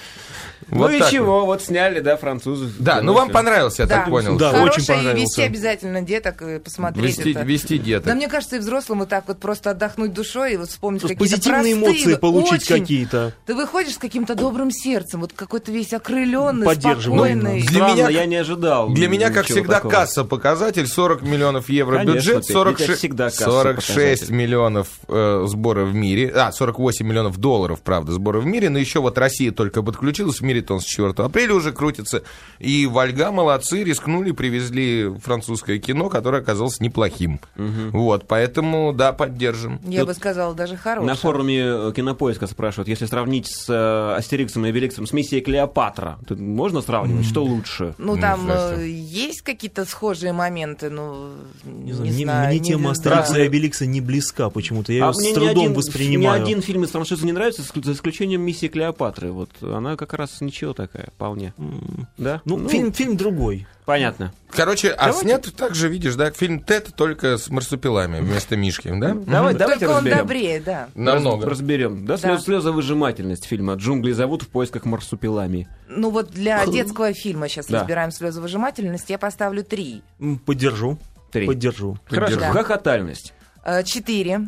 [SPEAKER 4] Ну
[SPEAKER 5] Вот
[SPEAKER 4] и
[SPEAKER 5] так
[SPEAKER 4] чего, вот сняли, да, французы.
[SPEAKER 5] Да, ну вам понравилось, я
[SPEAKER 7] Да.
[SPEAKER 5] так понял.
[SPEAKER 6] Да,
[SPEAKER 7] Хороший,
[SPEAKER 6] очень понравился.
[SPEAKER 7] вести обязательно деток и посмотреть
[SPEAKER 5] Вести,
[SPEAKER 7] это.
[SPEAKER 5] вести
[SPEAKER 7] Да
[SPEAKER 5] деток.
[SPEAKER 7] мне кажется, и взрослым вот так вот просто отдохнуть душой и вот вспомнить
[SPEAKER 6] Просто
[SPEAKER 7] какие-то
[SPEAKER 6] Позитивные
[SPEAKER 7] простые,
[SPEAKER 6] эмоции получить
[SPEAKER 7] очень.
[SPEAKER 6] какие-то.
[SPEAKER 7] Ты выходишь с каким-то добрым сердцем, вот какой-то весь окрыленный,
[SPEAKER 6] Поддерживаю.
[SPEAKER 7] спокойный.
[SPEAKER 5] Ну, для
[SPEAKER 4] Странно,
[SPEAKER 5] меня-
[SPEAKER 4] я не ожидал.
[SPEAKER 5] Для меня, как
[SPEAKER 4] ничего
[SPEAKER 5] всегда,
[SPEAKER 4] такого.
[SPEAKER 5] касса показатель 40 миллионов евро
[SPEAKER 4] Конечно,
[SPEAKER 5] бюджет,
[SPEAKER 4] Петь, для
[SPEAKER 5] 46,
[SPEAKER 4] тебя всегда касса
[SPEAKER 5] 46
[SPEAKER 4] показатель.
[SPEAKER 5] миллионов э, сбора в мире, а, 48 миллионов долларов, правда, сбора в мире, но еще вот Россия только подключилась, в мире-то он с 4 апреля уже крутится, и Вольга молодцы, рискнули, привезли французское кино, которое оказалось неплохим. Вот, поэтому, да, поддержим.
[SPEAKER 6] Ну,
[SPEAKER 7] Я бы сказала, даже хороший.
[SPEAKER 4] На форуме э, Кинопоиска спрашивают, если сравнить с э, Астериксом и Обеликсом с миссией Клеопатра, то можно сравнивать, что лучше?
[SPEAKER 7] Ну,
[SPEAKER 5] Ну,
[SPEAKER 7] там
[SPEAKER 5] здрасте.
[SPEAKER 7] э, есть какие-то схожие моменты, но не,
[SPEAKER 6] Не знаю, мне-
[SPEAKER 7] знаю.
[SPEAKER 6] мне
[SPEAKER 7] не-
[SPEAKER 6] тема
[SPEAKER 7] не-
[SPEAKER 6] Астерикса
[SPEAKER 7] Да.
[SPEAKER 6] и Обеликса не близка почему-то. Я
[SPEAKER 4] А
[SPEAKER 6] ее
[SPEAKER 4] мне
[SPEAKER 6] с
[SPEAKER 4] ни
[SPEAKER 6] трудом
[SPEAKER 4] один-
[SPEAKER 6] воспринимаю.
[SPEAKER 4] Ни один фильм из франшизы не нравится, ск- за исключением «Миссии Клеопатры». Вот она как раз ничего такая, вполне. Да?
[SPEAKER 6] Ну, фильм, фильм другой.
[SPEAKER 4] Понятно.
[SPEAKER 5] Короче, а снят так же, видишь, да, фильм «Тед» только с марсупилами вместо Мишки, да?
[SPEAKER 4] Давай,
[SPEAKER 6] Ну,
[SPEAKER 4] давайте
[SPEAKER 7] Только он
[SPEAKER 4] разберем.
[SPEAKER 7] добрее, да.
[SPEAKER 5] Намного.
[SPEAKER 4] Разберем. Да,
[SPEAKER 7] Да.
[SPEAKER 4] слез- слезовыжимательность фильма «Джунгли зовут в поисках марсупилами».
[SPEAKER 7] Ну вот для детского фильма сейчас
[SPEAKER 4] Да.
[SPEAKER 7] разбираем слезовыжимательность, я поставлю три.
[SPEAKER 6] М, Поддержу.
[SPEAKER 4] Три.
[SPEAKER 6] Поддержу.
[SPEAKER 4] Хорошо.
[SPEAKER 5] Поддержу.
[SPEAKER 4] Хохотальность.
[SPEAKER 7] Э, Четыре.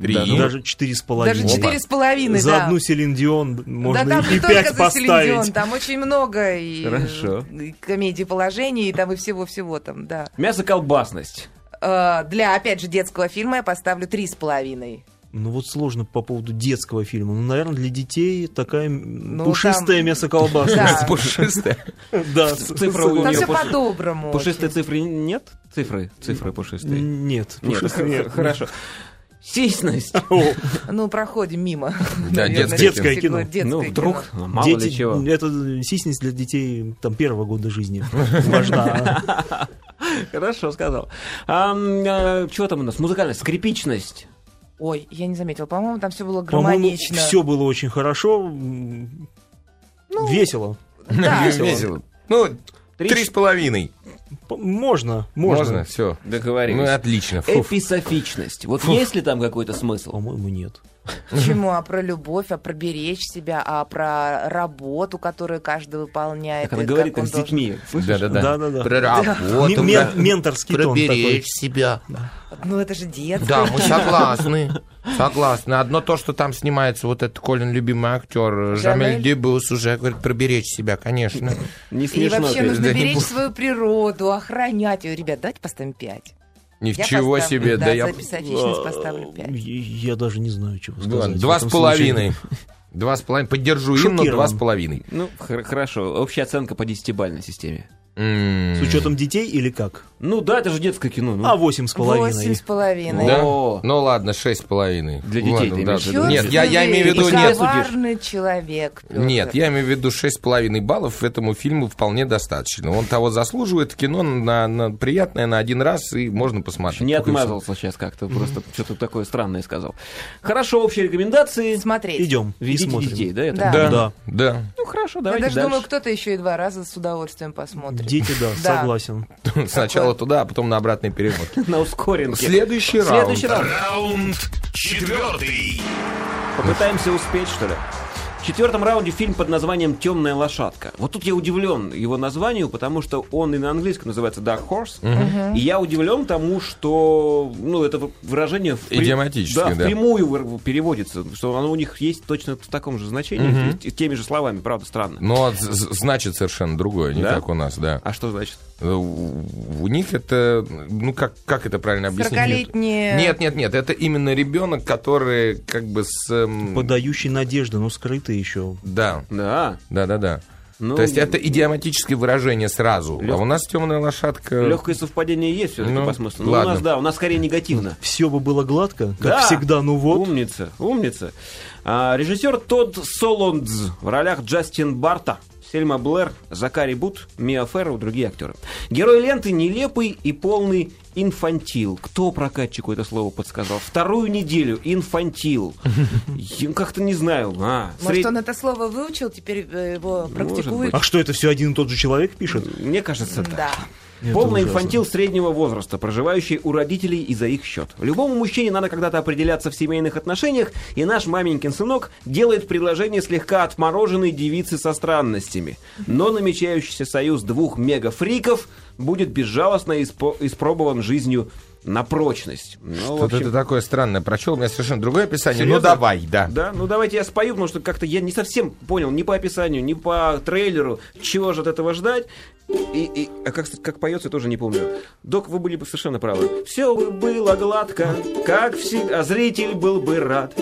[SPEAKER 5] Три.
[SPEAKER 4] Да, ну,
[SPEAKER 6] Даже четыре с
[SPEAKER 7] Даже
[SPEAKER 6] половиной.
[SPEAKER 7] четыре с половиной,
[SPEAKER 6] За
[SPEAKER 7] да.
[SPEAKER 6] одну Селин Дион можно
[SPEAKER 7] да, там
[SPEAKER 6] и
[SPEAKER 7] не только
[SPEAKER 6] пять
[SPEAKER 7] за Селин
[SPEAKER 6] поставить.
[SPEAKER 7] Дион, там очень много и,
[SPEAKER 4] Хорошо.
[SPEAKER 7] и комедий положений, и там и всего-всего там, да.
[SPEAKER 5] *laughs*
[SPEAKER 4] Мясо-колбасность.
[SPEAKER 7] Э, Для, опять же, детского фильма я поставлю три с половиной.
[SPEAKER 6] Ну вот сложно по поводу детского фильма. Ну, наверное, для детей такая м,
[SPEAKER 7] Ну,
[SPEAKER 6] пушистая
[SPEAKER 7] там-
[SPEAKER 6] мясоколбаса.
[SPEAKER 7] Да.
[SPEAKER 5] Пушистая.
[SPEAKER 6] *laughs* Да. с-
[SPEAKER 4] Цифра у
[SPEAKER 7] Там
[SPEAKER 4] нее
[SPEAKER 7] все
[SPEAKER 4] пуши- *laughs*
[SPEAKER 7] по-доброму.
[SPEAKER 4] Пушистые цифры нет? Цифры? Цифры пушистые.
[SPEAKER 6] Нет,
[SPEAKER 4] Нет,
[SPEAKER 6] пушистая
[SPEAKER 4] х-
[SPEAKER 6] нет.
[SPEAKER 4] х- *laughs* хорошо. Сисьность.
[SPEAKER 6] О,
[SPEAKER 7] очень. Ну, проходим мимо.
[SPEAKER 5] Да,
[SPEAKER 7] Наверное,
[SPEAKER 6] детское
[SPEAKER 7] всего-
[SPEAKER 6] кино.
[SPEAKER 7] детское
[SPEAKER 4] Ну,
[SPEAKER 7] кино.
[SPEAKER 4] вдруг, ну, мало
[SPEAKER 6] дети-
[SPEAKER 4] ли чего.
[SPEAKER 6] Это сисниц для детей там первого года
[SPEAKER 4] *laughs*
[SPEAKER 6] жизни. Важна.
[SPEAKER 4] Хорошо сказал. А, м, а, чего там у нас? Музыкальность, скрипичность.
[SPEAKER 7] Ой, я не заметила. По-моему, там все было
[SPEAKER 6] По-моему,
[SPEAKER 7] гармонично.
[SPEAKER 6] все было очень хорошо. м,
[SPEAKER 7] Ну.
[SPEAKER 6] Весело.
[SPEAKER 7] Да.
[SPEAKER 5] Весело. Ну,
[SPEAKER 4] Три-
[SPEAKER 5] три с половиной.
[SPEAKER 6] П- Можно,
[SPEAKER 5] Можно,
[SPEAKER 6] можно.
[SPEAKER 5] все. Ну,
[SPEAKER 4] Договорились.
[SPEAKER 5] отлично. Фу.
[SPEAKER 4] Эписофичность. Вот есть ли там какой-то смысл?
[SPEAKER 6] По-моему, нет.
[SPEAKER 7] Почему? А про любовь, а про беречь себя, а про работу, которую каждый выполняет.
[SPEAKER 4] Как она
[SPEAKER 7] и
[SPEAKER 4] говорит,
[SPEAKER 7] он
[SPEAKER 4] как с
[SPEAKER 7] должен-
[SPEAKER 4] детьми. Слышишь?
[SPEAKER 5] Да-да-да.
[SPEAKER 6] Да-да-да.
[SPEAKER 5] Про работу,
[SPEAKER 6] Ме-
[SPEAKER 5] про-
[SPEAKER 6] мен- Менторский тон такой.
[SPEAKER 5] Проберечь себя.
[SPEAKER 7] Ну, это же детство.
[SPEAKER 5] Да, мы согласны. Согласны. Одно то, что там снимается вот этот Колин, любимый актер, э, Жамиль
[SPEAKER 7] Жамиль.
[SPEAKER 5] Дебус уже говорит, проберечь себя, конечно.
[SPEAKER 4] Не
[SPEAKER 7] И
[SPEAKER 4] смешно.
[SPEAKER 7] вообще
[SPEAKER 4] ты.
[SPEAKER 7] нужно
[SPEAKER 5] Да не
[SPEAKER 7] беречь
[SPEAKER 5] буду.
[SPEAKER 7] свою природу, охранять ее. Ребят, давайте поставим пять. Я
[SPEAKER 5] Ничего
[SPEAKER 7] поставлю,
[SPEAKER 5] себе, да
[SPEAKER 7] да,
[SPEAKER 5] я...
[SPEAKER 7] за эписофичность поставлю
[SPEAKER 6] Э, Я
[SPEAKER 7] пять.
[SPEAKER 6] я даже не знаю, чего
[SPEAKER 5] Ладно,
[SPEAKER 6] сказать.
[SPEAKER 5] Два
[SPEAKER 6] в этом
[SPEAKER 5] с
[SPEAKER 6] случае.
[SPEAKER 5] половиной. Два с половиной. Поддержу им, но два
[SPEAKER 6] Шокирован.
[SPEAKER 5] с половиной.
[SPEAKER 4] Ну, хор- хорошо. Общая оценка по десятибальной системе.
[SPEAKER 5] М.
[SPEAKER 6] С учетом детей или как?
[SPEAKER 4] Ну да, это же детское кино. ну.
[SPEAKER 6] А, восемь с
[SPEAKER 7] Восемь
[SPEAKER 6] половиной.
[SPEAKER 7] с половиной.
[SPEAKER 5] Да?
[SPEAKER 4] О.
[SPEAKER 5] Ну ладно, шесть с половиной.
[SPEAKER 4] Для детей
[SPEAKER 5] Ладно,
[SPEAKER 4] ты
[SPEAKER 5] да.
[SPEAKER 4] имеешь в виду?
[SPEAKER 5] Нет, я, я имею в виду,
[SPEAKER 7] Чувствую,
[SPEAKER 5] нет,
[SPEAKER 7] и коварный человек. Пётр.
[SPEAKER 5] Нет, я имею в виду 6,5 баллов этому фильму вполне достаточно. Он того заслуживает. Кино на, на- приятное на один раз, и можно посмотреть.
[SPEAKER 4] Не
[SPEAKER 5] Только и всё.
[SPEAKER 4] отмазался сейчас как-то, просто что-то такое странное сказал. Хорошо, общие рекомендации.
[SPEAKER 7] Смотреть.
[SPEAKER 6] Идем и
[SPEAKER 4] Ведите
[SPEAKER 6] смотрим.
[SPEAKER 4] детей, да? я так
[SPEAKER 7] Да.
[SPEAKER 5] Да, да. *laughs*
[SPEAKER 6] Да.
[SPEAKER 4] Ну хорошо,
[SPEAKER 7] Я
[SPEAKER 4] давайте
[SPEAKER 7] даже
[SPEAKER 4] дальше.
[SPEAKER 7] думаю, кто-то еще и два раза с удовольствием посмотрит.
[SPEAKER 6] Дети, да,
[SPEAKER 7] *laughs* Да.
[SPEAKER 6] согласен.
[SPEAKER 5] Сначала туда, а потом на обратной перемотке.
[SPEAKER 4] *laughs* На ускоренке.
[SPEAKER 5] Следующий раунд.
[SPEAKER 4] Следующий раунд.
[SPEAKER 3] Раунд четвертый.
[SPEAKER 4] Попытаемся успеть, что ли? В четвертом раунде фильм под названием «Темная лошадка». Вот тут я удивлен его названию, потому что он и на английском называется «Dark Horse». И я удивлен тому, что ну, это выражение... в при-
[SPEAKER 5] Идиоматически, да.
[SPEAKER 4] Да, впрямую выр- переводится, что оно у них есть точно в таком же значении, и с теми же словами, правда, странно.
[SPEAKER 5] Но з- з- значит совершенно другое, не
[SPEAKER 4] Да?
[SPEAKER 5] как у нас, да.
[SPEAKER 4] А что значит?
[SPEAKER 5] Э, У у них это, ну как, как это правильно объяснить?
[SPEAKER 7] 40-летние-
[SPEAKER 5] Нет, нет, нет, это именно ребенок, который как бы с... эм,
[SPEAKER 6] Подающий надежды, ну, но скрытый еще.
[SPEAKER 5] Да,
[SPEAKER 4] Да.
[SPEAKER 5] да, да, да.
[SPEAKER 4] Ну,
[SPEAKER 5] То есть это идиоматическое выражение сразу. А
[SPEAKER 4] Лёг-
[SPEAKER 5] у нас темная лошадка...
[SPEAKER 4] Легкое совпадение есть все-таки
[SPEAKER 5] Ну,
[SPEAKER 4] по смыслу. Ну, у
[SPEAKER 5] ладно.
[SPEAKER 4] нас, да, у нас скорее негативно.
[SPEAKER 6] Все бы было гладко, как
[SPEAKER 4] Да.
[SPEAKER 6] всегда, ну вот.
[SPEAKER 4] Умница, умница. А, режиссер Тодд Солондз в ролях Джастин Барта, Сельма Блэр, Закари Бут, Миа Ферро, другие актеры. Герой ленты нелепый и полный инфантил. Кто прокатчику это слово подсказал? Вторую неделю
[SPEAKER 6] *laughs*
[SPEAKER 4] инфантил. Я Как-то не знаю. А,
[SPEAKER 7] Может,
[SPEAKER 4] сред-
[SPEAKER 7] он это слово выучил, теперь э, его
[SPEAKER 4] быть.
[SPEAKER 7] практикует?
[SPEAKER 6] А что, это все один и тот же человек пишет?
[SPEAKER 4] Мне кажется, так.
[SPEAKER 7] Да.
[SPEAKER 6] Это
[SPEAKER 4] Полный
[SPEAKER 6] ужасно.
[SPEAKER 4] инфантил среднего возраста, проживающий у родителей и за их счет. Любому мужчине надо когда-то определяться в семейных отношениях, и наш маменькин сынок делает предложение слегка отмороженной девицы со странностями. Но намечающийся союз двух мегафриков будет безжалостно испо- испробован жизнью на прочность. Ну, в
[SPEAKER 5] Что-то
[SPEAKER 4] общем,
[SPEAKER 5] ты такое странное прочел, у меня совершенно другое описание. Ну
[SPEAKER 4] Серьезно?
[SPEAKER 5] давай, да.
[SPEAKER 4] да, ну давайте я спою, потому что как-то я не совсем понял ни по описанию, ни по трейлеру, чего же от этого ждать. И, и- а как, кстати, как поется, я тоже не помню. Док, вы были бы совершенно правы. Все было гладко, как всегда, а зритель был бы рад.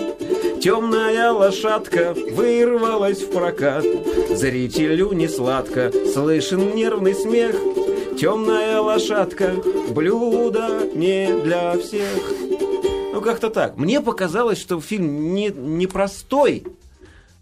[SPEAKER 4] Темная лошадка вырвалась в прокат. Зрителю не сладко, слышен нервный смех. Темная лошадка, блюдо не для всех. Ну, как-то так. Мне показалось, что фильм не, непростой,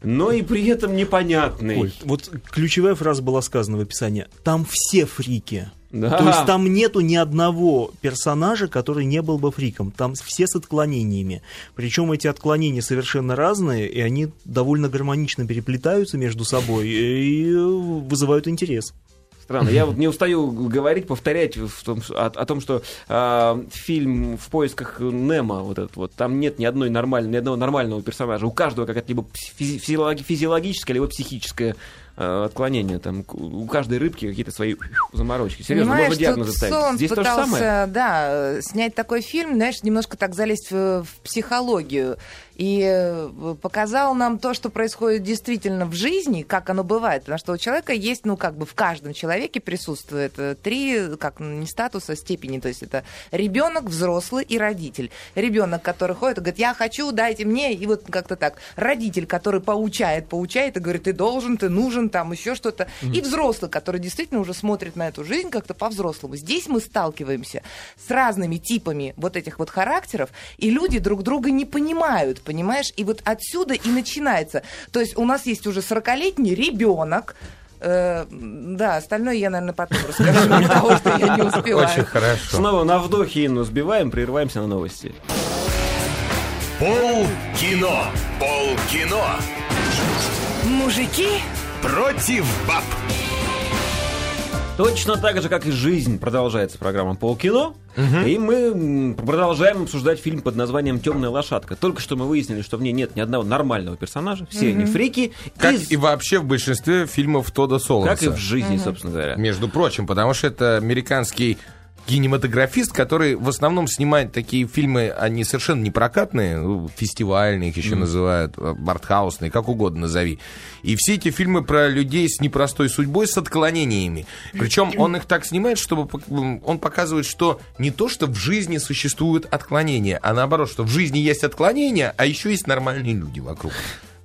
[SPEAKER 4] но и при этом непонятный.
[SPEAKER 6] Коль, вот ключевая фраза была сказана в описании. Там все фрики.
[SPEAKER 4] Да.
[SPEAKER 6] То есть там нету ни одного персонажа, который не был бы фриком. Там все с отклонениями. Причем эти отклонения совершенно разные, и они довольно гармонично переплетаются между собой и вызывают интерес.
[SPEAKER 4] Странно. Я вот не устаю говорить, повторять в том, что- о, о том, что а, фильм в поисках Немо, вот этот вот, там нет ни одной нормальной, ни одного нормального персонажа. У каждого какая-то либо пси- физиологи- физиологическое, либо психическое а, отклонение. Там к- у каждой рыбки какие-то свои заморочки. Серьезно,
[SPEAKER 7] Понимаешь,
[SPEAKER 4] можно диагноз
[SPEAKER 7] тут
[SPEAKER 4] заставить.
[SPEAKER 7] Солнц
[SPEAKER 4] Здесь
[SPEAKER 7] пытался,
[SPEAKER 4] то же самое.
[SPEAKER 7] да, э, снять такой фильм, знаешь, немножко так залезть в, в психологию. И э, показал нам то, что происходит действительно в жизни, как оно бывает. Потому что у человека есть, ну, как бы в каждом человеке присутствует э, три, как ну, не статуса, а степени. То есть это ребенок, взрослый и родитель. Ребенок, который ходит и говорит, я хочу, дайте мне, и вот как-то так. Родитель, который поучает, поучает и говорит, ты должен, ты нужен, там еще что-то. И взрослый, который действительно уже смотрит на эту жизнь как-то по-взрослому. Здесь мы сталкиваемся с разными типами вот этих вот характеров, и люди друг друга не понимают, понимаешь? И вот отсюда и начинается. То есть у нас есть уже 40-летний ребенок, Э, да, остальное я, наверное, потом расскажу, потому что я не успеваю.
[SPEAKER 5] Очень хорошо.
[SPEAKER 4] Снова на вдохе Инну сбиваем, прерываемся на новости.
[SPEAKER 3] Пол кино. Пол кино.
[SPEAKER 2] Мужики
[SPEAKER 3] Против баб.
[SPEAKER 4] Точно так же, как и жизнь, продолжается программа «Полкино». И мы м, продолжаем обсуждать фильм под названием «Темная лошадка». Только что мы выяснили, что в ней нет ни одного нормального персонажа. Все они фрики.
[SPEAKER 5] Как
[SPEAKER 4] с-
[SPEAKER 5] и вообще в большинстве фильмов Тода Солнца.
[SPEAKER 4] как и в жизни, собственно говоря.
[SPEAKER 5] Между прочим, потому что это американский кинематографист, который в основном снимает такие фильмы, они совершенно не прокатные, ну, фестивальные их еще называют, э, артхаусные, как угодно назови. И все эти фильмы про людей с непростой судьбой, с отклонениями. Причем он их так снимает, чтобы пок- м, он показывает, что не то, что в жизни существуют отклонения, а наоборот, что в жизни есть отклонения, а еще есть нормальные люди вокруг.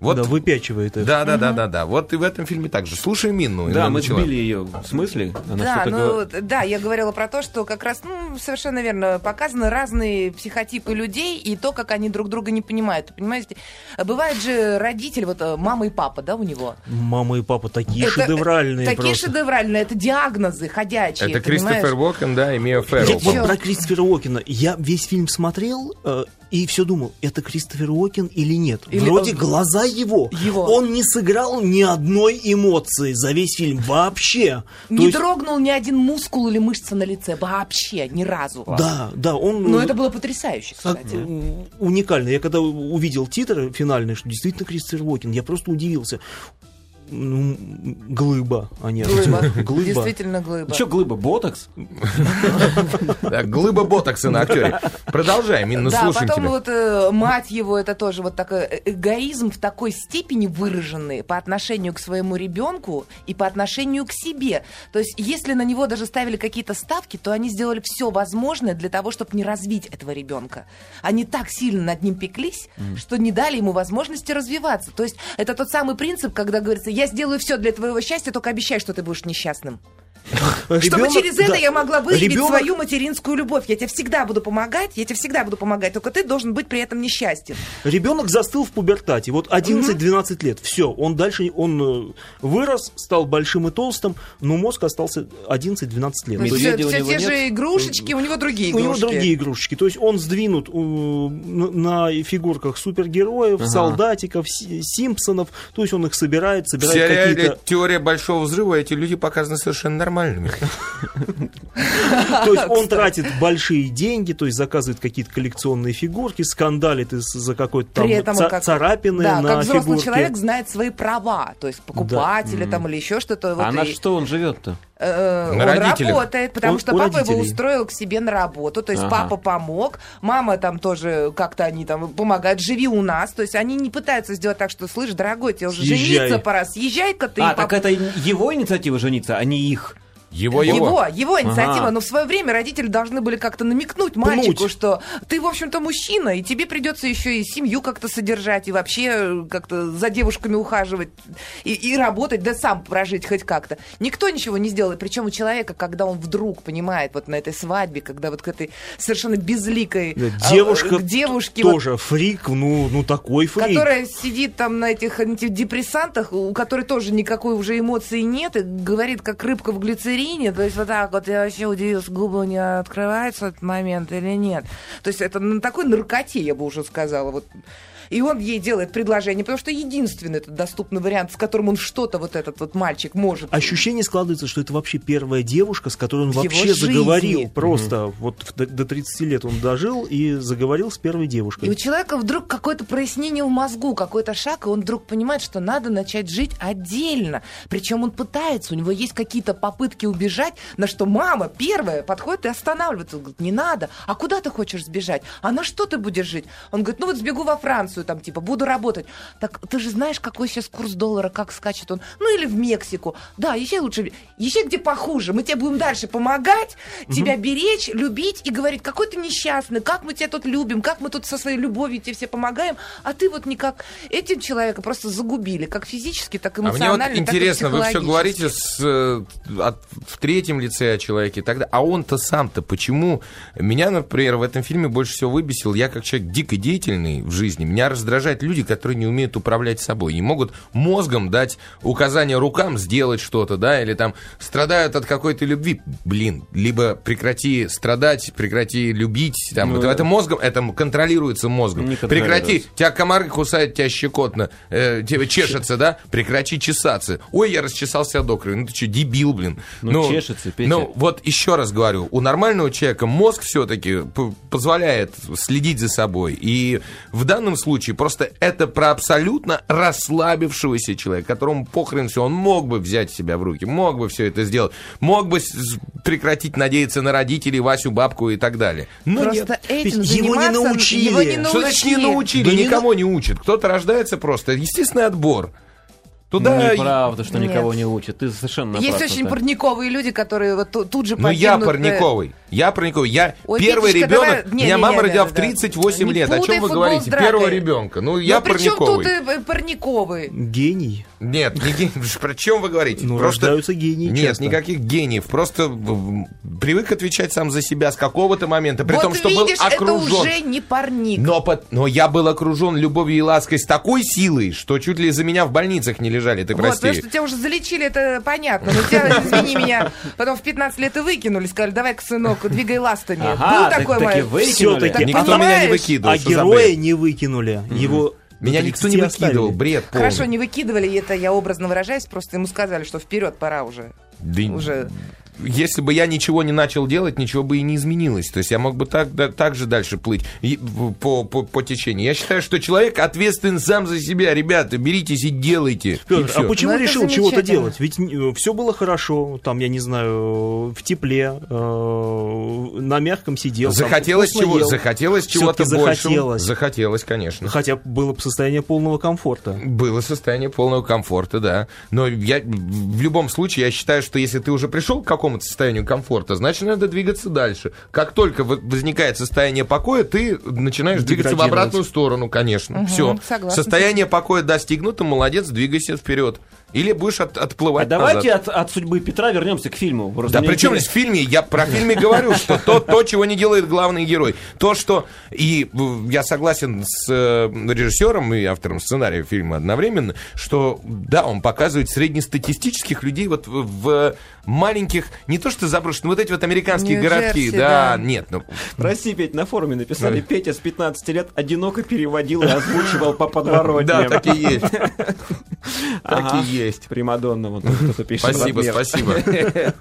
[SPEAKER 5] Вот,
[SPEAKER 6] Да, выпячивает их.
[SPEAKER 5] да, да, да, да, да. Вот и в этом фильме также. Слушай Мину.
[SPEAKER 4] Да, мы
[SPEAKER 5] начала.
[SPEAKER 4] сбили ее в смысле. Она
[SPEAKER 7] Да,
[SPEAKER 4] что-то
[SPEAKER 7] ну
[SPEAKER 4] говорит.
[SPEAKER 7] вот, да, я говорила про то, что как раз, ну, совершенно верно, показаны разные психотипы людей и то, как они друг друга не понимают. Понимаете, бывает же родитель, вот э, мама и папа, да, у него.
[SPEAKER 6] Мама и папа такие
[SPEAKER 7] Это- э,
[SPEAKER 6] шедевральные
[SPEAKER 7] Такие
[SPEAKER 6] просто.
[SPEAKER 7] шедевральные, это диагнозы ходячие,
[SPEAKER 5] Это
[SPEAKER 7] понимаешь?
[SPEAKER 5] Кристофер Уокен, да, и Мия Феррелл.
[SPEAKER 6] Я вот
[SPEAKER 7] Чёрт.
[SPEAKER 6] про Кристофера Уокена. Я весь фильм смотрел э, и все думал, это Кристофер Уокен или нет.
[SPEAKER 7] Или
[SPEAKER 6] Вроде
[SPEAKER 7] он-
[SPEAKER 6] глаза его.
[SPEAKER 7] Его.
[SPEAKER 6] Он не сыграл ни одной эмоции за весь фильм вообще. То
[SPEAKER 7] Не
[SPEAKER 6] есть-
[SPEAKER 7] дрогнул ни один мускул или мышца на лице, вообще, ни разу.
[SPEAKER 6] Да, да, он...
[SPEAKER 7] Но Ну, это было потрясающе,
[SPEAKER 6] так,
[SPEAKER 7] кстати.
[SPEAKER 6] м, уникально. Я когда увидел титр финальный, что действительно Кристофер Уокен, я просто удивился. ну, м, глыба, а не
[SPEAKER 7] Глыба.
[SPEAKER 6] актер. *laughs* Глыба.
[SPEAKER 7] Действительно глыба.
[SPEAKER 4] Че глыба, ботокс?
[SPEAKER 5] Так, глыба ботокса на актере. Продолжаем, Инна,
[SPEAKER 7] да,
[SPEAKER 5] ну слушаем
[SPEAKER 7] потом
[SPEAKER 5] тебя.
[SPEAKER 7] вот э, мать его, это тоже вот такой э- эгоизм в такой степени выраженный по отношению к своему ребенку и по отношению к себе. То есть, если на него даже ставили какие-то ставки, то они сделали все возможное для того, чтобы не развить этого ребенка. Они так сильно над ним пеклись, что не дали ему возможности развиваться. То есть, это тот самый принцип, когда говорится, я сделаю все для твоего счастья, только обещай, что ты будешь несчастным. Чтобы
[SPEAKER 6] Ребенок-
[SPEAKER 7] через это
[SPEAKER 6] да.
[SPEAKER 7] я могла выявить
[SPEAKER 6] Ребенок-
[SPEAKER 7] свою материнскую любовь. Я тебе всегда буду помогать, я тебе всегда буду помогать, только ты должен быть при этом несчастен.
[SPEAKER 6] Ребенок застыл в пубертате. Вот 11-12 лет. Все, он дальше он э, вырос, стал большим и толстым, но мозг остался 11-12 лет. То есть
[SPEAKER 4] Медведя
[SPEAKER 7] все
[SPEAKER 4] у него
[SPEAKER 7] те
[SPEAKER 4] нет?
[SPEAKER 7] же игрушечки, у него другие
[SPEAKER 6] у
[SPEAKER 7] игрушки.
[SPEAKER 6] него другие игрушечки. То есть он сдвинут э, н- на фигурках супергероев, солдатиков, Си- Симпсонов. То есть он их собирает,
[SPEAKER 5] В
[SPEAKER 6] собирает
[SPEAKER 5] сериале
[SPEAKER 7] *laughs*
[SPEAKER 6] какие-то...
[SPEAKER 5] «Теория большого взрыва» эти люди показаны совершенно нормальными.
[SPEAKER 6] То есть он тратит большие деньги, то есть заказывает какие-то коллекционные фигурки, скандалит из- за какой-то там
[SPEAKER 7] При этом он
[SPEAKER 6] ца-
[SPEAKER 7] как-
[SPEAKER 6] царапины
[SPEAKER 7] Да,
[SPEAKER 6] на
[SPEAKER 7] как взрослый
[SPEAKER 6] фигурке.
[SPEAKER 7] человек знает свои права, то есть покупателя там или еще что-то. Вот
[SPEAKER 4] а на
[SPEAKER 7] и,
[SPEAKER 4] что он живет-то?
[SPEAKER 7] э,
[SPEAKER 5] На
[SPEAKER 7] он
[SPEAKER 5] родителях.
[SPEAKER 7] работает, потому
[SPEAKER 6] У-
[SPEAKER 7] что
[SPEAKER 6] у
[SPEAKER 7] папа его
[SPEAKER 6] родителей.
[SPEAKER 7] устроил к себе на работу, то есть
[SPEAKER 4] Ага.
[SPEAKER 7] папа помог, мама там тоже как-то они там помогают, живи у нас, то есть они не пытаются сделать так, что, слышь, дорогой, тебе уже
[SPEAKER 6] Съезжай.
[SPEAKER 7] жениться пора, съезжай-ка ты.
[SPEAKER 4] а,
[SPEAKER 7] пап-
[SPEAKER 4] так это его инициатива жениться, а не их.
[SPEAKER 5] Его,
[SPEAKER 7] Его, его инициатива,
[SPEAKER 4] Ага.
[SPEAKER 7] но в свое время родители должны были как-то намекнуть
[SPEAKER 6] Пнуть.
[SPEAKER 7] мальчику, что ты, в общем-то, мужчина, и тебе придется еще и семью как-то содержать, и вообще э, как-то за девушками ухаживать, и, и работать, да сам прожить хоть как-то. Никто ничего не сделал. Причем у человека, когда он вдруг понимает, вот на этой свадьбе, когда вот к этой совершенно безликой
[SPEAKER 6] Да,
[SPEAKER 7] а,
[SPEAKER 6] Девушка
[SPEAKER 7] э, к девушке, вот,
[SPEAKER 6] тоже фрик, ну, ну такой фрик.
[SPEAKER 7] которая сидит там на этих антидепрессантах, у которой тоже никакой уже эмоции нет, и говорит, как рыбка в глицерине. То есть вот так вот я вообще удивилась, губы у нее открываются в этот момент или нет. То есть это на такой наркоте, я бы уже сказала. Вот. И он ей делает предложение, потому что единственный этот доступный вариант, с которым он что-то, вот этот вот мальчик, может.
[SPEAKER 6] Ощущение складывается, что это вообще первая девушка, с которой он
[SPEAKER 7] В его
[SPEAKER 6] вообще
[SPEAKER 7] жизни.
[SPEAKER 6] заговорил. Просто вот в- до- до 30 лет он дожил и заговорил с первой
[SPEAKER 7] И у
[SPEAKER 6] девушкой.
[SPEAKER 7] человека вдруг какое-то прояснение в мозгу, какой-то шаг, и он вдруг понимает, что надо начать жить отдельно. Причем он пытается, у него есть какие-то попытки убежать, на что мама первая подходит и останавливается. Он говорит, не надо, а куда ты хочешь сбежать? А на что ты будешь жить? Он говорит, ну вот сбегу во Францию, там типа буду работать. Так ты же знаешь, какой сейчас курс доллара, как скачет он. Ну или в Мексику. Да, езжай лучше, езжай где похуже. Мы тебе будем дальше помогать, тебя беречь, любить и говорить, какой ты несчастный, как мы тебя тут любим, как мы тут со своей любовью тебе все помогаем, а ты вот никак. Этим человека просто загубили, как физически, так
[SPEAKER 5] А мне
[SPEAKER 7] эмоционально,
[SPEAKER 5] вот
[SPEAKER 7] так и
[SPEAKER 5] интересно, вы все
[SPEAKER 7] психологически.
[SPEAKER 5] говорите с, э, от- в третьем лице о человеке и так далее. А он-то сам-то почему? Меня, например, в этом фильме больше всего выбесил. Я как человек дико деятельный в жизни. Меня раздражают люди, которые не умеют управлять собой. Не могут мозгом дать указания рукам сделать что-то, да, или там страдают от какой-то любви. Блин, либо прекрати страдать, прекрати любить. Там,
[SPEAKER 4] Ну,
[SPEAKER 5] это, это мозгом, это контролируется мозгом.
[SPEAKER 4] Не
[SPEAKER 5] прекрати,
[SPEAKER 4] контролируется.
[SPEAKER 5] Тебя комары кусают, тебя щекотно, э, тебе чешется, да? Прекрати чесаться. Ой, я расчесал себя до крови. Ну ты что, дебил, блин.
[SPEAKER 4] Ну, чешется, Петя.
[SPEAKER 5] Ну, вот еще раз говорю, у нормального человека мозг все-таки позволяет следить за собой. И в данном случае просто это про абсолютно расслабившегося человека, которому похрен все, он мог бы взять себя в руки, мог бы все это сделать, мог бы с- с- прекратить надеяться на родителей, Васю, бабку и так далее. Но нет.
[SPEAKER 7] Просто этим
[SPEAKER 6] Ведь его не
[SPEAKER 7] заниматься
[SPEAKER 6] научили.
[SPEAKER 7] его не
[SPEAKER 5] Что значит не научили?
[SPEAKER 6] Да не
[SPEAKER 5] Никого не учат. Кто-то рождается просто. Естественный отбор.
[SPEAKER 6] Ну,
[SPEAKER 5] Туда...
[SPEAKER 4] Ну, Неправда, что
[SPEAKER 7] Нет.
[SPEAKER 4] никого не учат. Ты совершенно
[SPEAKER 7] Есть
[SPEAKER 4] прав,
[SPEAKER 7] очень
[SPEAKER 4] Наташа.
[SPEAKER 7] парниковые люди, которые вот ту- тут же э,
[SPEAKER 5] Ну, я
[SPEAKER 7] подвергнуты-
[SPEAKER 5] парниковый. Я парниковый. Я
[SPEAKER 7] Ой,
[SPEAKER 5] первый
[SPEAKER 7] Петечка,
[SPEAKER 5] ребенок.
[SPEAKER 7] давай- не,
[SPEAKER 5] Меня
[SPEAKER 7] не,
[SPEAKER 5] мама
[SPEAKER 7] не,
[SPEAKER 5] родила
[SPEAKER 7] да,
[SPEAKER 5] в
[SPEAKER 7] да.
[SPEAKER 5] 38
[SPEAKER 7] Не
[SPEAKER 5] лет. О
[SPEAKER 7] путай
[SPEAKER 5] чем вы
[SPEAKER 7] футбол с
[SPEAKER 5] говорите?
[SPEAKER 7] дракой.
[SPEAKER 5] Первого ребенка. Ну, я
[SPEAKER 7] Ну, причем тут
[SPEAKER 5] парниковый.
[SPEAKER 7] э, э, парниковый?
[SPEAKER 6] Гений.
[SPEAKER 5] Нет, не ген- *laughs* про чем вы говорите?
[SPEAKER 6] Ну,
[SPEAKER 5] Просто-
[SPEAKER 6] рождаются гении
[SPEAKER 5] Нет,
[SPEAKER 6] часто.
[SPEAKER 5] никаких гениев. Просто м, привык отвечать сам за себя с какого-то момента. При
[SPEAKER 7] вот
[SPEAKER 5] том, что был
[SPEAKER 7] видишь, это
[SPEAKER 5] окружен
[SPEAKER 7] уже не парник.
[SPEAKER 5] Но, под- но я был окружен любовью и лаской с такой силой, что чуть ли за меня в больницах не лежали, ты
[SPEAKER 7] Вот,
[SPEAKER 5] прости.
[SPEAKER 7] потому что тебя уже залечили, это понятно. Но тебя, извини меня, потом в 15 лет и выкинули, сказали, давай-ка, сынок, двигай ластами.
[SPEAKER 4] Ага,
[SPEAKER 7] Был
[SPEAKER 4] так-
[SPEAKER 7] такой
[SPEAKER 4] таки
[SPEAKER 7] мой.
[SPEAKER 4] выкинули.
[SPEAKER 6] Всё-таки.
[SPEAKER 5] Никто меня не
[SPEAKER 7] понимаешь?
[SPEAKER 5] выкидывал.
[SPEAKER 6] а
[SPEAKER 5] что за
[SPEAKER 6] героя
[SPEAKER 5] бред?
[SPEAKER 6] не выкинули. Его
[SPEAKER 5] Меня
[SPEAKER 6] до
[SPEAKER 5] никто
[SPEAKER 6] 30
[SPEAKER 5] не выкидывал,
[SPEAKER 6] оставили.
[SPEAKER 5] бред полный.
[SPEAKER 7] Хорошо, не выкидывали, и это я образно выражаюсь, просто ему сказали, что вперед пора уже.
[SPEAKER 5] Да и-
[SPEAKER 7] уже.
[SPEAKER 5] Если бы я ничего не начал делать, ничего бы и не изменилось. То есть я мог бы так, да- так же дальше плыть и- в- по, по, по течению. Я считаю, что человек ответственен сам за себя. Ребята, беритесь и делайте. И
[SPEAKER 6] Петр, а
[SPEAKER 5] всё.
[SPEAKER 6] почему
[SPEAKER 7] Ну, это
[SPEAKER 6] решил чего-то
[SPEAKER 7] замечательно.
[SPEAKER 6] делать? Ведь все было хорошо, там, я не знаю, в тепле, э, на мягком сидел. там,
[SPEAKER 5] захотелось,
[SPEAKER 6] вкусно
[SPEAKER 5] чего,
[SPEAKER 6] ел.
[SPEAKER 5] захотелось чего-то
[SPEAKER 6] Всё-таки
[SPEAKER 5] больше.
[SPEAKER 6] захотелось.
[SPEAKER 5] Захотелось, конечно.
[SPEAKER 6] Ну, Хотя было бы состояние полного комфорта.
[SPEAKER 5] Было состояние полного комфорта, да. Но я в любом случае я считаю, что если ты уже пришел к какому-то состоянию комфорта, значит надо двигаться дальше. Как только во- возникает состояние покоя, ты начинаешь двигаться в
[SPEAKER 6] Деградировать.
[SPEAKER 5] обратную сторону, конечно. Все.
[SPEAKER 7] согласна.
[SPEAKER 5] Состояние покоя достигнуто, молодец, двигайся вперед. Или будешь от-
[SPEAKER 4] А
[SPEAKER 5] отплывать.
[SPEAKER 4] давайте
[SPEAKER 5] назад.
[SPEAKER 4] от, от судьбы Петра вернемся к фильму. Просто
[SPEAKER 5] Да
[SPEAKER 4] мне
[SPEAKER 5] причем
[SPEAKER 4] интересно.
[SPEAKER 5] здесь в фильме, я про фильм и говорю, что то, то, чего не делает главный герой. То, что... И э, я согласен с э, режиссером и автором сценария фильма одновременно, что, да, он показывает среднестатистических людей вот в, в маленьких, не то что заброшенных, вот эти вот американские
[SPEAKER 7] Нью-Джерси,
[SPEAKER 5] городки. Да,
[SPEAKER 7] да.
[SPEAKER 5] нет, ну,
[SPEAKER 4] Прости, Петь, на форуме написали,
[SPEAKER 5] Ой.
[SPEAKER 4] Петя с 15 лет одиноко переводил и озвучивал по подворотням.
[SPEAKER 5] да, так и есть.
[SPEAKER 4] Ага.
[SPEAKER 5] Так и есть.
[SPEAKER 4] Примадонна, вот тут кто-то пишет.
[SPEAKER 5] Спасибо,
[SPEAKER 4] Владимир. *laughs*
[SPEAKER 5] спасибо.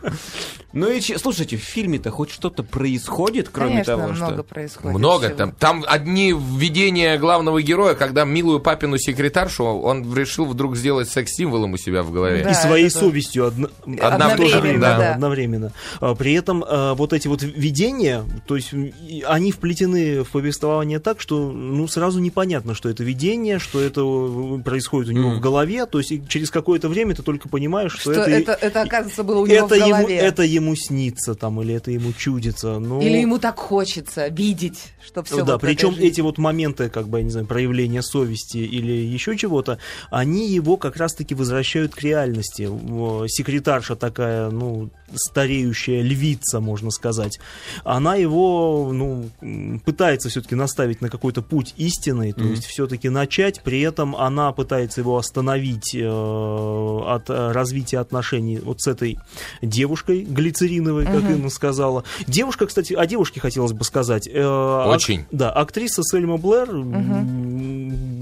[SPEAKER 4] Ну и че- слушайте, в фильме-то хоть что-то происходит, кроме
[SPEAKER 7] Конечно,
[SPEAKER 4] того,
[SPEAKER 7] много
[SPEAKER 4] что...
[SPEAKER 7] происходит.
[SPEAKER 5] Много
[SPEAKER 7] всего.
[SPEAKER 5] там. Там одни введения главного героя, когда милую папину секретаршу он решил вдруг сделать секс-символом у себя в голове.
[SPEAKER 7] Да,
[SPEAKER 6] и своей
[SPEAKER 7] это да.
[SPEAKER 6] совестью одно-
[SPEAKER 5] Одновременно,
[SPEAKER 6] в то же время,
[SPEAKER 5] да.
[SPEAKER 6] да, одновременно. А, При этом а, вот эти вот видения, то есть м, и они вплетены в повествование так, что ну сразу непонятно, что это видение, что это э, происходит у него в голове, то есть и через какое-то время ты только понимаешь, что,
[SPEAKER 7] Что это, это, оказывается, было у него
[SPEAKER 6] это
[SPEAKER 7] в
[SPEAKER 6] ему,
[SPEAKER 7] голове.
[SPEAKER 6] это ему снится там или это ему чудится. Ну,
[SPEAKER 7] Или ему так хочется видеть, что все.
[SPEAKER 6] Ну да, причем эти вот моменты, как бы, я не знаю, проявления совести или еще чего-то, они его как раз-таки возвращают к реальности. Во, Секретарша такая, ну, стареющая львица, можно сказать, она его, ну, м, пытается все-таки наставить на какой-то путь истинный, то есть все-таки начать, при этом она пытается его остановить э, от э, развития отношений вот с этой девушкой глицериновой, как Инна сказала. Девушка, кстати, о девушке хотелось бы сказать. Э, ак-
[SPEAKER 5] Очень.
[SPEAKER 6] да, актриса Сельма Блэр,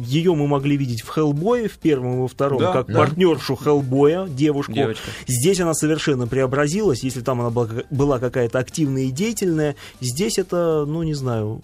[SPEAKER 6] ее мы могли видеть в «Хеллбое» в первом и во втором,
[SPEAKER 4] Да,
[SPEAKER 6] как
[SPEAKER 4] да.
[SPEAKER 6] партнершу «Хеллбоя», девушку.
[SPEAKER 4] Девочка.
[SPEAKER 6] Здесь она совершенно преобразилась. Если там она была, была какая-то активная и деятельная, здесь это, ну, не знаю,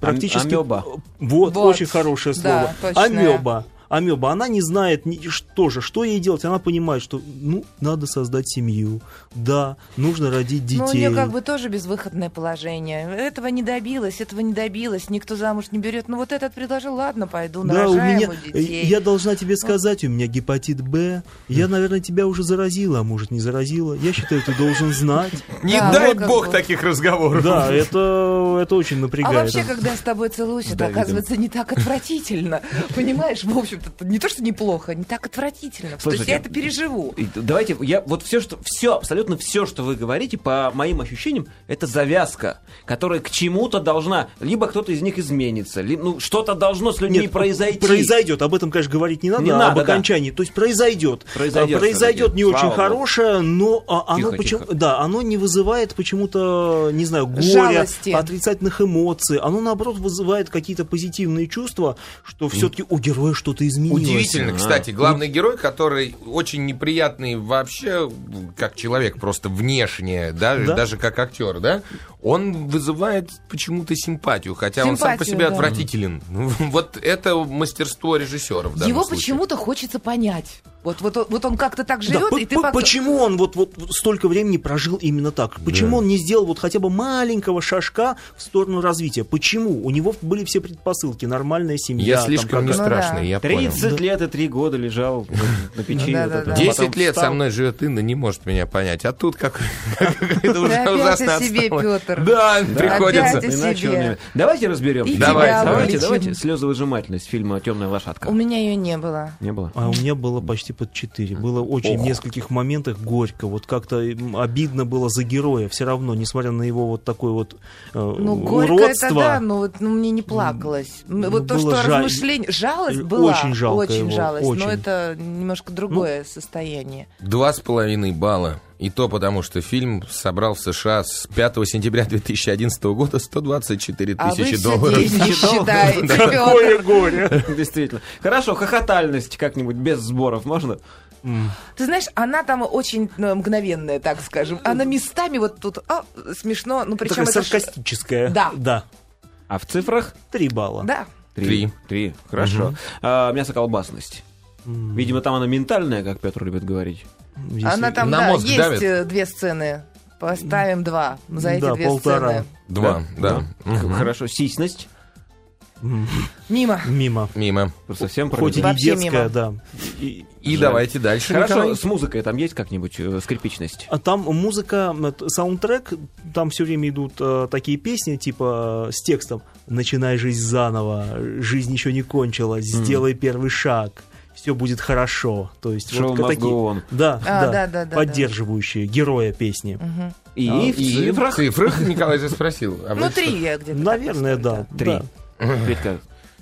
[SPEAKER 6] практически...
[SPEAKER 4] амёба.
[SPEAKER 6] Вот,
[SPEAKER 7] Вот.
[SPEAKER 6] очень хорошее слово.
[SPEAKER 7] Да, точное.
[SPEAKER 6] Амеба. Амеба, она не знает ни- что же, что ей делать. Она понимает, что, ну, надо создать семью. Да, нужно родить детей.
[SPEAKER 7] Ну, у нее как бы тоже безвыходное положение. Этого не добилась, этого не добилась, никто замуж не берет. Ну вот этот предложил, ладно, пойду,
[SPEAKER 6] Да, у
[SPEAKER 7] нарожаю
[SPEAKER 6] меня,
[SPEAKER 7] ему
[SPEAKER 6] э,
[SPEAKER 7] детей. А
[SPEAKER 6] я должна тебе сказать, у меня гепатит Б. Я, наверное, тебя уже заразила, а может, не заразила. Я считаю, ты должен знать.
[SPEAKER 5] Не
[SPEAKER 7] Да,
[SPEAKER 5] дай
[SPEAKER 7] вот как
[SPEAKER 5] бог
[SPEAKER 7] бы.
[SPEAKER 5] таких разговоров.
[SPEAKER 6] Да, это, это очень
[SPEAKER 7] А
[SPEAKER 6] напрягает.
[SPEAKER 7] вообще, когда с тобой целуюсь, это
[SPEAKER 4] Давидом.
[SPEAKER 7] оказывается не так
[SPEAKER 6] *laughs*
[SPEAKER 7] отвратительно. Понимаешь, в общем-то, это не то, что неплохо, не так отвратительно. То есть
[SPEAKER 4] Слушайте,
[SPEAKER 7] я это переживу.
[SPEAKER 4] И Давайте, я вот все, что, все, абсолютно все, что вы говорите, по моим ощущениям, это завязка, которая к чему-то должна, либо кто-то из них изменится, ли- ну, что-то должно с людьми
[SPEAKER 6] Нет,
[SPEAKER 4] произойти.
[SPEAKER 6] Произойдет. Об этом, конечно, говорить не надо,
[SPEAKER 4] Не
[SPEAKER 6] а
[SPEAKER 4] надо,
[SPEAKER 6] об
[SPEAKER 4] да.
[SPEAKER 6] окончании. То есть произойдет.
[SPEAKER 4] Произойдет,
[SPEAKER 6] А, произойдет не
[SPEAKER 4] слава
[SPEAKER 6] очень
[SPEAKER 4] богу.
[SPEAKER 6] хорошее, но а, оно
[SPEAKER 4] Тихо,
[SPEAKER 6] почему
[SPEAKER 4] тихо.
[SPEAKER 6] да, оно не вызывает почему-то, не знаю, горя,
[SPEAKER 7] Жалости.
[SPEAKER 6] отрицательных эмоций. Оно наоборот вызывает какие-то позитивные чувства, что все-таки у героя что-то изменилось.
[SPEAKER 5] Удивительно, кстати, главный герой, который очень неприятный вообще, как человек, просто внешне, даже,
[SPEAKER 6] Да.
[SPEAKER 5] даже как актер, да, он вызывает почему-то симпатию, хотя он сам по
[SPEAKER 7] Симпатию,
[SPEAKER 5] себе
[SPEAKER 7] да.
[SPEAKER 5] отвратителен. Ну, Вот это мастерство режиссеров. в данном
[SPEAKER 7] Его
[SPEAKER 5] случае.
[SPEAKER 7] почему-то хочется понять. Вот, вот, он- вот он как-то так
[SPEAKER 6] Да,
[SPEAKER 7] живет,
[SPEAKER 6] по-
[SPEAKER 7] и ты
[SPEAKER 6] по-
[SPEAKER 7] потом-
[SPEAKER 6] Почему он вот, вот столько времени прожил именно так? Почему он не сделал вот хотя бы маленького шажка в сторону развития? Почему? У него были все предпосылки, нормальная семья.
[SPEAKER 5] Я
[SPEAKER 6] там
[SPEAKER 5] слишком не
[SPEAKER 6] какая-то-
[SPEAKER 7] Ну да.
[SPEAKER 5] страшный, я понял.
[SPEAKER 4] 30 лет и 3 года лежал вот на печи. вот
[SPEAKER 7] Ну да,
[SPEAKER 4] это.
[SPEAKER 7] да, да.
[SPEAKER 4] Потом
[SPEAKER 5] 10 лет
[SPEAKER 4] встал.
[SPEAKER 5] со мной живет Инна, не может меня понять. А тут как *laughs* это
[SPEAKER 7] Ты
[SPEAKER 5] уже
[SPEAKER 7] опять
[SPEAKER 5] ужасно
[SPEAKER 7] о себе,
[SPEAKER 5] отстало.
[SPEAKER 7] Петр.
[SPEAKER 5] Да,
[SPEAKER 7] Опять
[SPEAKER 5] приходится.
[SPEAKER 7] о
[SPEAKER 4] И начал
[SPEAKER 7] себе.
[SPEAKER 4] мне- Давайте разберемся.
[SPEAKER 7] И
[SPEAKER 5] Давайте,
[SPEAKER 7] тебя
[SPEAKER 5] давайте,
[SPEAKER 4] Давайте,
[SPEAKER 7] вылечим.
[SPEAKER 4] давайте. Слезовыжимательность фильма «Темная лошадка».
[SPEAKER 7] У меня ее не было.
[SPEAKER 4] Не было?
[SPEAKER 6] А у меня было почти под 4. Было очень в нескольких моментах горько. Вот как-то м, обидно было за героя все равно, несмотря на его вот такое вот э,
[SPEAKER 7] Ну, горько
[SPEAKER 6] уродство.
[SPEAKER 7] это да, но вот ну, мне не плакалось. М,
[SPEAKER 6] ну,
[SPEAKER 7] вот то,
[SPEAKER 6] было
[SPEAKER 7] что
[SPEAKER 6] жаль.
[SPEAKER 7] размышление... Жалость была.
[SPEAKER 6] Очень жалко
[SPEAKER 7] Очень
[SPEAKER 6] его,
[SPEAKER 7] жалость.
[SPEAKER 6] очень.
[SPEAKER 7] Но это немножко другое состояние.
[SPEAKER 5] Два с половиной балла. И то потому, что фильм собрал в США с 5 сентября 2011 года 124
[SPEAKER 7] А вы
[SPEAKER 5] тысячи
[SPEAKER 7] все
[SPEAKER 5] долларов.
[SPEAKER 7] деньги считаете, Пётр. *laughs*
[SPEAKER 6] Какое горе!
[SPEAKER 4] *laughs* Действительно. Хорошо, хохотальность как-нибудь без сборов можно?
[SPEAKER 7] Ты знаешь, она там очень э, мгновенная, так скажем. Она местами вот тут а, смешно, ну причем
[SPEAKER 6] Такая
[SPEAKER 7] это... ж-
[SPEAKER 6] саркастическая.
[SPEAKER 7] Да.
[SPEAKER 6] Да.
[SPEAKER 4] А в цифрах?
[SPEAKER 6] Три балла.
[SPEAKER 7] Да.
[SPEAKER 5] Три.
[SPEAKER 4] Три. Хорошо. А, мясоколбасность. Видимо, там она ментальная, как Петр любит говорить.
[SPEAKER 6] Если-
[SPEAKER 7] Она там,
[SPEAKER 5] на
[SPEAKER 7] да,
[SPEAKER 5] мозг
[SPEAKER 7] есть
[SPEAKER 5] давит.
[SPEAKER 7] э, две сцены. Поставим два за эти
[SPEAKER 6] Да,
[SPEAKER 7] две
[SPEAKER 6] полтора.
[SPEAKER 7] сцены.
[SPEAKER 5] Два, да.
[SPEAKER 4] Х- Хорошо. Сисьность.
[SPEAKER 7] Мимо.
[SPEAKER 6] Мимо.
[SPEAKER 5] Мимо.
[SPEAKER 4] Совсем
[SPEAKER 6] Хоть и
[SPEAKER 4] пролетела.
[SPEAKER 6] не
[SPEAKER 7] Вообще
[SPEAKER 6] детская,
[SPEAKER 7] мимо.
[SPEAKER 6] да.
[SPEAKER 4] И-
[SPEAKER 5] И
[SPEAKER 4] Жаль.
[SPEAKER 5] давайте дальше.
[SPEAKER 4] Хорошо,
[SPEAKER 5] Николай.
[SPEAKER 4] с музыкой там есть как-нибудь э, скрипичность?
[SPEAKER 6] А там музыка, м, т- саундтрек, там все время идут э, такие песни, типа э, с текстом «Начинай жизнь заново», «Жизнь еще не кончилась», «Сделай первый шаг», «Все будет хорошо». То есть
[SPEAKER 4] Шоу
[SPEAKER 6] вот
[SPEAKER 4] must
[SPEAKER 6] такие...
[SPEAKER 4] go on.
[SPEAKER 6] Да,
[SPEAKER 7] А,
[SPEAKER 6] да,
[SPEAKER 7] да, да, да,
[SPEAKER 6] поддерживающие героя песни.
[SPEAKER 4] И
[SPEAKER 7] А,
[SPEAKER 4] в
[SPEAKER 7] *laughs*
[SPEAKER 4] цифрах.
[SPEAKER 5] цифрах Николай же спросил. А вы
[SPEAKER 7] Ну, три я где-то. так
[SPEAKER 6] Наверное,
[SPEAKER 7] поставлю,
[SPEAKER 6] да.
[SPEAKER 4] Три.
[SPEAKER 6] да.
[SPEAKER 4] Петька,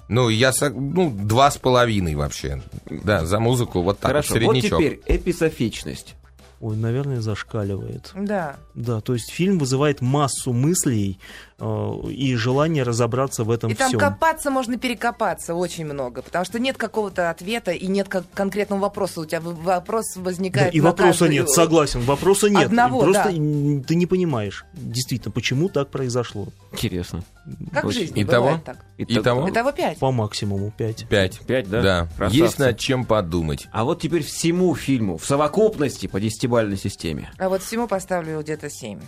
[SPEAKER 5] Ну, я сог- ну, два с половиной вообще. Да, за музыку вот так,
[SPEAKER 4] Хорошо,
[SPEAKER 5] вот,
[SPEAKER 4] вот
[SPEAKER 5] среднячок.
[SPEAKER 4] теперь эписофичность.
[SPEAKER 6] Ой, наверное, зашкаливает.
[SPEAKER 7] Да.
[SPEAKER 6] Да, то есть фильм вызывает массу мыслей э, и желание разобраться в этом
[SPEAKER 7] И там
[SPEAKER 6] всем.
[SPEAKER 7] копаться можно перекопаться очень много, потому что нет какого-то ответа и нет как конкретного вопроса. У тебя в- вопрос
[SPEAKER 6] Да,
[SPEAKER 7] возникает.
[SPEAKER 6] и
[SPEAKER 7] на
[SPEAKER 6] вопроса
[SPEAKER 7] каждую-
[SPEAKER 6] нет, согласен, вопроса нет.
[SPEAKER 7] Одного,
[SPEAKER 6] Просто
[SPEAKER 7] да.
[SPEAKER 6] м, ты не понимаешь, действительно, почему так произошло.
[SPEAKER 4] Интересно.
[SPEAKER 7] Как в
[SPEAKER 4] Очень.
[SPEAKER 7] жизни
[SPEAKER 5] Итого?
[SPEAKER 7] бывает так.
[SPEAKER 5] Итого
[SPEAKER 7] Итого пять.
[SPEAKER 6] По максимуму 5.
[SPEAKER 5] пять.
[SPEAKER 4] Пять, да?
[SPEAKER 5] Да.
[SPEAKER 4] Красавцы.
[SPEAKER 5] Есть над чем подумать.
[SPEAKER 4] А вот теперь всему фильму в совокупности по десятибалльной системе.
[SPEAKER 7] А вот всему поставлю где-то семь.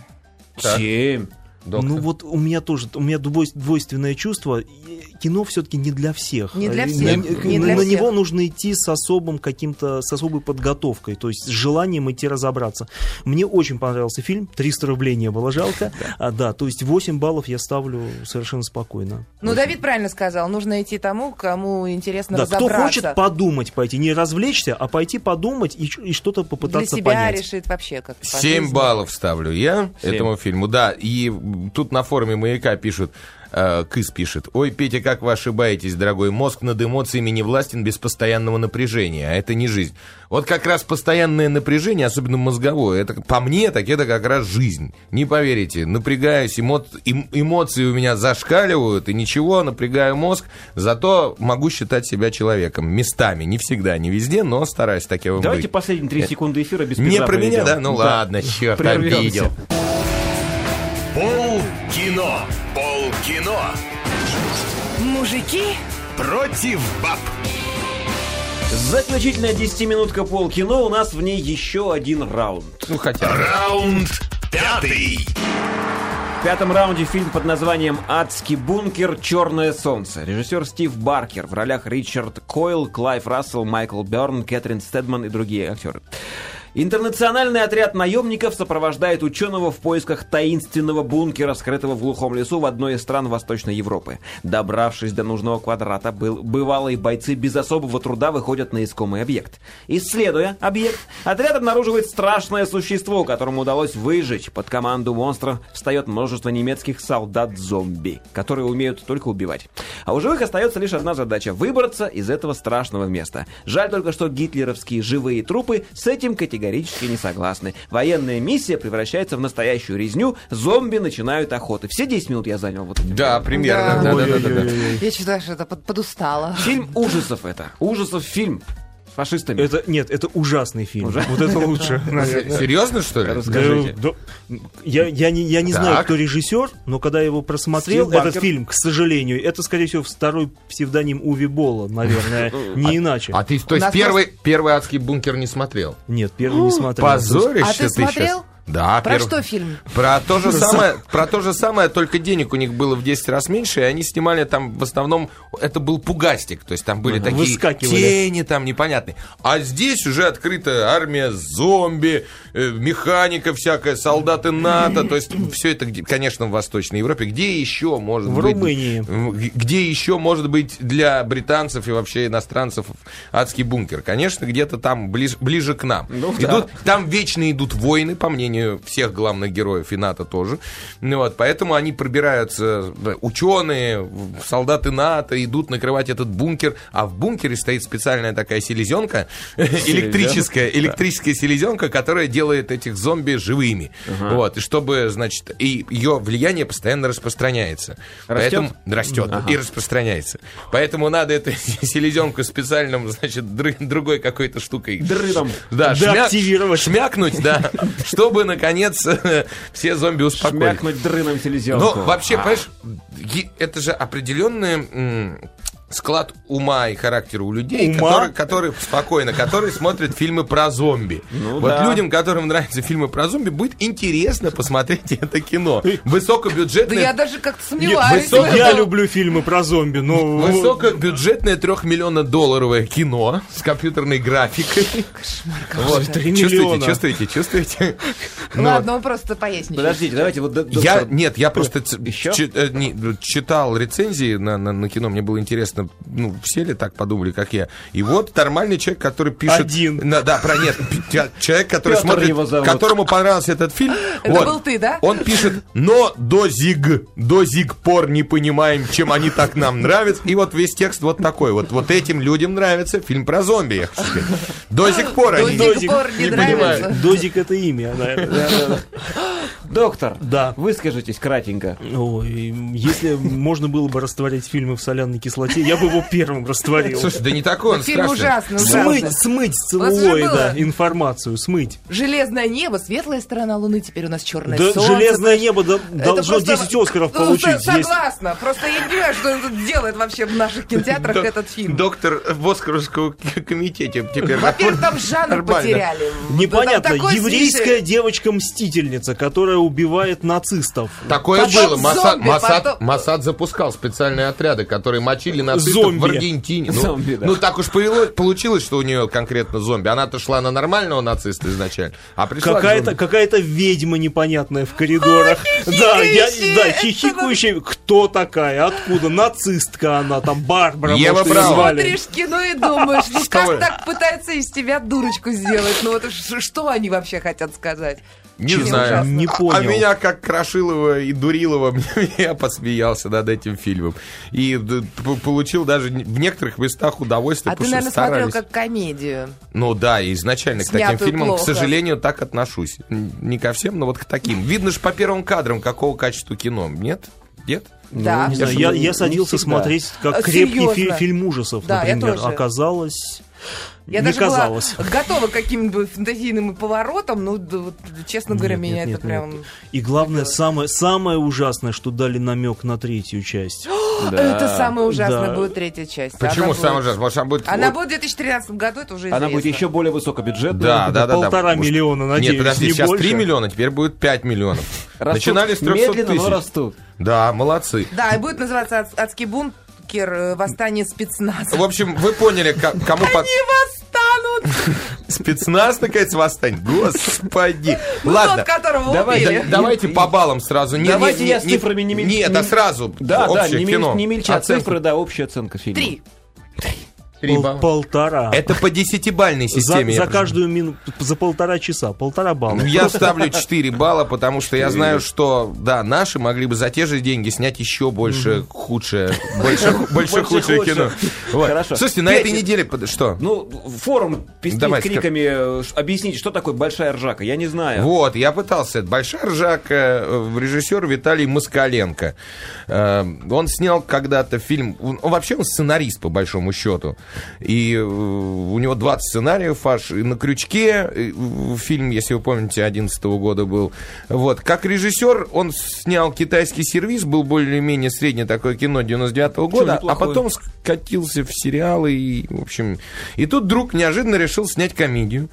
[SPEAKER 5] Так.
[SPEAKER 4] Семь.
[SPEAKER 5] Доктор.
[SPEAKER 6] Ну вот у меня тоже, у меня двой- двойственное чувство. И Кино все-таки не для всех.
[SPEAKER 7] Не для
[SPEAKER 6] Э,
[SPEAKER 7] всех,
[SPEAKER 6] на-
[SPEAKER 7] не
[SPEAKER 6] на
[SPEAKER 7] для
[SPEAKER 6] на
[SPEAKER 7] всех.
[SPEAKER 6] него нужно идти с особым каким-то, с особой подготовкой, то есть с желанием идти разобраться. Мне очень понравился фильм, 300 рублей не было жалко. А, да, то есть 8 баллов я ставлю совершенно спокойно.
[SPEAKER 7] Ну, Давид правильно сказал, нужно идти тому, кому интересно
[SPEAKER 6] Да, кто
[SPEAKER 7] разобраться.
[SPEAKER 6] хочет подумать пойти, не развлечься, а пойти подумать и, ч- и что-то
[SPEAKER 7] для
[SPEAKER 6] попытаться
[SPEAKER 7] себя
[SPEAKER 6] понять.
[SPEAKER 7] решит вообще как. по
[SPEAKER 5] Семь
[SPEAKER 7] жизни.
[SPEAKER 5] баллов ставлю я
[SPEAKER 4] Семь.
[SPEAKER 5] этому фильму. Да, и м, тут на форуме «Маяка» пишут, э, Кыс пишет, «Ой, Петя, как вы ошибаетесь, дорогой мозг, над эмоциями не властен без постоянного напряжения, а это не жизнь». Вот как раз постоянное напряжение, особенно мозговое, это по мне, так это как раз жизнь. Не поверите, напрягаюсь, эмо- эм- эмоции у меня зашкаливают, и ничего, напрягаю мозг, зато могу считать себя человеком. Местами, не всегда, не везде, но стараюсь таким быть.
[SPEAKER 4] Давайте последние три секунды эфира без
[SPEAKER 5] Э, Не
[SPEAKER 4] пизда
[SPEAKER 5] про меня,
[SPEAKER 4] проведем.
[SPEAKER 5] да? Ну ладно, черт,
[SPEAKER 4] Прервемся.
[SPEAKER 5] обидел.
[SPEAKER 3] Пол кино. Пол кино.
[SPEAKER 2] Мужики
[SPEAKER 3] Против баб.
[SPEAKER 4] Заключительная 10-минутка полкино. У нас в ней еще один раунд.
[SPEAKER 5] Ну хотя бы.
[SPEAKER 3] Раунд пятый.
[SPEAKER 4] В пятом раунде фильм под названием «Адский бункер. Черное солнце». Режиссер Стив Баркер. В ролях Ричард Койл, Клайв Рассел, Майкл Берн, Кэтрин Стедман и другие актеры. Интернациональный отряд наемников сопровождает ученого в поисках таинственного бункера, скрытого в глухом лесу в одной из стран Восточной Европы. Добравшись до нужного квадрата, был, бывалые бойцы без особого труда выходят на искомый объект. Исследуя объект, отряд обнаруживает страшное существо, которому удалось выжить. Под команду монстра встает множество немецких солдат-зомби, которые умеют только убивать. А у живых остается лишь одна задача – выбраться из этого страшного места. Жаль только, что гитлеровские живые трупы с этим категорически не согласны. Военная миссия превращается в настоящую резню, зомби начинают охоты. Все 10 минут я занял вот этим.
[SPEAKER 5] Да, примерно. Да, да, да, да, да.
[SPEAKER 6] Ой-ой-ой.
[SPEAKER 7] Я считаю, что это под- подустала.
[SPEAKER 4] Фильм ужасов это. Ужасов фильм с фашистами.
[SPEAKER 6] Это нет, это ужасный фильм. Вот
[SPEAKER 5] *laughs*
[SPEAKER 6] это лучше. наверное.
[SPEAKER 5] Серьезно, что ли?
[SPEAKER 4] Расскажите.
[SPEAKER 6] Да, да. Я, я не, я не знаю,
[SPEAKER 5] Так.
[SPEAKER 6] кто режиссер, но когда я его просмотрел,
[SPEAKER 4] Стив Баркер.
[SPEAKER 6] этот фильм, к сожалению, это, скорее всего, второй псевдоним Уви
[SPEAKER 5] *laughs*
[SPEAKER 6] Болла, наверное, не иначе.
[SPEAKER 5] А ты, то
[SPEAKER 7] У
[SPEAKER 5] есть,
[SPEAKER 7] нас
[SPEAKER 5] первый, первый адский бункер не смотрел?
[SPEAKER 6] Нет,
[SPEAKER 5] *gasps*
[SPEAKER 6] первый не смотрел.
[SPEAKER 5] Позоришься
[SPEAKER 7] А ты смотрел?
[SPEAKER 5] щас. Да,
[SPEAKER 7] Про
[SPEAKER 5] первый-
[SPEAKER 7] что фильм?
[SPEAKER 5] Про то же самое, про то же самое, только денег у них было в 10 раз меньше, и они снимали там в основном, это был пугастик, то есть там были такие
[SPEAKER 6] выскакивали.
[SPEAKER 5] тени там непонятные. А здесь уже открытая армия зомби, э, механика всякая, солдаты НАТО, то есть все это, где- конечно, в Восточной Европе. Где еще может
[SPEAKER 6] В
[SPEAKER 5] быть...
[SPEAKER 6] Румынии.
[SPEAKER 5] М, Где еще может быть для британцев и вообще иностранцев адский бункер? Конечно, где-то там, ближе, ближе к нам.
[SPEAKER 4] Ну
[SPEAKER 5] идут, Там вечно идут войны, по мне, мнению всех главных героев, и НАТО тоже. Ну вот, поэтому они пробираются, да, ученые, в- солдаты НАТО идут накрывать этот бункер, а в бункере стоит специальная такая селезенка, электрическая, электрическая селезенка, которая делает этих зомби живыми. Вот, и чтобы, значит, и ее влияние постоянно распространяется. Поэтому растет и распространяется. Поэтому надо эту *laughs* селезенку специальным, значит, дры- другой какой-то штукой.
[SPEAKER 4] Дрыном.
[SPEAKER 5] Да,
[SPEAKER 6] Да,
[SPEAKER 5] шмя-
[SPEAKER 6] активировать.
[SPEAKER 5] Шмякнуть, да, чтобы, наконец, *laughs* все зомби успокоились.
[SPEAKER 4] Шмякнуть дрыном селезенку.
[SPEAKER 5] Ну, вообще, понимаешь, е- это же определенный м, склад ума и характера у людей,
[SPEAKER 6] Ума?
[SPEAKER 5] которые, которые- спокойно, которые смотрят фильмы про зомби.
[SPEAKER 6] Ну
[SPEAKER 5] вот
[SPEAKER 4] да.
[SPEAKER 5] людям, которым нравятся фильмы про зомби, будет интересно посмотреть *laughs* это кино.
[SPEAKER 7] Да
[SPEAKER 5] Высокобюджетное.
[SPEAKER 7] я даже как-то сомневаюсь. в
[SPEAKER 5] высокий-
[SPEAKER 7] этом.
[SPEAKER 6] Я люблю фильмы про зомби, но...
[SPEAKER 5] *laughs* Высокобюджетное трехмиллиона-долларовое кино с компьютерной графикой.
[SPEAKER 6] *laughs*
[SPEAKER 5] Вот.
[SPEAKER 6] Три
[SPEAKER 5] Чувствуете,
[SPEAKER 6] миллиона.
[SPEAKER 5] чувствуете, чувствуете? Ну,
[SPEAKER 7] Ладно, он просто поясничает.
[SPEAKER 4] Подождите, давайте вот... д-
[SPEAKER 5] Я,
[SPEAKER 4] доктор-
[SPEAKER 5] нет,
[SPEAKER 7] Э,
[SPEAKER 5] я просто ц-
[SPEAKER 4] Ещё?
[SPEAKER 5] чит- э, не, читал рецензии на, на, на кино, мне было интересно, ну, все ли так подумали, как я. И вот нормальный человек, который пишет...
[SPEAKER 6] Один.
[SPEAKER 5] На- да, про
[SPEAKER 7] *laughs*
[SPEAKER 5] нет. пи- ча- Человек, который
[SPEAKER 4] Пётр
[SPEAKER 5] смотрит,
[SPEAKER 4] его зовут.
[SPEAKER 5] которому понравился этот фильм.
[SPEAKER 7] Это был ты, да?
[SPEAKER 5] Он пишет, но до зиг, до зиг пор не понимаем, чем они так нам нравятся. И вот весь текст вот такой. Вот, вот этим людям нравится фильм про зомби, я хочу сказать. До сих пор
[SPEAKER 7] До
[SPEAKER 5] они...
[SPEAKER 7] сих пор не,
[SPEAKER 5] не понимаю.
[SPEAKER 7] нравится.
[SPEAKER 6] Дозик это имя, наверное.
[SPEAKER 4] Доктор,
[SPEAKER 6] Да.
[SPEAKER 4] выскажитесь кратенько.
[SPEAKER 6] Ой, если можно было бы растворять фильмы в соляной кислоте, я бы его первым растворил.
[SPEAKER 5] Слушай, да не такой он
[SPEAKER 7] Фильм
[SPEAKER 5] страшный.
[SPEAKER 7] ужасный, ужасный.
[SPEAKER 6] Смыть, смыть с
[SPEAKER 7] У вас ну, уже
[SPEAKER 6] целлулоида
[SPEAKER 7] было?
[SPEAKER 6] информацию, смыть.
[SPEAKER 7] Железное небо, светлая сторона Луны, теперь у нас черное
[SPEAKER 6] Да,
[SPEAKER 7] солнце.
[SPEAKER 6] железное небо да-
[SPEAKER 7] Это
[SPEAKER 6] должно
[SPEAKER 7] просто-
[SPEAKER 6] 10 Оскаров
[SPEAKER 7] Ну,
[SPEAKER 6] получить.
[SPEAKER 7] со-
[SPEAKER 6] Есть-
[SPEAKER 7] Согласна. Просто я не понимаю, что он тут делает вообще в наших кинотеатрах
[SPEAKER 5] Док-
[SPEAKER 7] этот фильм.
[SPEAKER 5] Доктор в Оскаровском к- комитете теперь.
[SPEAKER 7] Во-первых, там жанр
[SPEAKER 5] Нормально.
[SPEAKER 7] потеряли. Там
[SPEAKER 6] Непонятно,
[SPEAKER 7] такой
[SPEAKER 6] еврейская
[SPEAKER 7] смеши-
[SPEAKER 6] девочка-мстительница, которая убивает нацистов.
[SPEAKER 5] Такое
[SPEAKER 7] Потом
[SPEAKER 5] было. Масад,
[SPEAKER 7] зомби,
[SPEAKER 5] Масад-
[SPEAKER 7] потом-
[SPEAKER 5] Масад запускал специальные отряды, которые мочили нацистов
[SPEAKER 6] Зомби.
[SPEAKER 5] в Аргентине. Ну,
[SPEAKER 4] Зомби, да.
[SPEAKER 5] ну, так уж повело- получилось, что у нее конкретно зомби. Она-то шла на нормального нациста изначально, а пришла к
[SPEAKER 6] Какая-то
[SPEAKER 5] зомби.
[SPEAKER 6] какая-то ведьма непонятная в коридорах. да, я, да, хихикующая. Кто такая? Откуда? Нацистка она, там Барбара,
[SPEAKER 5] Ева
[SPEAKER 6] может, её
[SPEAKER 5] Браун.
[SPEAKER 6] звали.
[SPEAKER 7] Смотришь кино и думаешь,
[SPEAKER 6] *laughs*
[SPEAKER 7] ну как
[SPEAKER 5] вы?
[SPEAKER 7] так пытаются из тебя дурочку сделать? Ну вот ш- что они вообще хотят сказать?
[SPEAKER 5] Не
[SPEAKER 7] Честно,
[SPEAKER 5] знаю.
[SPEAKER 7] ужасно.
[SPEAKER 6] Не
[SPEAKER 5] А- А,
[SPEAKER 6] понял.
[SPEAKER 5] меня, как Крашилова и Дурилова, *laughs* я посмеялся над этим фильмом. И д- п- получил даже в некоторых местах удовольствие,
[SPEAKER 7] А ты,
[SPEAKER 5] потому что
[SPEAKER 7] наверное, смотрел
[SPEAKER 5] старались.
[SPEAKER 7] как комедию.
[SPEAKER 5] Ну да, и изначально к таким
[SPEAKER 7] Снятую
[SPEAKER 5] фильмам, к
[SPEAKER 7] плохо.
[SPEAKER 5] сожалению, так отношусь. Н- Не ко всем, но вот к таким. Видно же по первым кадрам, какого качества кино. Нет? Нет?
[SPEAKER 7] Да.
[SPEAKER 6] Ну, Не знаю, я, я садился
[SPEAKER 4] всегда.
[SPEAKER 6] смотреть
[SPEAKER 7] А,
[SPEAKER 6] как крепкий фи-
[SPEAKER 7] серьезно?
[SPEAKER 6] фильм ужасов,
[SPEAKER 7] Да, я
[SPEAKER 6] например.
[SPEAKER 7] тоже.
[SPEAKER 6] Оказалось...
[SPEAKER 7] Я
[SPEAKER 6] не
[SPEAKER 7] даже
[SPEAKER 6] казалось.
[SPEAKER 7] была готова к каким-нибудь фантазийным поворотам, но, да, вот, честно говоря,
[SPEAKER 6] Нет,
[SPEAKER 7] меня
[SPEAKER 6] нет,
[SPEAKER 7] это
[SPEAKER 6] нет,
[SPEAKER 7] прям...
[SPEAKER 6] нет. И главное, самое, самое ужасное, что дали намек на третью часть.
[SPEAKER 7] Это самое ужасное
[SPEAKER 6] Да.
[SPEAKER 7] будет третья часть.
[SPEAKER 5] Почему
[SPEAKER 7] Она
[SPEAKER 5] сам
[SPEAKER 7] будет-
[SPEAKER 5] ужас? Может, она будет...
[SPEAKER 7] Она
[SPEAKER 5] вот-
[SPEAKER 7] будет в 2013 году, это уже
[SPEAKER 4] Она
[SPEAKER 7] известно.
[SPEAKER 4] будет еще более высокобюджетной.
[SPEAKER 5] Да,
[SPEAKER 7] А,
[SPEAKER 5] да, да, да.
[SPEAKER 6] Полтора миллиона, надеюсь,
[SPEAKER 5] Нет, подожди,
[SPEAKER 6] не
[SPEAKER 5] сейчас
[SPEAKER 6] больше.
[SPEAKER 5] 3 миллиона, теперь будет 5 миллионов.
[SPEAKER 4] Растут
[SPEAKER 5] Начинали с 300
[SPEAKER 4] Медленно,
[SPEAKER 5] тысяч.
[SPEAKER 4] но растут.
[SPEAKER 5] Да, молодцы.
[SPEAKER 7] Да, и будет называться «Ад- «Адский бункер. э, Восстание спецназа».
[SPEAKER 5] В общем, вы поняли, ко- кому под...
[SPEAKER 7] Не восстанут!
[SPEAKER 5] спецназ наконец восстанет. Господи.
[SPEAKER 7] Ну,
[SPEAKER 5] Ладно.
[SPEAKER 7] Тот, которого
[SPEAKER 4] Давайте-
[SPEAKER 5] Да-
[SPEAKER 7] убили.
[SPEAKER 5] Давайте по баллам сразу. Не-
[SPEAKER 4] Давайте
[SPEAKER 5] не-
[SPEAKER 4] я с
[SPEAKER 5] не-
[SPEAKER 4] цифрами не мель-
[SPEAKER 5] Нет,
[SPEAKER 4] не-
[SPEAKER 5] а сразу.
[SPEAKER 4] Да, да,
[SPEAKER 5] общее
[SPEAKER 4] не, мель-
[SPEAKER 5] кино.
[SPEAKER 4] не мельчат
[SPEAKER 5] Оценки.
[SPEAKER 4] цифры, да, общая оценка фильма.
[SPEAKER 7] Три.
[SPEAKER 5] Три
[SPEAKER 6] Пол-
[SPEAKER 5] балла.
[SPEAKER 6] полтора.
[SPEAKER 5] Это по десятибальной
[SPEAKER 6] А. за,
[SPEAKER 5] системе.
[SPEAKER 6] за
[SPEAKER 5] я
[SPEAKER 6] каждую минуту, за полтора часа, полтора балла.
[SPEAKER 5] Ну, Я ставлю 4 балла, потому что я знаю, что, да, наши могли бы за те же деньги снять еще больше худшее, больше, *laughs* ху- больше
[SPEAKER 4] Больше
[SPEAKER 5] худшее
[SPEAKER 4] худшее.
[SPEAKER 5] кино. Вот.
[SPEAKER 4] Хорошо.
[SPEAKER 5] Слушайте, на этой неделе под- что?
[SPEAKER 4] Ну, форум пестит
[SPEAKER 5] Давайте,
[SPEAKER 4] криками. э, ш- Объясните, что такое большая ржака? Я не знаю.
[SPEAKER 5] Вот, я пытался. Это Большая ржака. э, Режиссер Виталий Москаленко. Э, Он снял когда-то фильм... он- он Вообще он сценарист, по большому счету. И э, у него 20 сценариев аж. И на крючке э, в- фильм, если вы помните, 11 года был. Вот. Как режиссер он снял «Китайский сервис», был более-менее среднее такое кино 99 года, а
[SPEAKER 4] неплохое.
[SPEAKER 5] потом скатился в сериалы и, в общем... И тут друг неожиданно решил снять комедию.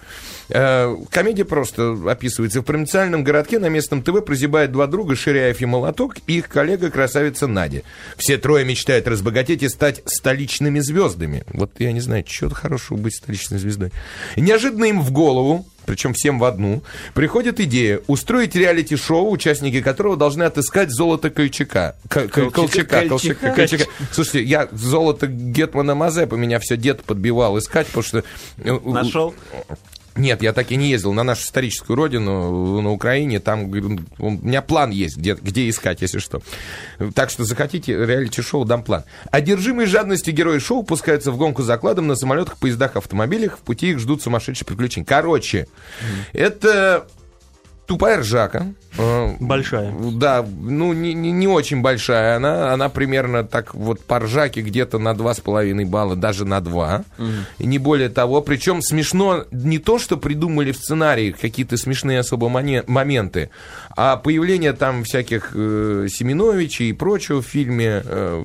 [SPEAKER 5] Э, Комедия просто описывается. В провинциальном городке на местном ТВ прозябают два друга, Ширяев и Молоток, и их коллега-красавица Надя. Все трое мечтают разбогатеть и стать столичными звездами. Вот я не знаю, чего хорошего быть столичной звездой. И неожиданно им в голову причем всем в одну, приходит идея устроить реалити-шоу, участники которого должны отыскать золото Кольчака. К- к- Колчака. Колчака. Колчака. Слушайте, я золото Гетмана Мазепа, меня все дед подбивал искать, потому что... э, у-
[SPEAKER 4] Нашел?
[SPEAKER 5] Нет, я так и не ездил на нашу историческую родину, на Украине. Там говорю, у меня план есть, где, где искать, если что. Так что захотите, реалити-шоу дам план. Одержимые жадностью герои шоу пускаются в гонку за кладом на самолетах, поездах, автомобилях. В пути их ждут сумасшедшие приключения. Короче, это тупая ржака. Э,
[SPEAKER 6] Большая.
[SPEAKER 5] Да, ну не, не, не очень большая она. Она примерно так вот по ржаке где-то на 2,5 балла, даже на 2. И не более того. Причем смешно не то, что придумали в сценарии какие-то смешные особо моне- моменты, а появление там всяких э, Семеновичей и прочего в фильме. э,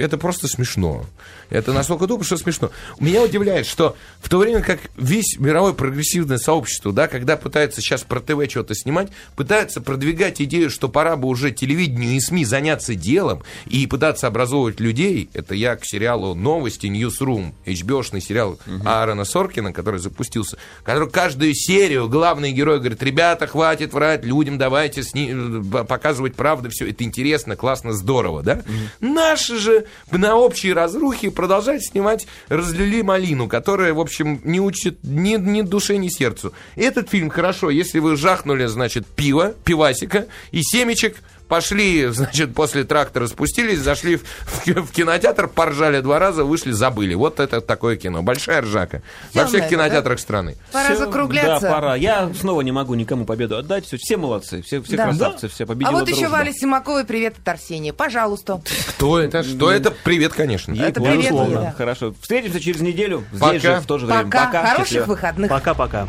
[SPEAKER 5] это просто смешно. Это настолько тупо, что смешно. Меня удивляет, что в то время как весь мировое прогрессивное сообщество, да, когда пытаются сейчас про ТВ что-то снимать, пытаются продвигать идею, что пора бы уже телевидению и СМИ заняться делом и пытаться образовывать людей. Это я к сериалу «Новости», «Ньюсрум», HBO-шный сериал Аарона Соркина, который запустился, который каждую серию главный герой говорит, ребята, хватит врать людям, давайте сни- п- показывать правду, все это интересно, классно, здорово, да? Наши же на общей разрухе продолжают снимать «Разлили малину», которая, в общем, не учит ни, ни душе, ни сердцу. Этот фильм хорошо, если вы жахнули, значит, пиво, пивасика и семечек, пошли, значит, после трактора спустились, зашли в, в- в кинотеатр, поржали два раза, вышли, забыли. Вот это такое кино. Большая ржака. Во
[SPEAKER 7] Всё,
[SPEAKER 5] всех
[SPEAKER 7] наверное,
[SPEAKER 5] кинотеатрах страны.
[SPEAKER 7] Пора
[SPEAKER 4] Всё,
[SPEAKER 7] закругляться.
[SPEAKER 4] Да, пора. Я снова не могу никому победу отдать. Все, все молодцы, все, все
[SPEAKER 7] Да.
[SPEAKER 4] красавцы, все победили.
[SPEAKER 7] а вот еще Валя Симакова, привет от Арсения. Пожалуйста.
[SPEAKER 5] Кто это? Что это? Привет, конечно.
[SPEAKER 7] Это привет,
[SPEAKER 6] безусловно.
[SPEAKER 7] Еда.
[SPEAKER 4] Хорошо. Встретимся через неделю.
[SPEAKER 5] Пока.
[SPEAKER 4] Здесь же в то же время.
[SPEAKER 7] Пока. Хороших
[SPEAKER 4] Счастливо.
[SPEAKER 7] выходных.
[SPEAKER 6] Пока-пока.